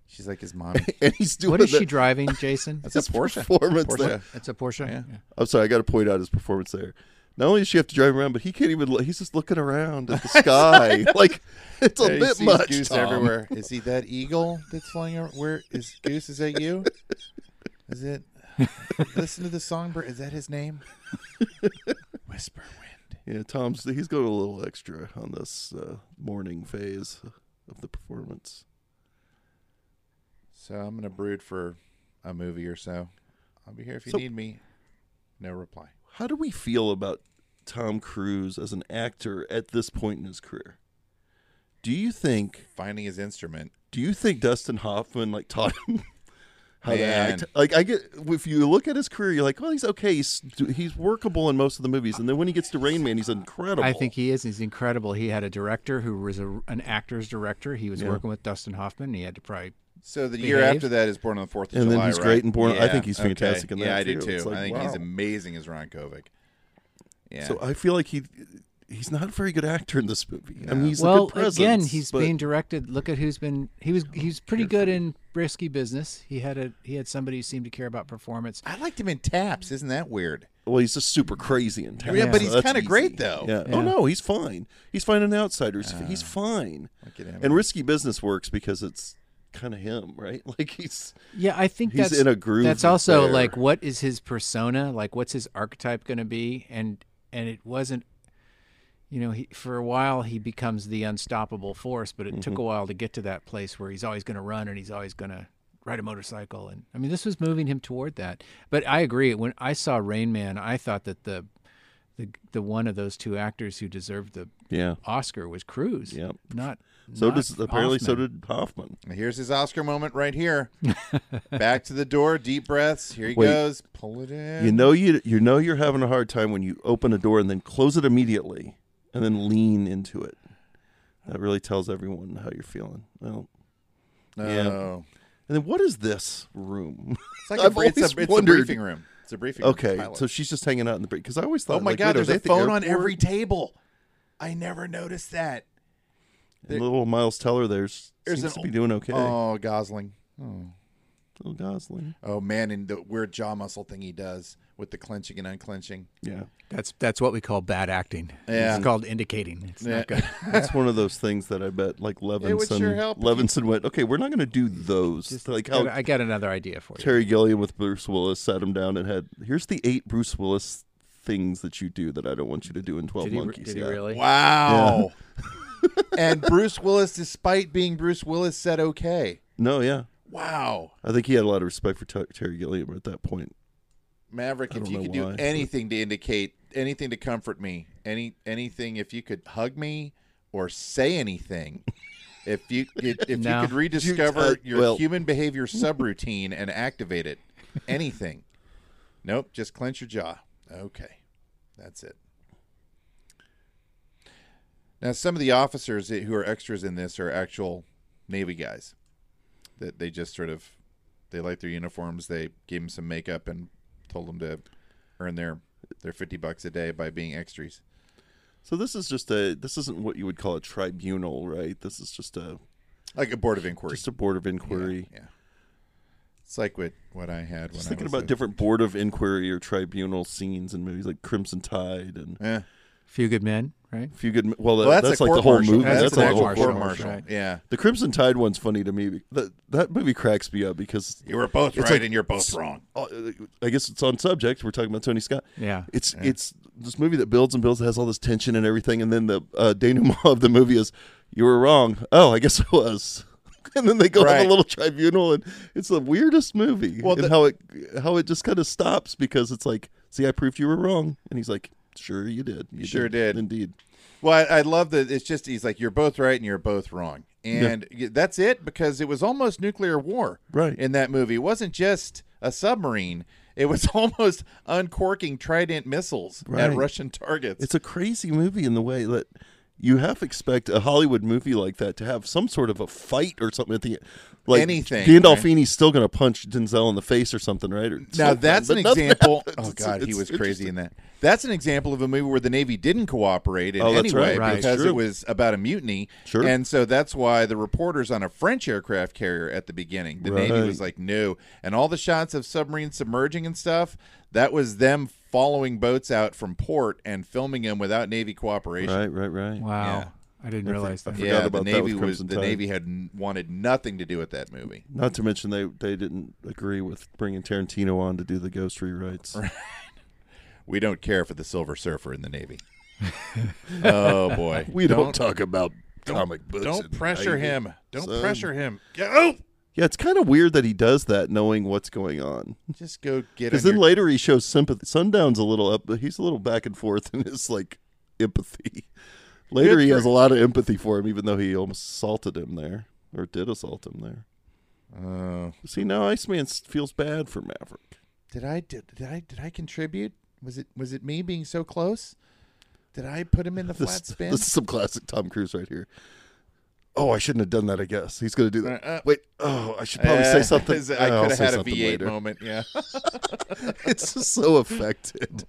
[SPEAKER 11] She's like his mom.
[SPEAKER 1] and he's doing
[SPEAKER 10] What is
[SPEAKER 1] that.
[SPEAKER 10] she driving, Jason?
[SPEAKER 11] That's a Porsche.
[SPEAKER 1] Performance
[SPEAKER 10] Porsche.
[SPEAKER 1] There.
[SPEAKER 10] That's a Porsche. Yeah. yeah.
[SPEAKER 1] I'm sorry, I got to point out his performance there. Not only does she have to drive around, but he can't even. Look, he's just looking around at the sky, like it's a yeah, bit much.
[SPEAKER 11] Goose Tom. everywhere. Is he that eagle that's flying? Around? Where is Goose? Is that you? Is it? Listen to the songbird. Is that his name? Whisper
[SPEAKER 1] yeah, Tom's he's going a little extra on this uh, morning phase of the performance.
[SPEAKER 11] So I'm gonna brood for a movie or so. I'll be here if you so, need me. No reply.
[SPEAKER 1] How do we feel about Tom Cruise as an actor at this point in his career? Do you think
[SPEAKER 11] finding his instrument?
[SPEAKER 1] Do you think Dustin Hoffman like taught him how to act. Like I get, if you look at his career, you're like, well, he's okay. He's he's workable in most of the movies, and then when he gets to Rain Man, he's incredible.
[SPEAKER 10] I think he is. He's incredible. He had a director who was a, an actor's director. He was yeah. working with Dustin Hoffman. And he had to probably.
[SPEAKER 11] So the year
[SPEAKER 10] behave.
[SPEAKER 11] after that is Born on the Fourth of
[SPEAKER 1] and
[SPEAKER 11] July,
[SPEAKER 1] then he's
[SPEAKER 11] right?
[SPEAKER 1] great in Born. I
[SPEAKER 11] Yeah,
[SPEAKER 1] think he's
[SPEAKER 11] okay.
[SPEAKER 1] fantastic in that.
[SPEAKER 11] Yeah, I do
[SPEAKER 1] too.
[SPEAKER 11] too.
[SPEAKER 1] It's like,
[SPEAKER 11] I think
[SPEAKER 1] wow.
[SPEAKER 11] he's amazing as Ron Kovic. Yeah.
[SPEAKER 1] So uh, I feel like he he's not a very good actor in this movie. I mean, he's
[SPEAKER 10] well,
[SPEAKER 1] a good presence,
[SPEAKER 10] again, he's
[SPEAKER 1] but
[SPEAKER 10] being directed. Look at who's been. He was. He's pretty good in risky business. He had a. He had somebody who seemed to care about performance.
[SPEAKER 11] I liked him in Taps. Isn't that weird?
[SPEAKER 1] well, he's just super crazy in town.
[SPEAKER 11] Yeah, but
[SPEAKER 1] so
[SPEAKER 11] he's
[SPEAKER 1] that's
[SPEAKER 11] kinda
[SPEAKER 1] easy.
[SPEAKER 11] great, though.
[SPEAKER 1] Yeah.
[SPEAKER 10] Yeah. Uh,
[SPEAKER 1] Oh no, he's fine. He's fine in Outsiders. he's fine.
[SPEAKER 11] at him.
[SPEAKER 1] And Risky Business works because it's kind of him, right? Like he's
[SPEAKER 10] Yeah, I think
[SPEAKER 1] He's
[SPEAKER 10] that's
[SPEAKER 1] in a groove
[SPEAKER 10] That's also
[SPEAKER 1] there.
[SPEAKER 10] like what is his persona? Like what's his archetype going to be? And and it wasn't you know, he, for a while he becomes the unstoppable force, but it
[SPEAKER 1] Mm-hmm.
[SPEAKER 10] took a while to get to that place where he's always going to run and he's always going to ride a motorcycle and I mean this was moving him toward that. But I agree when I saw Rain Man, I thought that the the the one of those two actors who deserved the
[SPEAKER 1] yeah.
[SPEAKER 10] Oscar was Cruz.
[SPEAKER 1] Yep.
[SPEAKER 10] Not
[SPEAKER 1] So
[SPEAKER 10] not
[SPEAKER 1] does apparently so
[SPEAKER 10] Hoffman.
[SPEAKER 1] did Hoffman.
[SPEAKER 11] Here's his Oscar moment right here. Back to the door, deep breaths. Here he
[SPEAKER 1] Wait.
[SPEAKER 11] goes. Pull it in.
[SPEAKER 1] You know you you know you're having a hard time when you open a door and then close it immediately and then lean into it. That really tells everyone how you're feeling. Well,
[SPEAKER 11] No.
[SPEAKER 1] yeah. and then what is this room?
[SPEAKER 11] It's like a,
[SPEAKER 1] I've
[SPEAKER 11] br- it's, a,
[SPEAKER 1] always
[SPEAKER 11] it's a
[SPEAKER 1] wondered.
[SPEAKER 11] briefing room. It's a briefing room.
[SPEAKER 1] Okay,
[SPEAKER 11] Pilot.
[SPEAKER 1] so she's just hanging out in the break because I always thought,
[SPEAKER 11] oh my
[SPEAKER 1] like, wait,
[SPEAKER 11] God,
[SPEAKER 1] are
[SPEAKER 11] there's
[SPEAKER 1] they
[SPEAKER 11] a
[SPEAKER 1] at the
[SPEAKER 11] phone on
[SPEAKER 1] airport?
[SPEAKER 11] every table. I never noticed that.
[SPEAKER 1] And little Miles Teller there's
[SPEAKER 11] There's
[SPEAKER 1] seems
[SPEAKER 11] an-
[SPEAKER 1] to be doing okay.
[SPEAKER 11] Oh, Gosling. Oh.
[SPEAKER 1] Little Gosling.
[SPEAKER 11] Oh man, and the weird jaw muscle thing he does with the clenching and unclenching.
[SPEAKER 1] Yeah.
[SPEAKER 10] That's that's what we call bad acting.
[SPEAKER 11] Yeah.
[SPEAKER 10] It's called indicating. It's
[SPEAKER 11] Yeah.
[SPEAKER 10] not good.
[SPEAKER 1] That's one of those things that I bet like
[SPEAKER 11] would
[SPEAKER 1] Levinson
[SPEAKER 11] sure help if you-
[SPEAKER 1] Levinson went, Okay, we're not gonna do those. like how
[SPEAKER 10] I got another idea for you.
[SPEAKER 1] Terry Gilliam with Bruce Willis sat him down and had here's the eight Bruce Willis things that you do that I don't want you to do in Twelve
[SPEAKER 10] did he, re-
[SPEAKER 1] Monkeys.
[SPEAKER 10] did he
[SPEAKER 1] Yeah.
[SPEAKER 10] really?
[SPEAKER 11] Wow. and Bruce Willis, despite being Bruce Willis, said okay.
[SPEAKER 1] No, yeah.
[SPEAKER 11] Wow.
[SPEAKER 1] I think he had a lot of respect for Ter- Terry Gilliam at that point.
[SPEAKER 11] Maverick,
[SPEAKER 1] I
[SPEAKER 11] if
[SPEAKER 1] don't
[SPEAKER 11] you
[SPEAKER 1] know
[SPEAKER 11] could
[SPEAKER 1] why,
[SPEAKER 11] do
[SPEAKER 1] but-
[SPEAKER 11] anything to indicate anything to comfort me, any anything, if you could hug me or say anything, if you could, if
[SPEAKER 10] No.
[SPEAKER 11] you could rediscover
[SPEAKER 1] uh,
[SPEAKER 11] your
[SPEAKER 1] well-
[SPEAKER 11] human behavior subroutine and activate it, anything. Nope, just clench your jaw. Okay, that's it. Now, some of the officers that- who are extras in this are actual Navy guys that they just sort of they like their uniforms. They gave them some makeup and told them to earn their their fifty bucks a day by being extras.
[SPEAKER 1] So this is just a this isn't what you would call a tribunal, right? This is just a
[SPEAKER 11] Like a board of inquiry.
[SPEAKER 1] just a board of inquiry.
[SPEAKER 11] yeah. It's like what what I had when
[SPEAKER 1] Just
[SPEAKER 11] I
[SPEAKER 1] thinking
[SPEAKER 11] was
[SPEAKER 1] about
[SPEAKER 11] a-
[SPEAKER 1] different board of inquiry or tribunal scenes in movies like Crimson Tide and
[SPEAKER 11] Eh.
[SPEAKER 10] Few good men, right?
[SPEAKER 1] Few Good. Men- Well, that,
[SPEAKER 11] Well, that's,
[SPEAKER 1] that's,
[SPEAKER 11] a
[SPEAKER 1] like the whole
[SPEAKER 11] court-martial.
[SPEAKER 1] movie.
[SPEAKER 11] That's,
[SPEAKER 1] That's,
[SPEAKER 11] an
[SPEAKER 1] like the
[SPEAKER 11] actual
[SPEAKER 1] whole
[SPEAKER 10] court-martial,
[SPEAKER 11] court
[SPEAKER 1] court
[SPEAKER 11] martial.
[SPEAKER 10] right.
[SPEAKER 11] Yeah.
[SPEAKER 1] The Crimson Tide one's funny to me. That that movie cracks me up because
[SPEAKER 11] You were both
[SPEAKER 1] It's
[SPEAKER 11] right
[SPEAKER 1] like-
[SPEAKER 11] and you're both wrong.
[SPEAKER 1] uh, I guess it's on subject. We're talking about Tony Scott.
[SPEAKER 10] Yeah.
[SPEAKER 1] it's it's this movie that builds and builds, has all this tension and everything, and then the uh, denouement of the movie is you were wrong. Oh, I guess I was. And then they go to
[SPEAKER 11] Right.
[SPEAKER 1] the little tribunal, and it's the weirdest movie.
[SPEAKER 11] Well,
[SPEAKER 1] and
[SPEAKER 11] the-
[SPEAKER 1] how it how it just kind of stops because it's like, see, I proved you were wrong, and he's like, sure you did, you
[SPEAKER 11] sure did."
[SPEAKER 1] indeed.
[SPEAKER 11] Well, I, I love that it's just he's like you're both right and you're both wrong, and y that's it because it was almost nuclear war,
[SPEAKER 1] Right.
[SPEAKER 11] In that movie, it wasn't just a submarine; it was almost uncorking Trident missiles
[SPEAKER 1] Right.
[SPEAKER 11] at Russian targets.
[SPEAKER 1] It's a crazy movie in the way that you half expect a Hollywood movie like that to have some sort of a fight or something at the e, like
[SPEAKER 11] Anything,
[SPEAKER 1] Gandolfini's still going to punch Denzel in the face or something, right? Or
[SPEAKER 11] now
[SPEAKER 1] something,
[SPEAKER 11] that's
[SPEAKER 1] but
[SPEAKER 11] an
[SPEAKER 1] nothing
[SPEAKER 11] example.
[SPEAKER 1] happens.
[SPEAKER 11] Oh
[SPEAKER 1] It's-
[SPEAKER 11] God, he
[SPEAKER 1] it's
[SPEAKER 11] was
[SPEAKER 1] interesting.
[SPEAKER 11] crazy in that. That's an example of a movie where the Navy didn't cooperate in
[SPEAKER 1] Oh,
[SPEAKER 11] any
[SPEAKER 1] that's
[SPEAKER 11] way
[SPEAKER 1] right. Right.
[SPEAKER 11] because
[SPEAKER 1] True.
[SPEAKER 11] it was about a mutiny.
[SPEAKER 1] Sure.
[SPEAKER 11] And so that's why the reporters on a French aircraft carrier at the beginning, the Navy was
[SPEAKER 1] Right.
[SPEAKER 11] like, no. And all the shots of submarines submerging and stuff, that was them following boats out from port and filming them without Navy cooperation.
[SPEAKER 1] Right, right, right.
[SPEAKER 10] Wow.
[SPEAKER 11] Yeah.
[SPEAKER 10] I didn't realize that.
[SPEAKER 1] forgot
[SPEAKER 11] Yeah, the
[SPEAKER 1] about that
[SPEAKER 11] Navy
[SPEAKER 1] with
[SPEAKER 11] was
[SPEAKER 1] Crimson
[SPEAKER 11] the
[SPEAKER 1] Tide.
[SPEAKER 11] Navy had n- wanted nothing to do with that movie.
[SPEAKER 1] Not to mention they they didn't agree with bringing Tarantino on to do the ghost rewrites.
[SPEAKER 11] We don't care for the Silver Surfer in the Navy. oh boy,
[SPEAKER 1] We don't, talk about comic books.
[SPEAKER 11] Don't
[SPEAKER 1] and
[SPEAKER 11] pressure
[SPEAKER 1] Navy.
[SPEAKER 11] him. Don't
[SPEAKER 1] Son.
[SPEAKER 11] pressure him. Get- Oh!
[SPEAKER 1] Yeah, it's kind of weird that he does that, knowing what's going on.
[SPEAKER 11] Just go get
[SPEAKER 1] Because
[SPEAKER 11] on
[SPEAKER 1] then
[SPEAKER 11] your-
[SPEAKER 1] later he shows sympathy. Sundown's a little up, but he's a little back and forth in his like empathy. Later
[SPEAKER 11] Good
[SPEAKER 1] he
[SPEAKER 11] for
[SPEAKER 1] has a lot of empathy for him, even though he almost assaulted him there or did assault him there.
[SPEAKER 11] Oh,
[SPEAKER 1] see, now Iceman feels bad for Maverick.
[SPEAKER 11] Did I did, did I did I contribute? Was it was it me being so close? Did I put him in the
[SPEAKER 1] This-
[SPEAKER 11] flat spin?
[SPEAKER 1] This is some classic Tom Cruise right here. Oh, I shouldn't have done that. I guess he's going to do that.
[SPEAKER 11] Uh, uh,
[SPEAKER 1] Wait. Oh, I should probably say
[SPEAKER 11] Uh,
[SPEAKER 1] something.
[SPEAKER 11] I
[SPEAKER 1] I'll
[SPEAKER 11] could have
[SPEAKER 1] say
[SPEAKER 11] had a
[SPEAKER 1] something
[SPEAKER 11] V8
[SPEAKER 1] later.
[SPEAKER 11] moment. Yeah.
[SPEAKER 1] It's just so affected.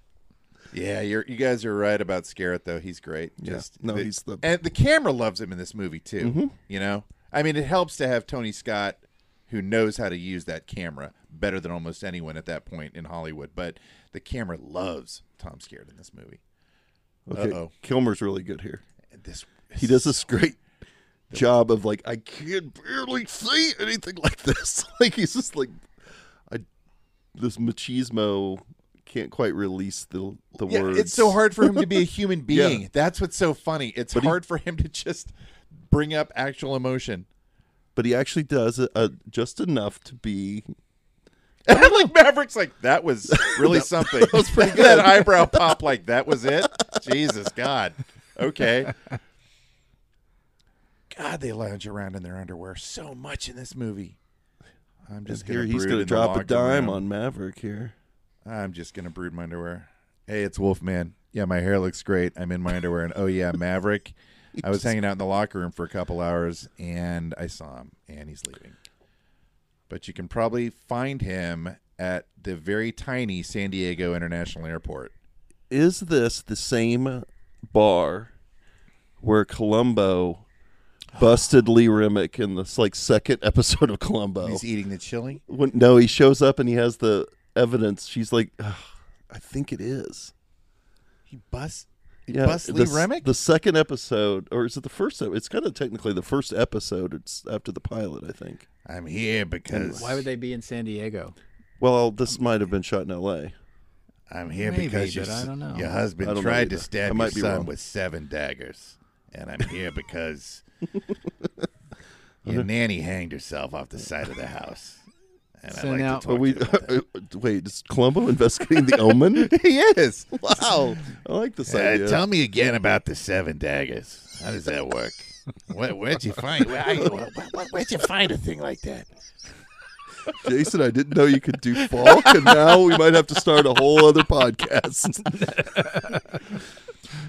[SPEAKER 11] Yeah, you're you guys are right about Scarrett though. He's great.
[SPEAKER 1] Yeah.
[SPEAKER 11] Just
[SPEAKER 1] No,
[SPEAKER 11] the-
[SPEAKER 1] he's the-
[SPEAKER 11] and the camera loves him in this movie too. You know, I mean, it helps to have Tony Scott, who knows how to use that camera better than almost anyone at that point in Hollywood. But the camera loves Tom Skerritt in this movie.
[SPEAKER 1] Okay.
[SPEAKER 11] Uh-oh.
[SPEAKER 1] Kilmer's really good here.
[SPEAKER 11] And This
[SPEAKER 1] He does this great job of like I can barely see anything like this. like he's just like I this machismo can't quite release the the
[SPEAKER 11] yeah,
[SPEAKER 1] words.
[SPEAKER 11] it's so hard for him to be a human
[SPEAKER 1] Yeah.
[SPEAKER 11] being. That's what's so funny. It's
[SPEAKER 1] But he-
[SPEAKER 11] hard for him to just bring up actual emotion.
[SPEAKER 1] but he actually does it, uh, just enough to be
[SPEAKER 11] And like Maverick's like, that was really something. That
[SPEAKER 1] was pretty good.
[SPEAKER 11] eyebrow pop, like, that was it? Jesus, God. Okay. God, they lounge around in their underwear so much in this movie. I'm
[SPEAKER 1] just
[SPEAKER 11] just
[SPEAKER 1] here.
[SPEAKER 11] gonna
[SPEAKER 1] He's
[SPEAKER 11] brood
[SPEAKER 1] going to
[SPEAKER 11] in the
[SPEAKER 1] drop a
[SPEAKER 11] locker
[SPEAKER 1] dime
[SPEAKER 11] room.
[SPEAKER 1] on Maverick here.
[SPEAKER 11] I'm just going to brood my underwear. Hey, it's Wolfman. Yeah, my hair looks great. I'm in my underwear. And oh, yeah, Maverick. I was hanging out in the locker room for a couple hours and I saw him and he's leaving. But you can probably find him at the very tiny San Diego International Airport.
[SPEAKER 1] Is this the same bar where Columbo busted Lee Remick in this like second episode of Columbo?
[SPEAKER 11] He's eating the chili.
[SPEAKER 1] When, no, he shows up and he has the evidence. She's like, "Ugh, I think it is.
[SPEAKER 11] He busts. He
[SPEAKER 1] Yeah,
[SPEAKER 11] busts
[SPEAKER 1] the,
[SPEAKER 11] Lee
[SPEAKER 1] s-
[SPEAKER 11] Remick?
[SPEAKER 1] the second episode, or is it the first? ep- It's kind of technically the first episode. It's after the pilot, I think.
[SPEAKER 11] I'm here because
[SPEAKER 10] Why would they be in San Diego?
[SPEAKER 1] Well, this might have been shot in L.A.
[SPEAKER 11] I'm here
[SPEAKER 10] Maybe,
[SPEAKER 11] because your,
[SPEAKER 10] but I don't know.
[SPEAKER 11] your
[SPEAKER 1] I
[SPEAKER 11] husband
[SPEAKER 1] don't know
[SPEAKER 11] tried
[SPEAKER 1] either.
[SPEAKER 11] to
[SPEAKER 1] I
[SPEAKER 11] stab your
[SPEAKER 1] might be
[SPEAKER 11] son
[SPEAKER 1] wrong.
[SPEAKER 11] with seven daggers, and I'm here because your nanny hanged herself off the side of the house. And
[SPEAKER 10] So
[SPEAKER 11] I like
[SPEAKER 10] now-
[SPEAKER 11] to
[SPEAKER 1] Oh,
[SPEAKER 11] talk
[SPEAKER 1] we
[SPEAKER 11] to you about that.
[SPEAKER 1] wait. Is Columbo investigating the Omen?
[SPEAKER 11] he is.
[SPEAKER 1] Wow, I like this
[SPEAKER 11] Uh,
[SPEAKER 1] idea.
[SPEAKER 11] tell me again about the seven daggers. How does that work? Where, where'd you find? Where, where, where, where'd you find a thing like that?
[SPEAKER 1] Jason, I didn't know you could do Falk, and now we might have to start a whole other podcast.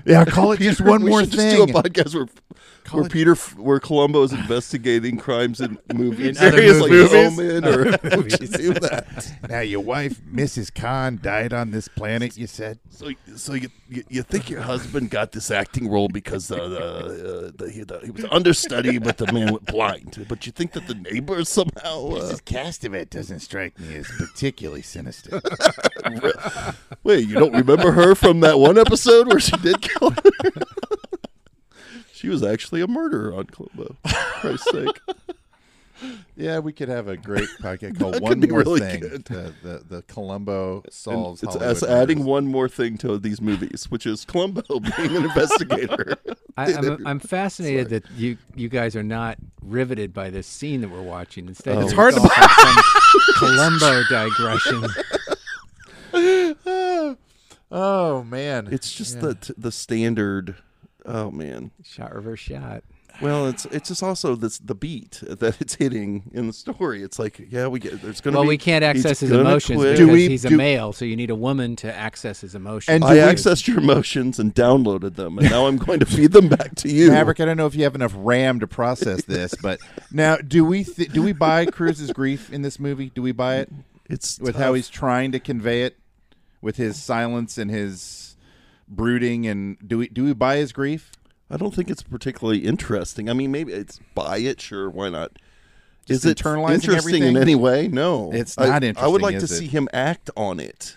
[SPEAKER 11] Yeah, call it just one
[SPEAKER 1] we
[SPEAKER 11] more
[SPEAKER 1] should
[SPEAKER 11] thing.
[SPEAKER 1] Just do a podcast where, where
[SPEAKER 11] it-
[SPEAKER 1] Peter, where Columbo is investigating crimes in movies,
[SPEAKER 10] other
[SPEAKER 1] various
[SPEAKER 10] movies.
[SPEAKER 1] Omen, or we should do that.
[SPEAKER 11] now, your wife, Mrs. Khan, died on this planet. You said.
[SPEAKER 1] So, so you, you you think your husband got this acting role because uh, the, uh, the, he, the he was understudy, but the man went blind. But you think that the neighbors somehow. Uh,
[SPEAKER 11] Mrs. Castavet doesn't strike me as particularly sinister.
[SPEAKER 1] Wait, you don't remember her from that one episode where she did kill her? she was actually a murderer on Columbo. For Christ's sake.
[SPEAKER 11] yeah, we could have a great podcast called
[SPEAKER 1] That
[SPEAKER 11] "One
[SPEAKER 1] could be
[SPEAKER 11] More
[SPEAKER 1] really
[SPEAKER 11] Thing."
[SPEAKER 1] good.
[SPEAKER 11] The, the the Columbo
[SPEAKER 1] And
[SPEAKER 11] solves.
[SPEAKER 1] it's
[SPEAKER 11] Hollywood
[SPEAKER 1] us adding
[SPEAKER 11] murders.
[SPEAKER 1] one more thing to these movies, which is Columbo being an investigator.
[SPEAKER 10] I, I'm, I'm fascinated that you you guys are not riveted by this scene that we're watching. Instead, it's
[SPEAKER 11] hard to-
[SPEAKER 10] Columbo digression.
[SPEAKER 11] Oh man,
[SPEAKER 1] it's just the the standard. Oh man.
[SPEAKER 10] Shot reverse shot.
[SPEAKER 1] Well, it's it's just also this the beat that it's hitting in the story. It's like, yeah, we get there's gonna
[SPEAKER 10] Well,
[SPEAKER 1] be
[SPEAKER 10] we can't
[SPEAKER 1] he's
[SPEAKER 10] access his
[SPEAKER 1] gonna
[SPEAKER 10] emotions
[SPEAKER 1] quit.
[SPEAKER 10] because
[SPEAKER 11] Do we-
[SPEAKER 10] he's a
[SPEAKER 11] do-
[SPEAKER 10] male, so you need a woman to access his emotions.
[SPEAKER 11] And do
[SPEAKER 1] I
[SPEAKER 11] we-
[SPEAKER 1] accessed your emotions and downloaded them, and now I'm going to feed them back to you.
[SPEAKER 11] Maverick. I don't know if you have enough RAM to process this, but now do we th- do we buy Cruz's grief in this movie? Do we buy it
[SPEAKER 1] It's
[SPEAKER 11] with
[SPEAKER 1] tough.
[SPEAKER 11] how he's trying to convey it with his silence and his brooding? And do we do we buy his grief?
[SPEAKER 1] I don't think it's particularly interesting. I mean, maybe it's buy it, sure, why not?
[SPEAKER 11] Just
[SPEAKER 1] is it
[SPEAKER 11] internalizing
[SPEAKER 1] interesting in
[SPEAKER 11] everything?
[SPEAKER 1] any way? No,
[SPEAKER 11] It's
[SPEAKER 1] I-
[SPEAKER 11] not
[SPEAKER 1] I would
[SPEAKER 11] interesting,
[SPEAKER 1] like to
[SPEAKER 11] is it?
[SPEAKER 1] see him act on it,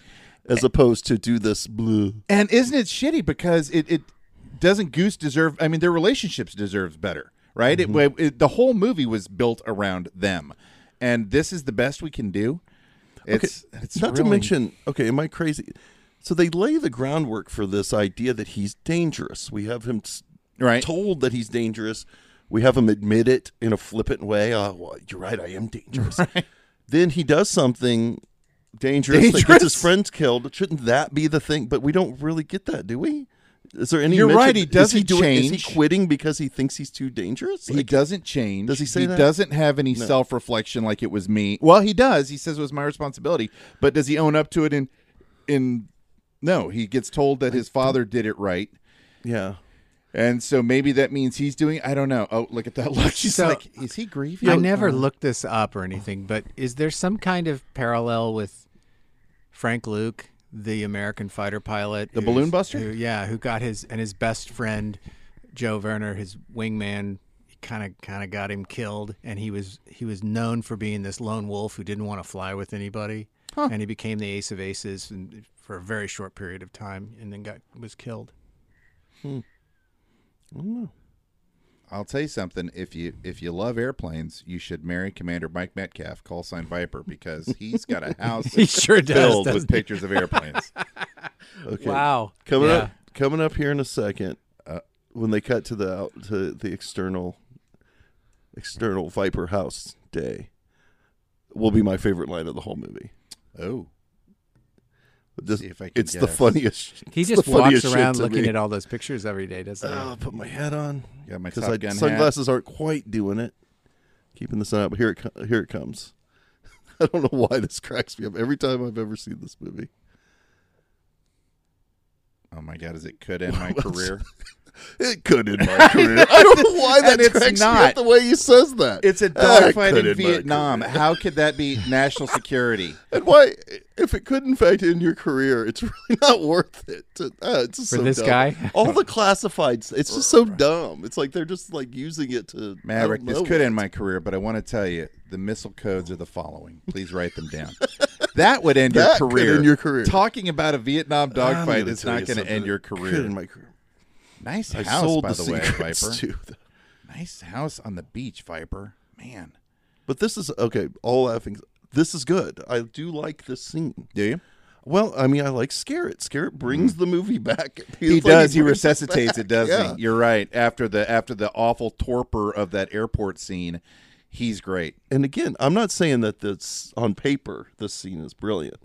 [SPEAKER 1] as opposed to do this blue.
[SPEAKER 11] And isn't it shitty because it, it doesn't Goose deserve? I mean, their relationships deserves better, right? It- It, the whole movie was built around them, and this is the best we can do. It's, it's
[SPEAKER 1] not to
[SPEAKER 11] really-
[SPEAKER 1] mention, okay, am I crazy? So they lay the groundwork for this idea that he's dangerous. We have him s-
[SPEAKER 11] Right.
[SPEAKER 1] told that he's dangerous. We have him admit it in a flippant way. Oh, well, you're right, I am dangerous. Then he does something dangerous, that gets his
[SPEAKER 11] Dangerous?
[SPEAKER 1] friends killed. Shouldn't that be the thing? But we don't really get that, do we? Is there any?
[SPEAKER 11] You're
[SPEAKER 1] mention-
[SPEAKER 11] right, he doesn't
[SPEAKER 1] is he doing- Is
[SPEAKER 11] change.
[SPEAKER 1] he quitting because he thinks he's too dangerous?
[SPEAKER 11] He doesn't change.
[SPEAKER 1] Does he say
[SPEAKER 11] he
[SPEAKER 1] that?
[SPEAKER 11] doesn't have any
[SPEAKER 1] No.
[SPEAKER 11] self reflection like it was me? Well, he does. He says it was my responsibility, but does he own up to it? In in no, he gets told that his father did it right,
[SPEAKER 1] Yeah.
[SPEAKER 11] and so maybe that means he's doing. I don't know. Oh, look at that look. She's
[SPEAKER 10] So-
[SPEAKER 11] like, Uh, is he grieving?
[SPEAKER 10] I never looked this up or anything, but is there some kind of parallel with Frank Luke, the American fighter pilot,
[SPEAKER 11] The
[SPEAKER 10] who's-
[SPEAKER 11] balloon buster?
[SPEAKER 10] who- yeah, who got his and his best friend Joe Werner, his wingman, kind of kind of got him killed, and he was he was known for being this lone wolf who didn't want to fly with anybody, and he became the ace of aces and, for a very short period of time, and then got was killed.
[SPEAKER 11] I'll tell you something. If you if you love airplanes, you should marry Commander Mike Metcalf, call sign Viper, because he's got a house
[SPEAKER 10] He sure does,
[SPEAKER 11] filled
[SPEAKER 10] doesn't
[SPEAKER 11] with
[SPEAKER 10] he?
[SPEAKER 11] pictures of airplanes.
[SPEAKER 1] Okay.
[SPEAKER 10] Wow.
[SPEAKER 1] Coming
[SPEAKER 10] Yeah.
[SPEAKER 1] up, coming up here in a second. Uh, when they cut to the out to the external, external Viper House day, will be my favorite line of the whole movie.
[SPEAKER 11] Oh,
[SPEAKER 1] This-
[SPEAKER 11] See if I can
[SPEAKER 1] it's the
[SPEAKER 11] guess.
[SPEAKER 1] funniest.
[SPEAKER 10] He
[SPEAKER 1] it's
[SPEAKER 10] just
[SPEAKER 1] the funniest
[SPEAKER 10] walks
[SPEAKER 1] shit
[SPEAKER 10] around
[SPEAKER 1] to
[SPEAKER 10] looking
[SPEAKER 1] me.
[SPEAKER 10] at all those pictures every day, doesn't he?
[SPEAKER 1] Uh, I'll put my hat on.
[SPEAKER 11] Yeah, my
[SPEAKER 1] because
[SPEAKER 11] Top
[SPEAKER 1] I-
[SPEAKER 11] Gun hat.
[SPEAKER 1] sunglasses aren't quite doing it. Keeping the sun up. Here it co- here it comes. I don't know why this cracks me up every time I've ever seen this movie.
[SPEAKER 11] oh my God, is it could end my
[SPEAKER 1] Well,
[SPEAKER 11] career?
[SPEAKER 1] It could in my career. I don't know why that
[SPEAKER 11] And it's
[SPEAKER 1] cracks me up
[SPEAKER 11] not.
[SPEAKER 1] the way he says that.
[SPEAKER 11] It's
[SPEAKER 1] Ah,
[SPEAKER 11] a
[SPEAKER 1] it
[SPEAKER 11] dogfight
[SPEAKER 1] could
[SPEAKER 11] in
[SPEAKER 1] my
[SPEAKER 11] Vietnam.
[SPEAKER 1] career.
[SPEAKER 11] How could that be national security?
[SPEAKER 1] And why, if it could in fact end your career, it's really not worth it. To, ah, it's just
[SPEAKER 10] For
[SPEAKER 1] so
[SPEAKER 10] this
[SPEAKER 1] dumb.
[SPEAKER 10] guy?
[SPEAKER 1] all the classifieds. It's just so dumb. It's like they're just like using it to I
[SPEAKER 11] Maverick,
[SPEAKER 1] don't
[SPEAKER 11] this
[SPEAKER 1] know
[SPEAKER 11] could
[SPEAKER 1] what.
[SPEAKER 11] end my career, but I want to tell you the missile codes are the following. Please write them down. That would end
[SPEAKER 1] That
[SPEAKER 11] your
[SPEAKER 1] could
[SPEAKER 11] career.
[SPEAKER 1] end your career.
[SPEAKER 11] Talking about a Vietnam
[SPEAKER 1] I'm
[SPEAKER 11] dogfight
[SPEAKER 1] gonna
[SPEAKER 11] is
[SPEAKER 1] tell
[SPEAKER 11] not
[SPEAKER 1] you
[SPEAKER 11] going to
[SPEAKER 1] something.
[SPEAKER 11] end your
[SPEAKER 1] It could
[SPEAKER 11] career.
[SPEAKER 1] end my career.
[SPEAKER 11] Nice
[SPEAKER 1] I
[SPEAKER 11] house,
[SPEAKER 1] sold
[SPEAKER 11] by
[SPEAKER 1] the,
[SPEAKER 11] the, way,
[SPEAKER 1] secrets
[SPEAKER 11] Viper.
[SPEAKER 1] too.
[SPEAKER 11] Nice house on the beach, Viper. Man,
[SPEAKER 1] But this is okay. All laughing. This is good. I do like this scene.
[SPEAKER 11] do you?
[SPEAKER 1] Well, I mean, I like Scarrett. Scarrett brings the movie back.
[SPEAKER 11] Mm. He
[SPEAKER 1] It's like
[SPEAKER 11] does. he
[SPEAKER 1] brings it
[SPEAKER 11] resuscitates it,
[SPEAKER 1] back.
[SPEAKER 11] doesn't
[SPEAKER 1] Yeah.
[SPEAKER 11] he? You're right. After the after the awful torpor of that airport scene, he's great.
[SPEAKER 1] and again, I'm not saying that that's on paper. This scene is brilliant.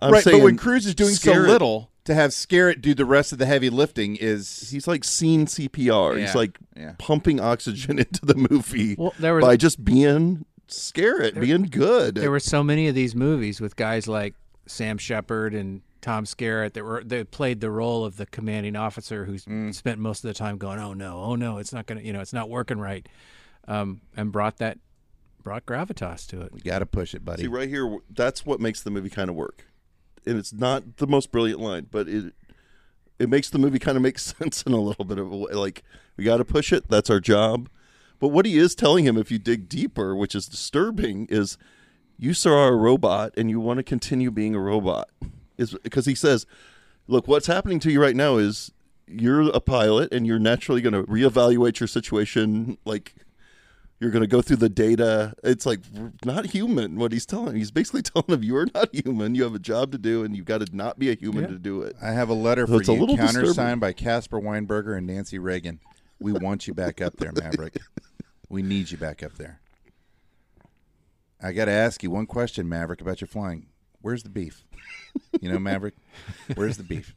[SPEAKER 1] I'm
[SPEAKER 11] right, but
[SPEAKER 1] saying
[SPEAKER 11] when Cruz is doing
[SPEAKER 1] Scarrett-
[SPEAKER 11] so little, to have Scarrett do the rest of the heavy lifting is
[SPEAKER 1] he's like scene CPR. He's
[SPEAKER 11] Yeah,
[SPEAKER 1] like
[SPEAKER 11] yeah.
[SPEAKER 1] pumping oxygen into the movie
[SPEAKER 10] Well, there was-
[SPEAKER 1] by just being Scarrett, being good.
[SPEAKER 10] there were so many of these movies with guys like Sam Shepard and Tom Skerritt that were that played the role of the commanding officer who spent most of the time going, "Oh no, oh no, it's not gonna, you know, it's not working right," um, and brought that brought gravitas to it.
[SPEAKER 11] Got to push it, buddy.
[SPEAKER 1] See right here, that's what makes the movie kind of work, and it's not the most brilliant line, but it it makes the movie kind of make sense in a little bit of a way. Like we got to push it. That's our job. But what he is telling him, if you dig deeper, which is disturbing, is you sir are a robot and you want to continue being a robot, is because he says, look, what's happening to you right now is you're a pilot and you're naturally going to reevaluate your situation, like you're going to go through the data. It's like we're not human. What he's telling, he's basically telling him you are not human. You have a job to do, and you've got to not be a human to do it.
[SPEAKER 11] I have a letter
[SPEAKER 1] So
[SPEAKER 11] for
[SPEAKER 1] it's a
[SPEAKER 11] you,
[SPEAKER 1] little
[SPEAKER 11] countersigned
[SPEAKER 1] disturbing.
[SPEAKER 11] by Casper Weinberger and Nancy Reagan. We want you back up there, Maverick. We need you back up there. I got to ask you one question, Maverick, about your flying. Where's the beef? You know, Maverick, where's the beef?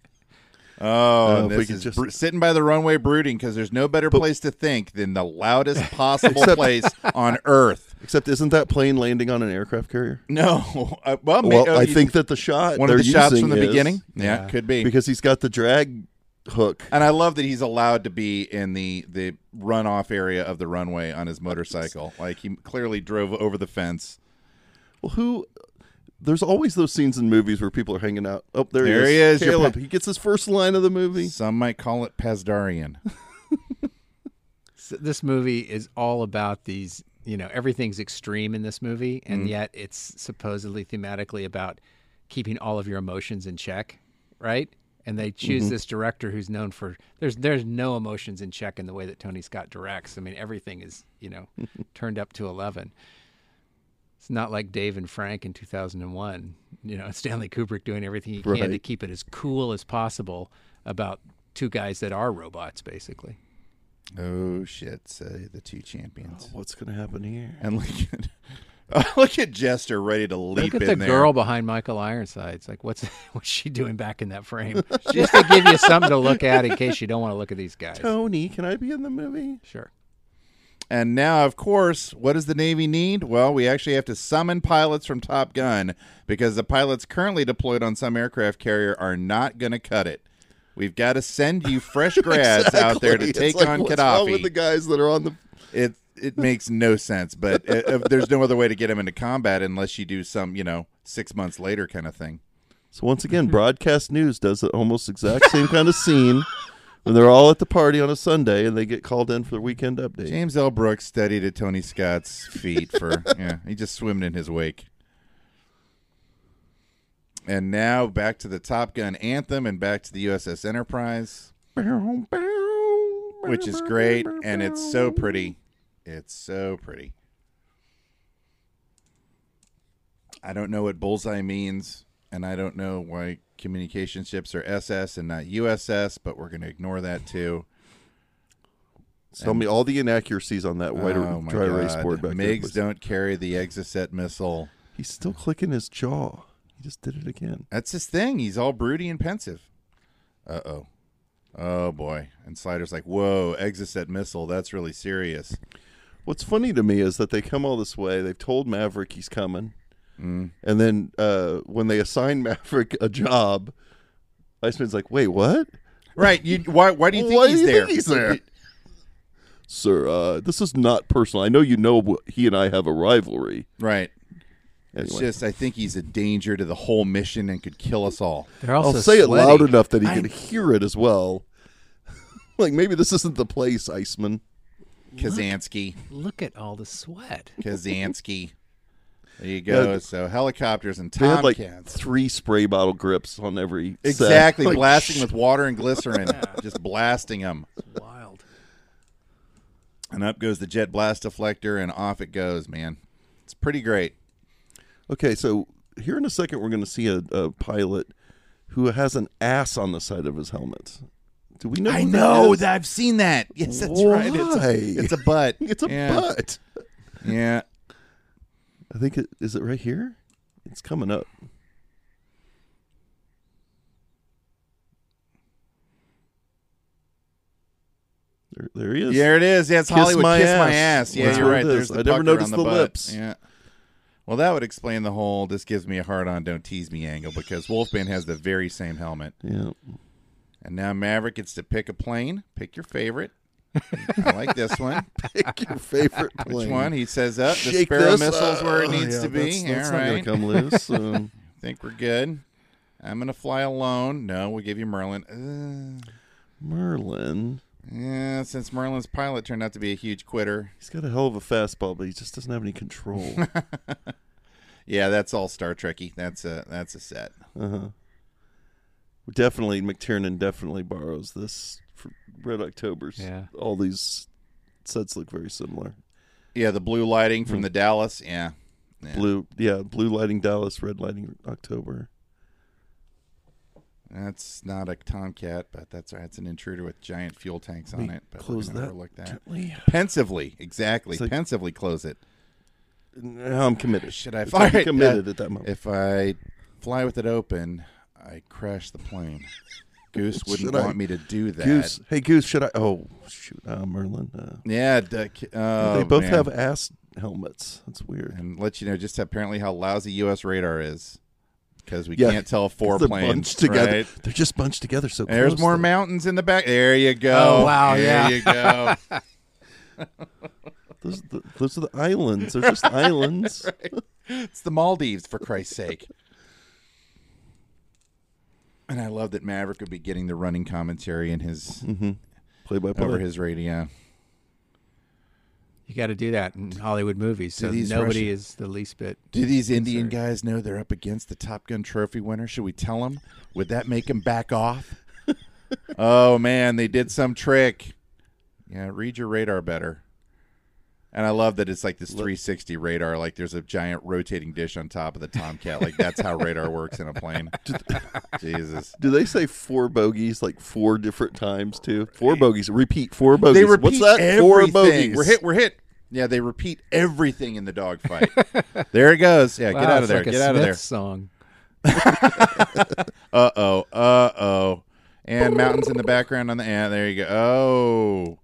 [SPEAKER 11] Oh,
[SPEAKER 1] if
[SPEAKER 11] and
[SPEAKER 1] we
[SPEAKER 11] this
[SPEAKER 1] could
[SPEAKER 11] is
[SPEAKER 1] just-
[SPEAKER 11] br- sitting by the runway brooding because there's no better place to think than the loudest possible place on earth.
[SPEAKER 1] Except, isn't that plane landing on an aircraft carrier?
[SPEAKER 11] No, Uh, well, ma-
[SPEAKER 1] Well,
[SPEAKER 11] oh,
[SPEAKER 1] I
[SPEAKER 11] you-
[SPEAKER 1] think that the shot
[SPEAKER 11] one of
[SPEAKER 1] they're
[SPEAKER 11] the shots from
[SPEAKER 1] using
[SPEAKER 11] the
[SPEAKER 1] is-
[SPEAKER 11] beginning. Yeah, could be
[SPEAKER 1] because he's got the drag hook.
[SPEAKER 11] And I love that he's allowed to be in the the runoff area of the runway on his motorcycle. Like he clearly drove over the fence.
[SPEAKER 1] Well, who? There's always those scenes in movies where people are hanging out. Oh, there,
[SPEAKER 11] There
[SPEAKER 1] he
[SPEAKER 11] he
[SPEAKER 1] is.
[SPEAKER 11] is, your
[SPEAKER 1] Caleb.
[SPEAKER 11] pa-
[SPEAKER 1] He gets his first line of the movie.
[SPEAKER 11] Some might call it Pazdarian.
[SPEAKER 10] So this movie is all about these, you know, everything's extreme in this movie, and yet it's supposedly thematically about keeping all of your emotions in check, right? And they choose this director who's known for there's there's no emotions in check in the way that Tony Scott directs. I mean, everything is you know turned up to eleven. It's not like Dave and Frank in 2001. You know, Stanley Kubrick doing everything he can to
[SPEAKER 1] Right.
[SPEAKER 10] keep it as cool as possible about two guys that are robots, basically.
[SPEAKER 11] oh shit! Say the two champions.
[SPEAKER 1] What's going to happen here?
[SPEAKER 11] And Lincoln, Look at Jester ready to leap.
[SPEAKER 10] Look at
[SPEAKER 11] in
[SPEAKER 10] the
[SPEAKER 11] there.
[SPEAKER 10] girl behind Michael Ironside. It's like, what's what's she doing back in that frame? Just to give you something to look at in case you don't want to look at these guys.
[SPEAKER 1] Tony, can I be in the movie?
[SPEAKER 10] Sure.
[SPEAKER 11] And now, of course, what does the Navy need? Well, we actually have to summon pilots from Top Gun because the pilots currently deployed on some aircraft carrier are not going to cut it. We've got to send you fresh grads
[SPEAKER 1] Exactly.
[SPEAKER 11] out there to
[SPEAKER 1] It's
[SPEAKER 11] take
[SPEAKER 1] like,
[SPEAKER 11] on
[SPEAKER 1] what's
[SPEAKER 11] Gaddafi.
[SPEAKER 1] wrong with the guys that are on the
[SPEAKER 11] it it makes no sense, but uh uh, there's no other way to get them into combat unless you do some, you know, six months later kind of thing.
[SPEAKER 1] So once
[SPEAKER 11] Mm-hmm.
[SPEAKER 1] again, broadcast news does the almost exact same kind of scene when they're all at the party on a Sunday and they get called in for the weekend update.
[SPEAKER 11] James L. Brooks studied at Tony Scott's feet for yeah, he just swam in his wake. And now back to the Top Gun anthem and back to the USS Enterprise, which is great and it's so pretty. It's so pretty. I don't know what bullseye means, and I don't know why communication ships are SS and not USS, but we're going to ignore that too.
[SPEAKER 1] Tell me all the inaccuracies on that white
[SPEAKER 11] Oh, my
[SPEAKER 1] dry erase
[SPEAKER 11] God.
[SPEAKER 1] board back there,
[SPEAKER 11] MiGs
[SPEAKER 1] please.
[SPEAKER 11] don't carry the Exocet missile.
[SPEAKER 1] He's still clicking his jaw. He just did it again.
[SPEAKER 11] That's his thing. He's all broody and pensive. Uh oh. Oh boy. And Slider's like, whoa, Exocet missile. That's really serious.
[SPEAKER 1] What's funny to me is that they come all this way. They've told Maverick he's coming,
[SPEAKER 11] Mm.
[SPEAKER 1] and then uh, when they assign Maverick a job, Iceman's like, "Wait, what,
[SPEAKER 11] Right. You why why do you think
[SPEAKER 1] Why do
[SPEAKER 11] he's
[SPEAKER 1] you
[SPEAKER 11] there?
[SPEAKER 1] think he's there? sir? Uh, this is not personal. I know you know wh- he and I have a rivalry.
[SPEAKER 11] Right. It's
[SPEAKER 1] Anyway,
[SPEAKER 11] just I think he's a danger to the whole mission and could kill us all.
[SPEAKER 10] They're also
[SPEAKER 1] I'll say it
[SPEAKER 10] sweaty.
[SPEAKER 1] loud enough that he can
[SPEAKER 11] I-
[SPEAKER 1] hear it as well. like maybe this isn't the place, Iceman.
[SPEAKER 11] Kazansky.
[SPEAKER 10] Look at all the sweat.
[SPEAKER 11] Kazansky. There you go.
[SPEAKER 1] Yeah.
[SPEAKER 11] so helicopters and
[SPEAKER 1] They had like
[SPEAKER 11] Tomcats.
[SPEAKER 1] three spray bottle grips on every set.
[SPEAKER 11] Exactly,
[SPEAKER 1] Like,
[SPEAKER 11] blasting with water and glycerin, just blasting them.
[SPEAKER 10] Wild.
[SPEAKER 11] And up goes the jet blast deflector, and off it goes, man. It's pretty great.
[SPEAKER 1] Okay, so here in a second, we're going to see a, a pilot who has an ass on the side of his helmet. Do we know?
[SPEAKER 11] I
[SPEAKER 1] who
[SPEAKER 11] know
[SPEAKER 1] that.
[SPEAKER 11] that I've seen that. Yes, that's right. It's
[SPEAKER 1] Why?
[SPEAKER 11] a, it's a butt.
[SPEAKER 1] is? It's a
[SPEAKER 11] yeah.
[SPEAKER 1] butt.
[SPEAKER 11] Yeah.
[SPEAKER 1] I think it is it right here. It's coming up. There, there he is.
[SPEAKER 11] There it is. Yeah, it's
[SPEAKER 1] Kiss
[SPEAKER 11] Hollywood.
[SPEAKER 1] my
[SPEAKER 11] kiss my
[SPEAKER 1] ass.
[SPEAKER 11] ass. Yeah,
[SPEAKER 1] That's
[SPEAKER 11] you're
[SPEAKER 1] what
[SPEAKER 11] right.
[SPEAKER 1] it is.
[SPEAKER 11] There's the
[SPEAKER 1] I never
[SPEAKER 11] pucker
[SPEAKER 1] noticed
[SPEAKER 11] on the,
[SPEAKER 1] the
[SPEAKER 11] butt.
[SPEAKER 1] lips.
[SPEAKER 11] Yeah. Well, that would explain the whole "this gives me a hard on, don't tease me" angle because Wolfman has the very same helmet,
[SPEAKER 1] Yeah.
[SPEAKER 11] and now Maverick gets to pick a plane. Pick your favorite. I like this one.
[SPEAKER 1] Pick your favorite plane.
[SPEAKER 11] Which one? He says up. The
[SPEAKER 1] Shake
[SPEAKER 11] Sparrow
[SPEAKER 1] this.
[SPEAKER 11] missile's where it
[SPEAKER 1] Oh,
[SPEAKER 11] needs
[SPEAKER 1] yeah,
[SPEAKER 11] to be.
[SPEAKER 1] That's, that's
[SPEAKER 11] All
[SPEAKER 1] not
[SPEAKER 11] right.
[SPEAKER 1] gonna come loose. Um,
[SPEAKER 11] Think we're good. I'm gonna fly alone. No, we'll give you Merlin. Uh,
[SPEAKER 1] Merlin.
[SPEAKER 11] yeah, since Merlin's pilot turned out to be a huge quitter.
[SPEAKER 1] He's got a hell of a fastball, but he just doesn't have any control.
[SPEAKER 11] Yeah, that's all Star Trekky. That's a that's a set.
[SPEAKER 1] definitely, McTiernan definitely borrows this for Red October's.
[SPEAKER 10] Yeah.
[SPEAKER 1] All these sets look very similar.
[SPEAKER 11] Yeah, the blue lighting
[SPEAKER 1] Hmm.
[SPEAKER 11] from the Dallas. Yeah, Yeah.
[SPEAKER 1] Blue, yeah, blue lighting Dallas, red lighting October.
[SPEAKER 11] that's not a Tomcat, but that's all right. It's an intruder with giant fuel tanks on it. But
[SPEAKER 1] Close
[SPEAKER 11] we're gonna
[SPEAKER 1] that.
[SPEAKER 11] overlook that.
[SPEAKER 1] gently.
[SPEAKER 11] Pensively, exactly.
[SPEAKER 1] It's like-
[SPEAKER 11] Pensively close it.
[SPEAKER 1] Now I'm committed.
[SPEAKER 11] Should I
[SPEAKER 1] It's
[SPEAKER 11] fire
[SPEAKER 1] like I'm
[SPEAKER 11] it?
[SPEAKER 1] committed
[SPEAKER 11] Uh,
[SPEAKER 1] at that moment.
[SPEAKER 11] If I fly with it open, I crash the plane. Goose wouldn't
[SPEAKER 1] Should I-
[SPEAKER 11] want me to do that.
[SPEAKER 1] Goose, hey Goose, should I? Oh shoot, uh, Merlin. Uh,
[SPEAKER 11] Yeah, duck, oh,
[SPEAKER 1] they both
[SPEAKER 11] man.
[SPEAKER 1] have ass helmets. That's weird.
[SPEAKER 11] and let you know just apparently how lousy U.S. radar is because we
[SPEAKER 1] Yeah,
[SPEAKER 11] can't tell four
[SPEAKER 1] they're
[SPEAKER 11] planes
[SPEAKER 1] bunched together.
[SPEAKER 11] right?
[SPEAKER 1] They're just bunched together. So
[SPEAKER 11] There's
[SPEAKER 1] close,
[SPEAKER 11] more
[SPEAKER 1] though.
[SPEAKER 11] mountains in the back. There you go.
[SPEAKER 10] Oh, wow,
[SPEAKER 11] There
[SPEAKER 10] yeah.
[SPEAKER 11] you go.
[SPEAKER 1] Those, are the, those are the islands. They're just islands.
[SPEAKER 11] it's the Maldives for Christ's sake. And I love that Maverick would be getting the running commentary in his
[SPEAKER 1] Play by play.
[SPEAKER 11] over his radio.
[SPEAKER 10] You got to do that in Hollywood movies. So
[SPEAKER 11] these
[SPEAKER 10] nobody
[SPEAKER 11] Russian-
[SPEAKER 10] is the least bit.
[SPEAKER 11] Do these Indian guys know they're up against the Top Gun trophy winner? Should we tell them? Would that make them back off? oh man, they did some trick. Yeah, read your radar better. And I love that it's like this 360 radar. Like there's a giant rotating dish on top of the Tomcat. Like that's how radar works in a plane. Jesus.
[SPEAKER 1] Do they say four bogeys like four different times too? Four bogeys. Repeat four bogeys.
[SPEAKER 11] They
[SPEAKER 1] What's
[SPEAKER 11] repeat
[SPEAKER 1] that? Four
[SPEAKER 11] everything.
[SPEAKER 1] bogeys.
[SPEAKER 11] We're hit. We're hit. Yeah, they repeat everything in the dogfight. there it goes. Yeah,
[SPEAKER 10] Wow,
[SPEAKER 11] get out
[SPEAKER 10] it's
[SPEAKER 11] of there.
[SPEAKER 10] like Oh, a
[SPEAKER 11] get out of
[SPEAKER 10] Smiths
[SPEAKER 11] there.
[SPEAKER 10] song.
[SPEAKER 11] uh oh. Uh oh. And mountains in the background on the. Yeah, there you go. Oh,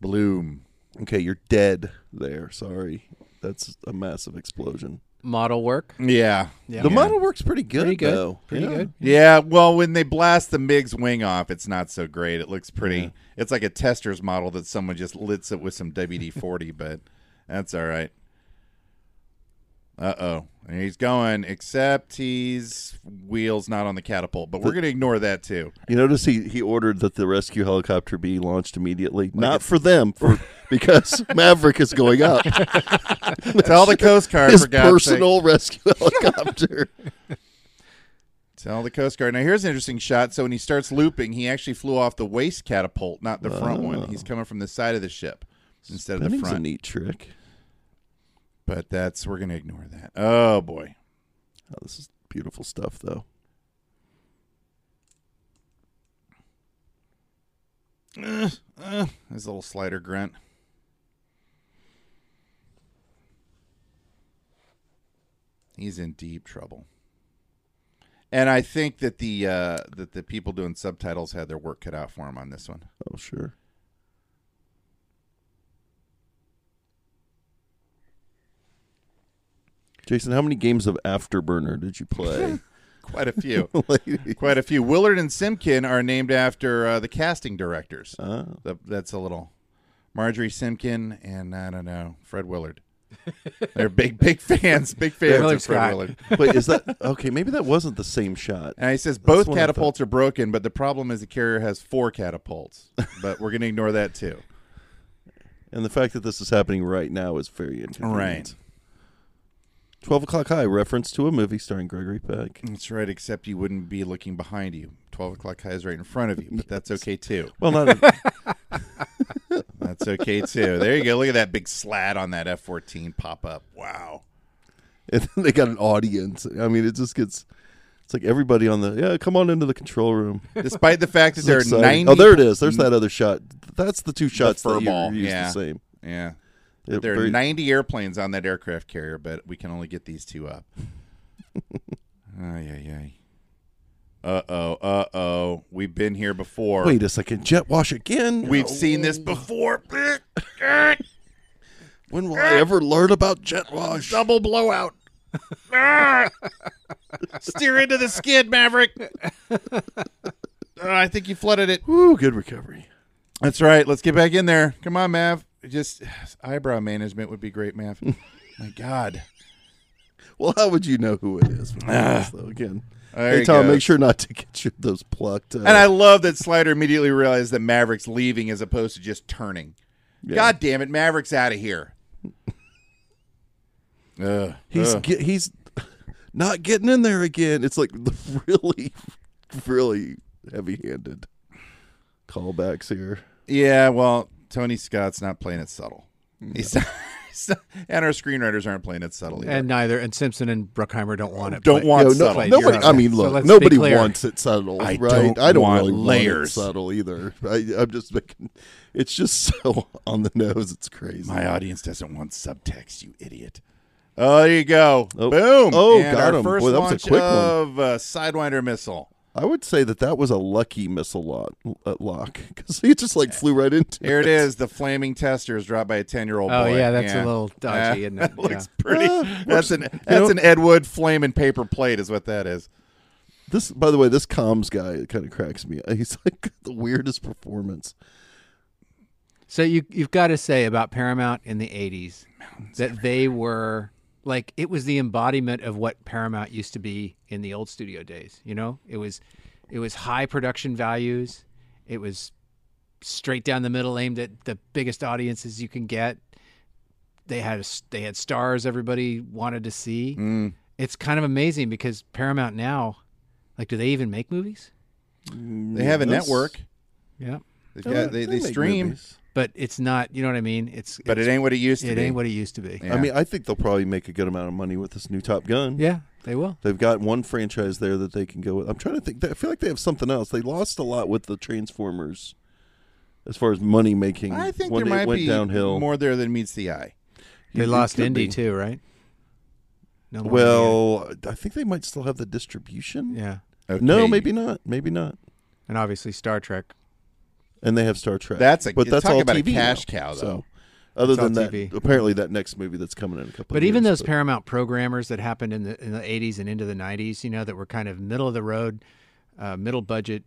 [SPEAKER 11] bloom.
[SPEAKER 1] Okay, you're dead there. Sorry. That's a massive explosion.
[SPEAKER 10] Model work.
[SPEAKER 11] Yeah.
[SPEAKER 10] Yeah.
[SPEAKER 1] The
[SPEAKER 11] yeah.
[SPEAKER 1] model works pretty good,
[SPEAKER 10] Pretty good.
[SPEAKER 1] though.
[SPEAKER 10] Pretty
[SPEAKER 1] Yeah.
[SPEAKER 10] good.
[SPEAKER 11] Yeah, well, when they blast the MiG's wing off, it's not so great. It looks pretty. It's like a tester's model that someone just lits it with some WD 40, but that's all right. Uh oh. And he's going, except he's wheels not on the catapult, but we're going to ignore that too.
[SPEAKER 1] You notice he, he ordered that the rescue helicopter be launched immediately. Not for them, for because Maverick is going up.
[SPEAKER 11] Tell the Coast Guard
[SPEAKER 1] His
[SPEAKER 11] for God's
[SPEAKER 1] personal rescue helicopter.
[SPEAKER 11] sake. Tell the Coast Guard. Now here's an interesting shot. So when he starts looping, he actually flew off the waist catapult, not the front one. He's coming from the side of the ship instead of the
[SPEAKER 1] Spenning's
[SPEAKER 11] front.
[SPEAKER 1] a neat trick.
[SPEAKER 11] but that's we're going to ignore that. Oh boy.
[SPEAKER 1] Oh, this is beautiful stuff, though.
[SPEAKER 11] Uh, uh, his little slider grunt. He's in deep trouble. And I think that the uh, that the people doing subtitles had their work cut out for him on this one.
[SPEAKER 1] Oh, sure. Jason, how many games of Afterburner did you play?
[SPEAKER 11] Quite a few,
[SPEAKER 1] Lady.
[SPEAKER 11] quite a few. Willard and Simkin are named after uh, the casting directors.
[SPEAKER 1] Oh.
[SPEAKER 11] The- that's a little Marjorie Simkin and I don't know Fred Willard. They're big, big fans, big fans
[SPEAKER 10] Willard
[SPEAKER 11] of Fred
[SPEAKER 10] Scott.
[SPEAKER 11] Willard.
[SPEAKER 1] Wait, is that okay? Maybe that wasn't the same shot.
[SPEAKER 11] And he says
[SPEAKER 1] That's
[SPEAKER 11] both
[SPEAKER 1] what I thought.
[SPEAKER 11] catapults are broken, but the problem is the carrier has four catapults. but we're going to ignore that too.
[SPEAKER 1] And the fact that this is happening right now is very inconvenient.
[SPEAKER 11] Right.
[SPEAKER 1] 12 o'clock high, reference to a movie starring Gregory Peck.
[SPEAKER 11] That's right, except you wouldn't be looking behind you. 12 o'clock high is right in front of you, but that's okay too.
[SPEAKER 1] Well, not
[SPEAKER 11] That's okay too. There you go. Look at that big slat on that F 14 pop up. Wow.
[SPEAKER 1] and then they got an audience. I mean, it just gets it's like everybody on the yeah, come on into the control room.
[SPEAKER 11] Despite the fact that
[SPEAKER 1] It's
[SPEAKER 11] there are
[SPEAKER 1] exciting.
[SPEAKER 11] 90.
[SPEAKER 1] Oh, there it is. There's that other shot. That's the two shots that you
[SPEAKER 11] furball,
[SPEAKER 1] used
[SPEAKER 11] yeah.
[SPEAKER 1] the same.
[SPEAKER 11] Yeah.
[SPEAKER 1] It
[SPEAKER 11] There are
[SPEAKER 1] very-
[SPEAKER 11] 90 airplanes on that aircraft carrier, but we can only get these two up. Ay, ay, ay. Uh oh, uh oh. We've been here before.
[SPEAKER 1] Wait a second, jet wash again.
[SPEAKER 11] We've seen this before.
[SPEAKER 1] when will I ever learn about jet wash?
[SPEAKER 11] Double blowout. Steer into the skid, Maverick. Uh, I think you flooded it.
[SPEAKER 1] Woo, good recovery.
[SPEAKER 11] That's right. Let's get back in there. Come on, Mav. Just eyebrow management would be great, Mav. My God.
[SPEAKER 1] Well, how would you know who it is? when it is, though, again,
[SPEAKER 11] Ah. There
[SPEAKER 1] hey
[SPEAKER 11] he
[SPEAKER 1] Tom,
[SPEAKER 11] goes.
[SPEAKER 1] make sure not to get your, those plucked. Uh,
[SPEAKER 11] And I love that Slider immediately realized that Maverick's leaving as opposed to just turning. God damn it, Maverick's out of here. Ugh.
[SPEAKER 1] he's
[SPEAKER 11] Ugh.
[SPEAKER 1] get, he's not getting in there again. It's like the really, really heavy-handed callbacks here.
[SPEAKER 11] Yeah, well, Tony Scott's not playing it subtle. He's not, he's not- and our screenwriters aren't playing it subtly.
[SPEAKER 10] And neither and Simpson and Bruckheimer don't want it.
[SPEAKER 11] Don't
[SPEAKER 10] but-
[SPEAKER 11] want
[SPEAKER 1] No,
[SPEAKER 11] subtle.
[SPEAKER 1] no, nobody. I mean,
[SPEAKER 10] So
[SPEAKER 1] look,
[SPEAKER 10] let's be
[SPEAKER 1] nobody
[SPEAKER 10] clear.
[SPEAKER 1] wants it subtle,
[SPEAKER 11] I
[SPEAKER 1] right?
[SPEAKER 11] don't
[SPEAKER 1] I don't
[SPEAKER 11] want
[SPEAKER 1] really want it
[SPEAKER 11] layers.
[SPEAKER 1] subtle either. I, I'm just making. It's just so on the nose. It's crazy.
[SPEAKER 11] My audience doesn't want subtext, you idiot. Oh, there you go.
[SPEAKER 1] Oh.
[SPEAKER 11] Boom.
[SPEAKER 1] Oh,
[SPEAKER 11] and
[SPEAKER 1] got
[SPEAKER 11] our
[SPEAKER 1] him.
[SPEAKER 11] First
[SPEAKER 1] Boy, that was a
[SPEAKER 11] launch
[SPEAKER 1] quick one.
[SPEAKER 11] of uh, Sidewinder missile.
[SPEAKER 1] I would say that that was a lucky missile lot, uh, lock because he just like flew right into
[SPEAKER 11] Here it is. The flaming tester is dropped by a ten-year-old
[SPEAKER 10] Oh,
[SPEAKER 11] boy.
[SPEAKER 10] yeah, that's a little dodgy,
[SPEAKER 11] Yeah,
[SPEAKER 10] isn't it?
[SPEAKER 11] that looks
[SPEAKER 10] Yeah. Ah,
[SPEAKER 11] pretty. that's an that's an Ed Wood flame and paper plate is what that is.
[SPEAKER 1] This, by the way, this comms guy kind of cracks me. He's like the weirdest performance.
[SPEAKER 10] So you you've got to say about Paramount in the '80s that they were like it was the embodiment of what Paramount used to be in the old studio days. You know, it was it was high production values. It was straight down the middle, aimed at the biggest audiences you can get. They had a s they had stars everybody wanted to see.
[SPEAKER 11] Mm.
[SPEAKER 10] It's kind of amazing because Paramount now, like, do they even make movies?
[SPEAKER 11] They have a
[SPEAKER 1] That's-
[SPEAKER 11] network.
[SPEAKER 10] Yeah,
[SPEAKER 11] They've got, they they
[SPEAKER 1] make
[SPEAKER 11] stream,
[SPEAKER 1] movies.
[SPEAKER 10] but it's not. You know what I mean? It's
[SPEAKER 11] but it ain't what it used to
[SPEAKER 10] it
[SPEAKER 11] be.
[SPEAKER 10] ain't what it used to be.
[SPEAKER 11] Yeah.
[SPEAKER 1] I mean, I think they'll probably make a good amount of money with this new Top Gun.
[SPEAKER 10] Yeah, they will.
[SPEAKER 1] They've got one franchise there that they can go with. I'm trying to think. I feel like they have something else. They lost a lot with the Transformers as far as money making.
[SPEAKER 11] I think there might
[SPEAKER 1] went
[SPEAKER 11] be
[SPEAKER 1] downhill.
[SPEAKER 11] more there than meets the eye.
[SPEAKER 10] They
[SPEAKER 1] It
[SPEAKER 10] lost
[SPEAKER 1] could
[SPEAKER 10] Indy
[SPEAKER 1] be.
[SPEAKER 10] too, right? No more
[SPEAKER 1] Well, I think they might still have the distribution.
[SPEAKER 10] Indy. yeah,
[SPEAKER 1] No,
[SPEAKER 11] Okay.
[SPEAKER 1] maybe not. Maybe not.
[SPEAKER 10] and obviously Star Trek.
[SPEAKER 1] And they have Star Trek.
[SPEAKER 11] That's a-
[SPEAKER 1] but that's
[SPEAKER 11] talk
[SPEAKER 1] all
[SPEAKER 11] about a
[SPEAKER 1] TV
[SPEAKER 11] cash
[SPEAKER 1] now.
[SPEAKER 11] cow, though.
[SPEAKER 1] So, other
[SPEAKER 10] It's all
[SPEAKER 1] than that,
[SPEAKER 10] TV.
[SPEAKER 1] apparently that next movie that's coming in a couple.
[SPEAKER 10] But
[SPEAKER 1] of
[SPEAKER 10] even
[SPEAKER 1] years,
[SPEAKER 10] those Paramount programmers that happened in the in the eighties and into the nineties, you know, that were kind of middle of the road, uh, middle budget,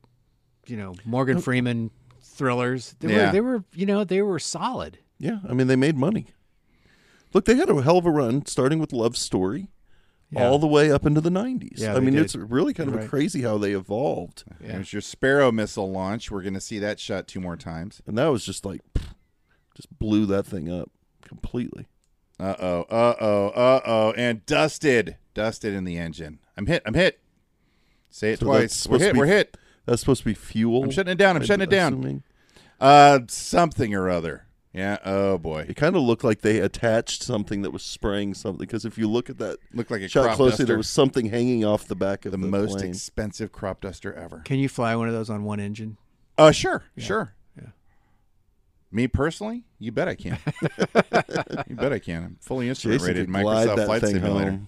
[SPEAKER 10] you know, Morgan Freeman thrillers. They
[SPEAKER 11] Yeah.
[SPEAKER 10] were they were you know, they were solid.
[SPEAKER 1] Yeah, I mean they made money. Look, they had a hell of a run, starting with Love Story, all the way up into the '90s.
[SPEAKER 10] Yeah,
[SPEAKER 1] I
[SPEAKER 10] they
[SPEAKER 1] mean
[SPEAKER 10] did.
[SPEAKER 1] it's really kind of
[SPEAKER 10] Right.
[SPEAKER 1] crazy how they evolved,
[SPEAKER 10] Yeah.
[SPEAKER 11] There's your Sparrow missile launch. We're going to see that shot two more times.
[SPEAKER 1] and that was just like, pfft, just blew that thing up completely.
[SPEAKER 11] Uh oh. Uh oh. Uh oh. And dusted. Dusted in the engine. I'm hit. I'm hit. Say it
[SPEAKER 1] So that's
[SPEAKER 11] twice. We're
[SPEAKER 1] supposed to
[SPEAKER 11] hit.
[SPEAKER 1] be-
[SPEAKER 11] We're hit.
[SPEAKER 1] That's supposed to be fuel.
[SPEAKER 11] I'm shutting it down. I'm shutting it down.
[SPEAKER 1] assuming.
[SPEAKER 11] Uh, something or other. Yeah. Oh boy.
[SPEAKER 1] It kind of looked like they attached something that was spraying something because if you look at that
[SPEAKER 11] Looked like a
[SPEAKER 1] shot
[SPEAKER 11] crop
[SPEAKER 1] closely,
[SPEAKER 11] duster.
[SPEAKER 1] there was something hanging off the back of
[SPEAKER 11] the
[SPEAKER 1] the,
[SPEAKER 11] most
[SPEAKER 1] plane.
[SPEAKER 11] expensive crop duster ever.
[SPEAKER 10] Can you fly one of those on one engine?
[SPEAKER 11] Uh, sure, sure.
[SPEAKER 10] yeah.
[SPEAKER 11] Me personally, you bet I can. you bet I can. I'm fully instrument
[SPEAKER 1] Jason
[SPEAKER 11] rated in
[SPEAKER 1] could glide
[SPEAKER 11] Microsoft
[SPEAKER 1] that
[SPEAKER 11] Flight
[SPEAKER 1] thing
[SPEAKER 11] Simulator.
[SPEAKER 1] home.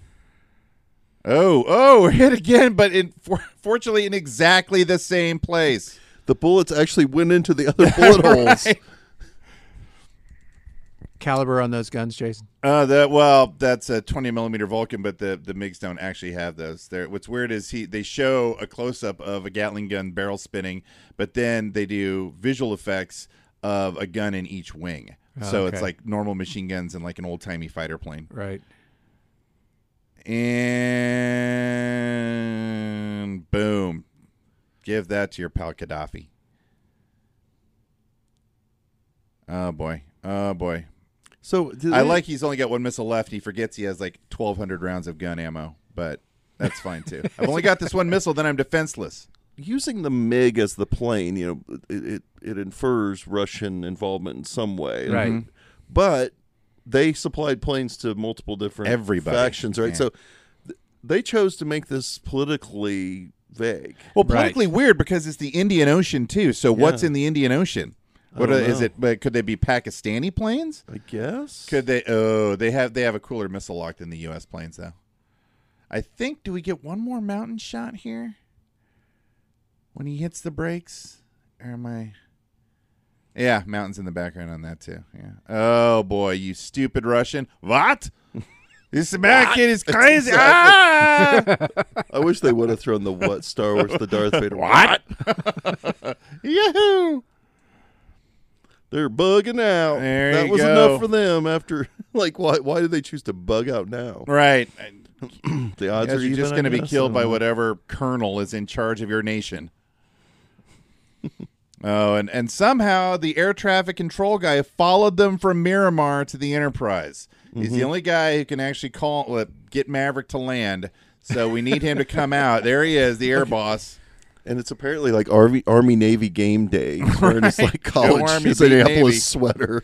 [SPEAKER 11] Oh, oh, we're hit again, but in for, fortunately in exactly the same place.
[SPEAKER 1] The bullets actually went into the other bullet holes.
[SPEAKER 11] Right.
[SPEAKER 10] Caliber on those guns, Jason.
[SPEAKER 11] Uh, that well, that's a 20 millimeter Vulcan, but the the MIGs don't actually have those. There, what's weird is he they show a close up of a Gatling gun barrel spinning, but then they do visual effects of a gun in each wing. so it's
[SPEAKER 10] Oh, okay.
[SPEAKER 11] like normal machine guns and like an old timey fighter plane.
[SPEAKER 10] Right.
[SPEAKER 11] And boom, give that to your pal Gaddafi. Oh boy, oh boy.
[SPEAKER 1] So did
[SPEAKER 11] I
[SPEAKER 1] they-
[SPEAKER 11] like he's only got one missile left. And he forgets he has like 1,200 rounds of gun ammo, but that's fine too. I've only got this one missile, then I'm defenseless.
[SPEAKER 1] using the MiG as the plane. You know, it it, it infers Russian involvement in some way,
[SPEAKER 10] Right.
[SPEAKER 11] Mm-hmm.
[SPEAKER 1] But they supplied planes to multiple different
[SPEAKER 11] Everybody.
[SPEAKER 1] factions, right?
[SPEAKER 11] Yeah.
[SPEAKER 1] So th- they chose to make this politically vague.
[SPEAKER 11] Well,
[SPEAKER 10] Right.
[SPEAKER 11] politically weird because it's the Indian Ocean too. So what's
[SPEAKER 1] Yeah.
[SPEAKER 11] in the Indian Ocean? What are,
[SPEAKER 1] don't
[SPEAKER 11] is
[SPEAKER 1] know.
[SPEAKER 11] it? But could they be Pakistani planes?
[SPEAKER 1] I guess.
[SPEAKER 11] Could they? Oh, they have they have a cooler missile lock than the U.S. planes though. I think. Do we get one more mountain shot here? When he hits the brakes, or am I? Yeah, mountains in the background on that too. Yeah. Oh boy, you stupid Russian! What? This American is crazy. Ah!
[SPEAKER 1] I wish they would have thrown the what Star Wars the Darth Vader
[SPEAKER 11] what? Yahoo!
[SPEAKER 1] They're bugging out.
[SPEAKER 11] There
[SPEAKER 1] that
[SPEAKER 11] you
[SPEAKER 1] was
[SPEAKER 11] go.
[SPEAKER 1] enough for them after like why why did they choose to bug out now?
[SPEAKER 11] Right.
[SPEAKER 1] The odds
[SPEAKER 11] Guys,
[SPEAKER 1] are
[SPEAKER 11] you're
[SPEAKER 1] even,
[SPEAKER 11] just
[SPEAKER 1] I
[SPEAKER 11] going to be
[SPEAKER 1] guess.
[SPEAKER 11] killed
[SPEAKER 1] I
[SPEAKER 11] by
[SPEAKER 1] don't know.
[SPEAKER 11] whatever colonel is in charge of your nation. oh, and, and somehow the air traffic control guy followed them from Miramar to the Enterprise. He's the only guy who can actually call uh, get Maverick to land. So we need him to come out. There he is, the air boss.
[SPEAKER 1] And it's apparently like RV, Army Navy game day wearing his like college
[SPEAKER 11] Army,
[SPEAKER 1] his
[SPEAKER 11] beat Navy.
[SPEAKER 1] Indianapolis sweater.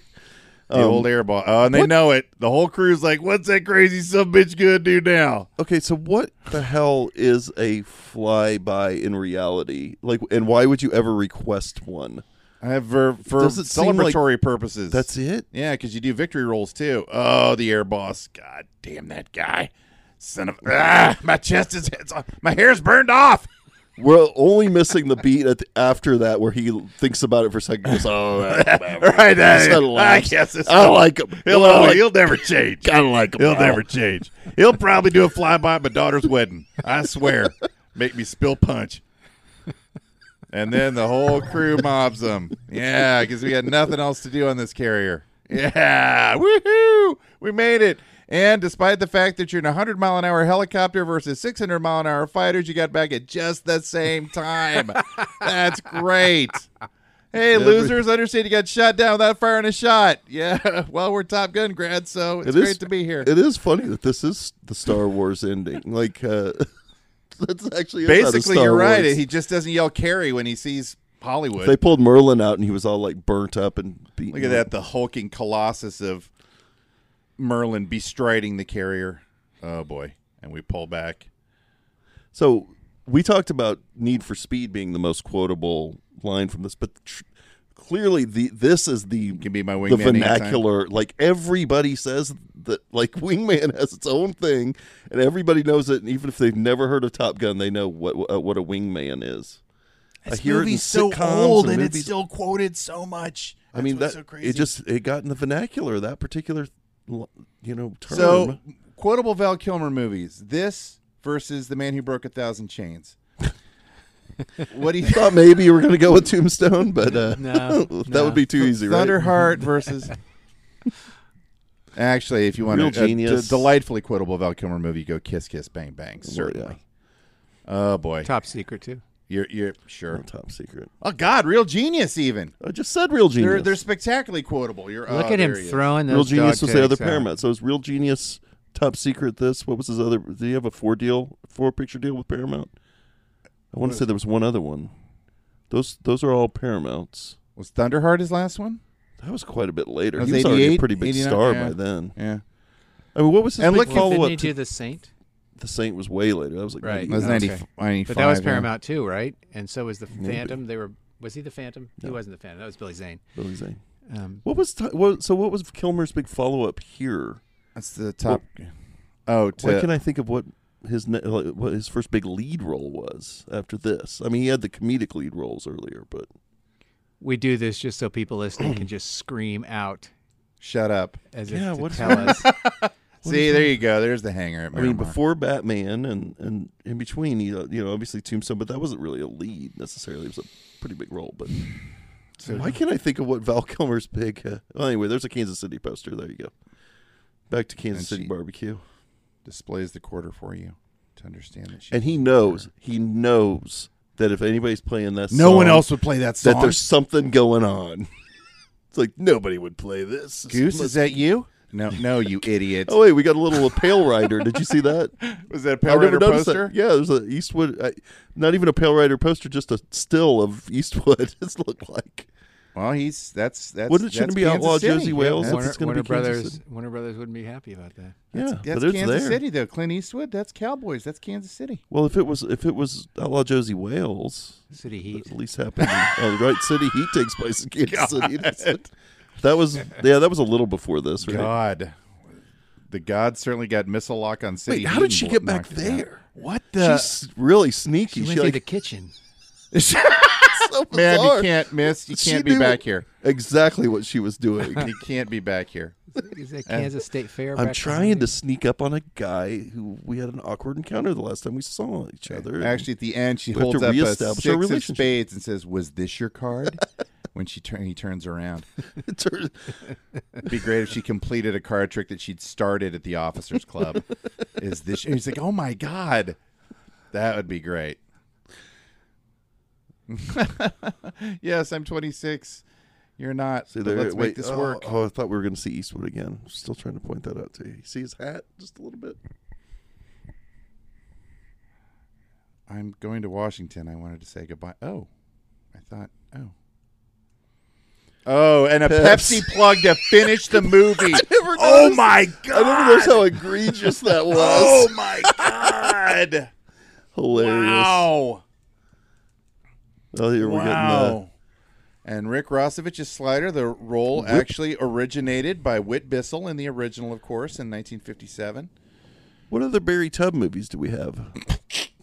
[SPEAKER 11] The old air boss. Oh, and they know it. The whole crew's like, "What's that crazy son of a bitch gonna do now?"
[SPEAKER 1] Okay, so what the hell is a flyby in reality? Like, and why would you ever request one?
[SPEAKER 11] I have for for
[SPEAKER 1] Does it seem like-
[SPEAKER 11] celebratory purposes.
[SPEAKER 1] That's it.
[SPEAKER 11] Yeah, because you do victory rolls too. Oh, the air boss. God damn that guy. Son of ah, my chest is it's, my hair's burned off.
[SPEAKER 1] We're only missing the beat at the, after that where he thinks about it for a second. Goes, oh,
[SPEAKER 11] Right,
[SPEAKER 1] Just
[SPEAKER 11] that,
[SPEAKER 1] had a
[SPEAKER 11] I
[SPEAKER 1] lapse.
[SPEAKER 11] guess it's
[SPEAKER 1] I like him.
[SPEAKER 11] He'll,
[SPEAKER 1] I like-
[SPEAKER 11] he'll never change. Gotta like him. He'll never change. He'll probably do a flyby at my daughter's wedding. I swear. Make me spill punch. And then the whole crew mobs him. Yeah, because we had nothing else to do on this carrier. Yeah, woohoo! We made it. And despite the fact that you're in a 100 mile an hour helicopter versus 600 mile an hour fighters, you got back at just the same time. That's great. Hey, losers, I understand you got shot down without firing a shot. Yeah, well, we're Top Gun grads, so it's
[SPEAKER 1] It
[SPEAKER 11] great
[SPEAKER 1] is-
[SPEAKER 11] to be here.
[SPEAKER 1] It is funny that this is the Star Wars ending. Like, uh, that's actually is out of
[SPEAKER 11] Basically,
[SPEAKER 1] Star
[SPEAKER 11] you're right.
[SPEAKER 1] Wars.
[SPEAKER 11] He just doesn't yell carry when he sees Hollywood.
[SPEAKER 1] they pulled Merlin out and he was all like burnt up and beaten.
[SPEAKER 11] Look at that, the hulking colossus of Merlin bestriding the carrier. Oh boy. And we pull back.
[SPEAKER 1] So we talked about Need for Speed being the most quotable line from this, but tr- clearly the this is the
[SPEAKER 11] you can be my wingman
[SPEAKER 1] the vernacular.
[SPEAKER 11] anytime.
[SPEAKER 1] Like everybody says that, like wingman has its own thing, and everybody knows it. And even if they've never heard of Top Gun, they know what uh, what a wingman is.
[SPEAKER 4] This movie's so old, and, it's still quoted so much.
[SPEAKER 1] I mean, that
[SPEAKER 4] That's what's so
[SPEAKER 1] it just it got in the vernacular that particular you know term.
[SPEAKER 11] So quotable Val Kilmer movies. This versus the man who broke a thousand chains. what do you
[SPEAKER 1] thought maybe you were going to go with Tombstone, but uh,
[SPEAKER 10] No,
[SPEAKER 1] that
[SPEAKER 10] no.
[SPEAKER 1] would be too easy, right?
[SPEAKER 11] Thunderheart versus. Actually, if you want
[SPEAKER 1] Real
[SPEAKER 11] a, a
[SPEAKER 1] genius.
[SPEAKER 11] d- delightfully quotable Val Kilmer movie, go Kiss Kiss Bang Bang. Certainly. Oh boy,
[SPEAKER 10] Top secret too.
[SPEAKER 11] you're you're sure.
[SPEAKER 1] Top secret.
[SPEAKER 11] Oh God, Real Genius even.
[SPEAKER 1] I just said real genius.
[SPEAKER 11] They're they're spectacularly quotable. You're
[SPEAKER 10] Look
[SPEAKER 11] oh,
[SPEAKER 10] at him
[SPEAKER 11] there he is.
[SPEAKER 10] throwing those.
[SPEAKER 1] real genius
[SPEAKER 10] dog
[SPEAKER 1] was the other
[SPEAKER 10] tags out.
[SPEAKER 1] Paramount. So it was real genius, top secret. This what was his other? Did he have a four deal, four picture deal with Paramount? I want to say there was one other one. Those those are all Paramounts.
[SPEAKER 11] Was Thunderheart his last one?
[SPEAKER 1] That was quite a bit later.
[SPEAKER 11] That was
[SPEAKER 1] he was already a
[SPEAKER 11] 88,
[SPEAKER 1] pretty big
[SPEAKER 11] 89,
[SPEAKER 1] star
[SPEAKER 11] yeah.
[SPEAKER 1] by then.
[SPEAKER 11] Yeah,
[SPEAKER 1] I mean, what was his
[SPEAKER 11] And
[SPEAKER 1] big
[SPEAKER 11] look at-
[SPEAKER 1] follow
[SPEAKER 10] Didn't
[SPEAKER 1] up
[SPEAKER 10] he
[SPEAKER 1] to
[SPEAKER 10] do the Saint?
[SPEAKER 1] The Saint was way later. That was like
[SPEAKER 10] Right.
[SPEAKER 11] that was
[SPEAKER 10] Okay.
[SPEAKER 11] 90, 95,
[SPEAKER 10] But that was
[SPEAKER 11] yeah.
[SPEAKER 10] Paramount too, right? And so was the Phantom. They were. Was he the Phantom? He wasn't the Phantom. That was Billy Zane.
[SPEAKER 1] Billy Zane.
[SPEAKER 10] Um,
[SPEAKER 1] What was t- what, so? What was Kilmer's big follow up here?
[SPEAKER 11] That's the top. oh, to,
[SPEAKER 1] Why can I think of what his ne- like, what his first big lead role was after this? I mean, he had the comedic lead roles earlier, but
[SPEAKER 10] we do this just so people listening can just scream out
[SPEAKER 11] shut up.
[SPEAKER 10] as
[SPEAKER 1] Yeah,
[SPEAKER 10] if to
[SPEAKER 1] what's
[SPEAKER 10] tell
[SPEAKER 1] wrong?
[SPEAKER 10] us.
[SPEAKER 11] See, there you go. There's the hanger.
[SPEAKER 1] I mean, before Batman and and in between, he, uh, you know, obviously Tombstone, but that wasn't really a lead necessarily. It was a pretty big role, but. why can't I think of what Val Kilmer's big? Uh, well, anyway, there's a Kansas City poster. There you go. Back to Kansas
[SPEAKER 11] And
[SPEAKER 1] City
[SPEAKER 11] she-
[SPEAKER 1] barbecue,
[SPEAKER 11] displays the quarter for you to understand that. She's
[SPEAKER 1] and he knows. He knows that if anybody's playing that,
[SPEAKER 11] no one
[SPEAKER 1] song,
[SPEAKER 11] else would play that song.
[SPEAKER 1] that there's something going on. it's like nobody would play this. This
[SPEAKER 11] Goose,
[SPEAKER 1] must
[SPEAKER 11] is that you? No, no, you idiot.
[SPEAKER 1] Oh wait, we got a little Pale Rider. Did you see that?
[SPEAKER 11] was that a
[SPEAKER 1] I never noticed that. Yeah, there's a Eastwood. I, not even a Pale Rider poster, just a still of Eastwood. It looked like.
[SPEAKER 11] Well, he's that's that's.
[SPEAKER 1] Wouldn't it- shouldn't it
[SPEAKER 11] that's
[SPEAKER 1] be
[SPEAKER 11] Kansas
[SPEAKER 1] Outlaw
[SPEAKER 11] City.
[SPEAKER 1] Josie Wales?
[SPEAKER 11] That's,
[SPEAKER 1] If
[SPEAKER 10] Warner,
[SPEAKER 1] it's gonna
[SPEAKER 10] Warner
[SPEAKER 1] be Kansas
[SPEAKER 10] Brothers.
[SPEAKER 1] City.
[SPEAKER 10] Warner Brothers wouldn't be happy about that.
[SPEAKER 1] Yeah,
[SPEAKER 11] that's
[SPEAKER 1] but it's
[SPEAKER 11] Kansas
[SPEAKER 1] there.
[SPEAKER 11] City though. Clint Eastwood. That's Cowboys. That's Kansas City.
[SPEAKER 1] Well, if it was if it was Outlaw Josie Wales,
[SPEAKER 10] City
[SPEAKER 1] at
[SPEAKER 10] Heat.
[SPEAKER 1] least happened. in- oh, right, City Heat takes place in Kansas City. That's- That was yeah, that was a little before this, right?
[SPEAKER 11] God, the God certainly got missile lock on City.
[SPEAKER 1] Wait, how
[SPEAKER 11] Heat
[SPEAKER 1] did she
[SPEAKER 11] and
[SPEAKER 1] get
[SPEAKER 11] blo-
[SPEAKER 1] back
[SPEAKER 11] knocked it out.
[SPEAKER 1] there?
[SPEAKER 4] What the?
[SPEAKER 1] She's really sneaky.
[SPEAKER 10] She went
[SPEAKER 1] She,
[SPEAKER 10] through
[SPEAKER 1] like,
[SPEAKER 10] the kitchen.
[SPEAKER 1] so
[SPEAKER 11] Man, you
[SPEAKER 1] bizarre.
[SPEAKER 11] can't miss. You
[SPEAKER 1] She
[SPEAKER 11] can't be
[SPEAKER 1] knew
[SPEAKER 11] back here.
[SPEAKER 1] Exactly what she was doing.
[SPEAKER 11] You can't be back here.
[SPEAKER 10] Is that Kansas State Fair?
[SPEAKER 1] I'm
[SPEAKER 10] back
[SPEAKER 1] trying
[SPEAKER 10] behind
[SPEAKER 1] to
[SPEAKER 10] you?
[SPEAKER 1] sneak up on a guy who we had an awkward encounter the last time we saw each other.
[SPEAKER 11] Actually, at the end, she
[SPEAKER 1] We have
[SPEAKER 11] holds
[SPEAKER 1] to
[SPEAKER 11] up a
[SPEAKER 1] reestablish
[SPEAKER 11] six
[SPEAKER 1] our
[SPEAKER 11] of
[SPEAKER 1] relationship.
[SPEAKER 11] spades and says, "Was this your card?" when she turn, he turns around.
[SPEAKER 1] It turned-
[SPEAKER 11] It'd be great if she completed a card trick that she'd started at the officers' club. Is this? And he's like, "Oh my god, that would be great." yes, I'm 26. You're not.
[SPEAKER 1] See,
[SPEAKER 11] but
[SPEAKER 1] there-
[SPEAKER 11] let's
[SPEAKER 1] wait,
[SPEAKER 11] make this
[SPEAKER 1] oh,
[SPEAKER 11] work.
[SPEAKER 1] Oh, I thought we were going to see Eastwood again. Still trying to point that out to you. You see his hat just a little bit.
[SPEAKER 11] I'm going to Washington. I wanted to say goodbye. Oh, I thought. Oh. Oh, and a
[SPEAKER 1] Pepsi.
[SPEAKER 11] Pepsi plug to finish the movie.
[SPEAKER 1] never
[SPEAKER 11] oh
[SPEAKER 1] noticed.
[SPEAKER 11] my
[SPEAKER 1] I
[SPEAKER 11] god!
[SPEAKER 1] never noticed how egregious that was.
[SPEAKER 11] Oh my god!
[SPEAKER 1] Hilarious.
[SPEAKER 11] wow!
[SPEAKER 1] Oh, here we're
[SPEAKER 11] Wow! And Rick Rosovich's slider, the role actually originated by Whit Bissell in the original, of course, in 1957.
[SPEAKER 1] getting the. What other Barry Tubb movies do we have?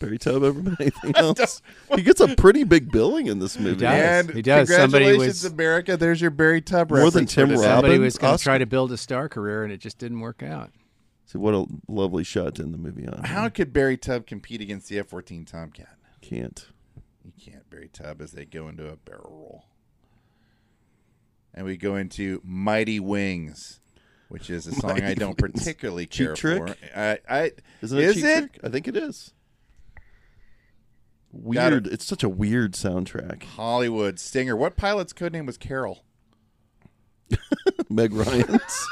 [SPEAKER 1] Barry Tubb ever been anything else? he gets a pretty big billing in this movie.
[SPEAKER 10] does.
[SPEAKER 11] And
[SPEAKER 10] he does. Somebody
[SPEAKER 11] Congratulations,
[SPEAKER 10] was-
[SPEAKER 11] America! There's your Barry Tubb
[SPEAKER 1] More than
[SPEAKER 11] reference for
[SPEAKER 1] Tim
[SPEAKER 11] this
[SPEAKER 1] Robbins.
[SPEAKER 10] Somebody was going to
[SPEAKER 1] Oscar.
[SPEAKER 10] try to build a star career, and it just didn't work out.
[SPEAKER 1] See what a lovely shot to end the movie on.
[SPEAKER 11] How could Barry Tubb compete against the F-14 Tomcat?
[SPEAKER 1] can't?
[SPEAKER 11] You can't Barry Tubb as they go into a barrel roll. And we go into Mighty Wings, which is a song
[SPEAKER 1] Mighty
[SPEAKER 11] I don't
[SPEAKER 1] Wings.
[SPEAKER 11] particularly
[SPEAKER 1] Cheap
[SPEAKER 11] care
[SPEAKER 1] Trick?
[SPEAKER 11] for. I, I,
[SPEAKER 1] Isn't it?
[SPEAKER 11] is
[SPEAKER 1] Cheap
[SPEAKER 11] it?
[SPEAKER 1] Trick? I think it is.
[SPEAKER 11] Got
[SPEAKER 1] Weird. It's such a weird soundtrack.
[SPEAKER 11] Hollywood Stinger. What pilot's codename was Carol?
[SPEAKER 1] Meg Ryan's.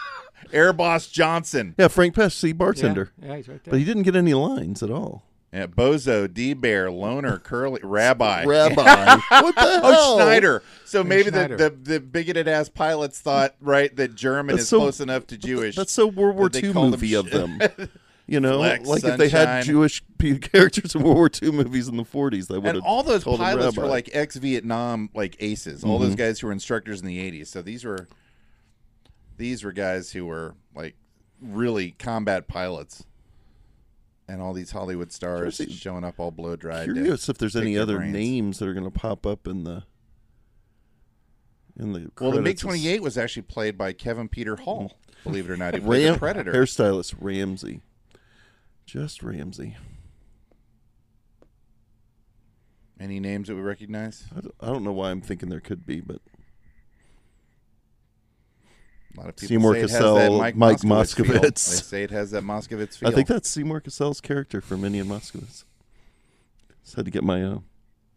[SPEAKER 11] Air Boss Johnson.
[SPEAKER 1] yeah, Frank Pesci, bartender.
[SPEAKER 10] Yeah, yeah, he's right there.
[SPEAKER 1] But he didn't get any lines at all.
[SPEAKER 11] Yeah, Uh, Bozo, D Bear, Loner, Curly, Rabbi.
[SPEAKER 1] Rabbi. what the hell?
[SPEAKER 11] Oh, Schneider. So maybe the,
[SPEAKER 10] Schneider.
[SPEAKER 11] the, the bigoted ass pilots thought, right, that German
[SPEAKER 1] That's
[SPEAKER 11] is
[SPEAKER 1] so-
[SPEAKER 11] close enough to Jewish.
[SPEAKER 1] That's so World War
[SPEAKER 11] that they
[SPEAKER 1] II
[SPEAKER 11] call them
[SPEAKER 1] movie
[SPEAKER 11] sh-
[SPEAKER 1] of them. You know,
[SPEAKER 11] Flex,
[SPEAKER 1] like if they had
[SPEAKER 11] Sunshine.
[SPEAKER 1] Jewish pe- characters in World War II movies in the 40s, they would
[SPEAKER 11] And
[SPEAKER 1] have
[SPEAKER 11] all those
[SPEAKER 1] told the
[SPEAKER 11] pilots
[SPEAKER 1] rabbi.
[SPEAKER 11] were like ex Vietnam like aces. All those
[SPEAKER 1] Mhm.
[SPEAKER 11] guys who were instructors in the eighties. So these were these were guys who were like really combat pilots. And all these Hollywood stars
[SPEAKER 1] Seriously.
[SPEAKER 11] showing up all blow dried.
[SPEAKER 1] curious if there's any other names that are going to pop up in the in the
[SPEAKER 11] Well, the MiG
[SPEAKER 1] credits.
[SPEAKER 11] twenty eight was actually played by Kevin Peter Hall. Believe it or not, he played
[SPEAKER 1] Ram-
[SPEAKER 11] the Predator.
[SPEAKER 1] hairstylist Ramsey, just Ramsey.
[SPEAKER 11] Any names that we recognize?
[SPEAKER 1] I don't, I don't know why I'm thinking there could be, but
[SPEAKER 11] A lot of people
[SPEAKER 1] Seymour
[SPEAKER 11] say it has
[SPEAKER 1] Cassell,
[SPEAKER 11] that Mike,
[SPEAKER 1] Mike
[SPEAKER 11] Moskowitz. feel. They
[SPEAKER 1] Moskowitz.
[SPEAKER 11] say it has that Moskowitz feel.
[SPEAKER 1] I think that's Seymour Cassell's character from Minnie and Moskowitz. Just had to get my uh,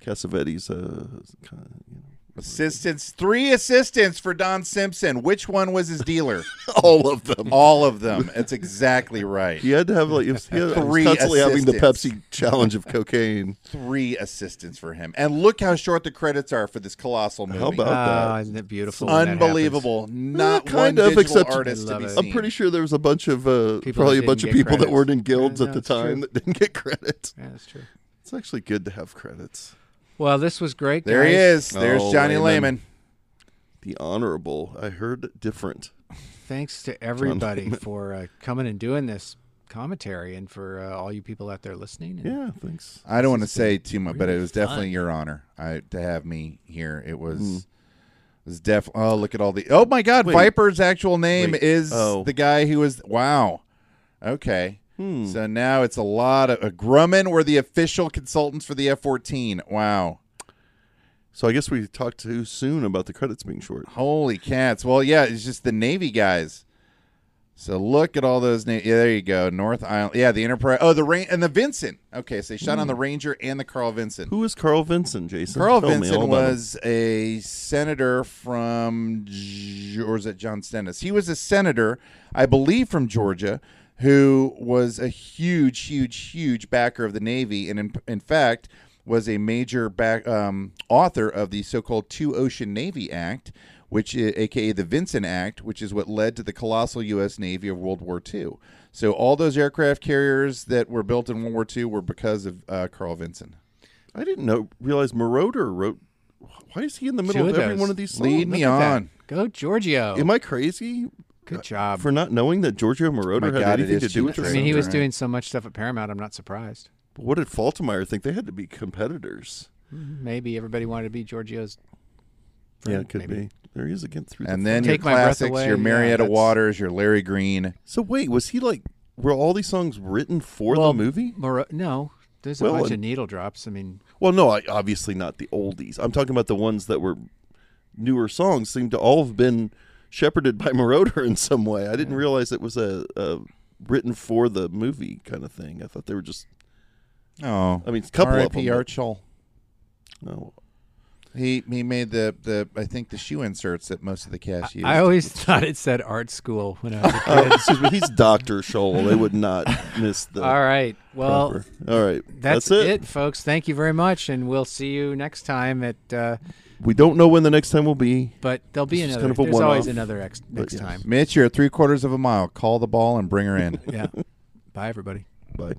[SPEAKER 1] Cassavetes. Uh, kind of, you know.
[SPEAKER 11] Assistants, three assistants for Don Simpson. Which one was his dealer?
[SPEAKER 1] All of them.
[SPEAKER 11] All of them. That's exactly right.
[SPEAKER 1] He had to have like he was, he had, he was
[SPEAKER 11] Three
[SPEAKER 1] constantly having the
[SPEAKER 11] assistants.
[SPEAKER 1] Pepsi challenge of cocaine.
[SPEAKER 11] Three assistants for him. And look how short the credits are for this colossal movie.
[SPEAKER 1] How about that?
[SPEAKER 10] Oh, isn't it beautiful? when that happens?
[SPEAKER 11] Unbelievable. Not
[SPEAKER 1] Yeah, kind
[SPEAKER 11] one
[SPEAKER 1] of,
[SPEAKER 11] digital
[SPEAKER 1] except-
[SPEAKER 11] artist to
[SPEAKER 10] I
[SPEAKER 11] be
[SPEAKER 10] love
[SPEAKER 11] seen.
[SPEAKER 10] it.
[SPEAKER 1] I'm pretty sure there was a bunch of uh,
[SPEAKER 10] People
[SPEAKER 1] probably a
[SPEAKER 10] that
[SPEAKER 1] bunch of
[SPEAKER 10] didn't get
[SPEAKER 1] people that weren't in
[SPEAKER 10] credits.
[SPEAKER 1] guilds
[SPEAKER 10] Yeah,
[SPEAKER 1] at
[SPEAKER 10] no,
[SPEAKER 1] the
[SPEAKER 10] it's true.
[SPEAKER 1] time that didn't get credit.
[SPEAKER 10] Yeah, that's true.
[SPEAKER 1] It's actually good to have credits.
[SPEAKER 10] Well, this was great.
[SPEAKER 11] There he
[SPEAKER 10] guys.
[SPEAKER 11] is. There's
[SPEAKER 1] Oh,
[SPEAKER 11] Johnny
[SPEAKER 1] Lehman.
[SPEAKER 11] Lehman.
[SPEAKER 1] The honorable, I heard different.
[SPEAKER 10] Thanks to everybody for uh, coming and doing this commentary, and for uh, all you people out there listening. And
[SPEAKER 1] Yeah, thanks.
[SPEAKER 11] I don't want to say too much, but it
[SPEAKER 10] really
[SPEAKER 11] was definitely
[SPEAKER 10] fun.
[SPEAKER 11] your honor I, to have me here. It was it was def. Oh, look at all the. Oh my God,
[SPEAKER 1] Hmm. Wait.
[SPEAKER 11] Viper's actual name
[SPEAKER 1] Wait.
[SPEAKER 11] is
[SPEAKER 1] Oh.
[SPEAKER 11] the guy who was. Wow. Okay.
[SPEAKER 1] Hmm.
[SPEAKER 11] So now it's a lot of uh, Grumman were the official consultants for the F-14. Wow.
[SPEAKER 1] So I guess we talked too soon about the credits being short.
[SPEAKER 11] Holy cats. Well, yeah, it's just the Navy guys. So look at all those names. Yeah, there you go. North Island. Yeah, the Enterprise. Oh, the Rain and the Vincent. Okay, so they shot
[SPEAKER 1] Hmm.
[SPEAKER 11] on the Ranger and the Carl Vincent.
[SPEAKER 1] Who is Carl Vinson, Jason?
[SPEAKER 11] Carl
[SPEAKER 1] Tell me all
[SPEAKER 11] Vinson
[SPEAKER 1] about him.
[SPEAKER 11] was a senator from, G- or is it John Stennis? He was a senator, I believe, from Georgia, who was a huge, huge, huge backer of the Navy, and in, in fact was a major back um, author of the so-called Two Ocean Navy Act, which i- aka the Vinson Act, which is what led to the colossal U.S. Navy of World War II. So all those aircraft carriers that were built in World War II were because of uh, Carl Vinson.
[SPEAKER 1] I didn't know realize Marauder wrote. Why is he in the middle
[SPEAKER 10] Two
[SPEAKER 1] of
[SPEAKER 10] of
[SPEAKER 1] every
[SPEAKER 10] those.
[SPEAKER 1] one of these songs?
[SPEAKER 11] Lead me on.
[SPEAKER 10] Go Giorgio.
[SPEAKER 1] Am I crazy
[SPEAKER 10] Good job.
[SPEAKER 1] for not knowing that Giorgio Moroder
[SPEAKER 11] My
[SPEAKER 1] had
[SPEAKER 11] God, it
[SPEAKER 1] anything
[SPEAKER 11] is
[SPEAKER 1] to do with
[SPEAKER 11] cheating.
[SPEAKER 1] this?
[SPEAKER 10] I mean, he was
[SPEAKER 11] Right.
[SPEAKER 10] doing so much stuff at Paramount. I'm not surprised.
[SPEAKER 1] But what did Faltermeyer think? They had to be competitors.
[SPEAKER 10] Maybe everybody wanted to be Giorgio's.
[SPEAKER 1] Yeah,
[SPEAKER 10] friend,
[SPEAKER 1] it could
[SPEAKER 10] maybe.
[SPEAKER 1] be. There he is again through.
[SPEAKER 11] and
[SPEAKER 1] the
[SPEAKER 11] then
[SPEAKER 10] Take
[SPEAKER 11] your
[SPEAKER 10] My Breath
[SPEAKER 11] classics,
[SPEAKER 10] Away,
[SPEAKER 11] your
[SPEAKER 10] yeah,
[SPEAKER 11] Marietta
[SPEAKER 10] that's-
[SPEAKER 11] Waters, your Larry Green.
[SPEAKER 1] so wait, was he like? Were all these songs written for
[SPEAKER 10] Well,
[SPEAKER 1] the movie?
[SPEAKER 10] Moro- no, there's a
[SPEAKER 1] Well,
[SPEAKER 10] bunch
[SPEAKER 1] and-
[SPEAKER 10] of needle drops. I mean,
[SPEAKER 1] Well, no, I, obviously not the oldies. I'm talking about the ones that were newer songs. Seem to all have been shepherded by Moroder in some way. I didn't realize it was a, a written for the movie kind of thing. I thought they were just.
[SPEAKER 11] Oh,
[SPEAKER 1] I mean, a couple of
[SPEAKER 11] R.I.P.
[SPEAKER 1] them,
[SPEAKER 11] Art
[SPEAKER 1] but-
[SPEAKER 11] Scholl.
[SPEAKER 1] No,
[SPEAKER 11] He he made the the I think the shoe inserts that most of the cast used.
[SPEAKER 10] I always thought it said art school when I was a kid.
[SPEAKER 1] Oh, excuse me. He's Doctor Shoal. They would not miss the.
[SPEAKER 10] All right. Well,
[SPEAKER 1] proper- all right.
[SPEAKER 10] that's,
[SPEAKER 1] it.
[SPEAKER 10] it. folks. Thank you very much, and we'll see you next time at. Uh,
[SPEAKER 1] We don't know when the next time will be.
[SPEAKER 10] but there'll be
[SPEAKER 1] This is
[SPEAKER 10] another.
[SPEAKER 1] kind of a
[SPEAKER 10] there's always
[SPEAKER 1] one-off,
[SPEAKER 10] another ex- next
[SPEAKER 1] yes.
[SPEAKER 10] time.
[SPEAKER 11] Mitch, you're at three quarters of a mile. Call the ball and bring her in.
[SPEAKER 10] Yeah. Bye, everybody.
[SPEAKER 1] Bye.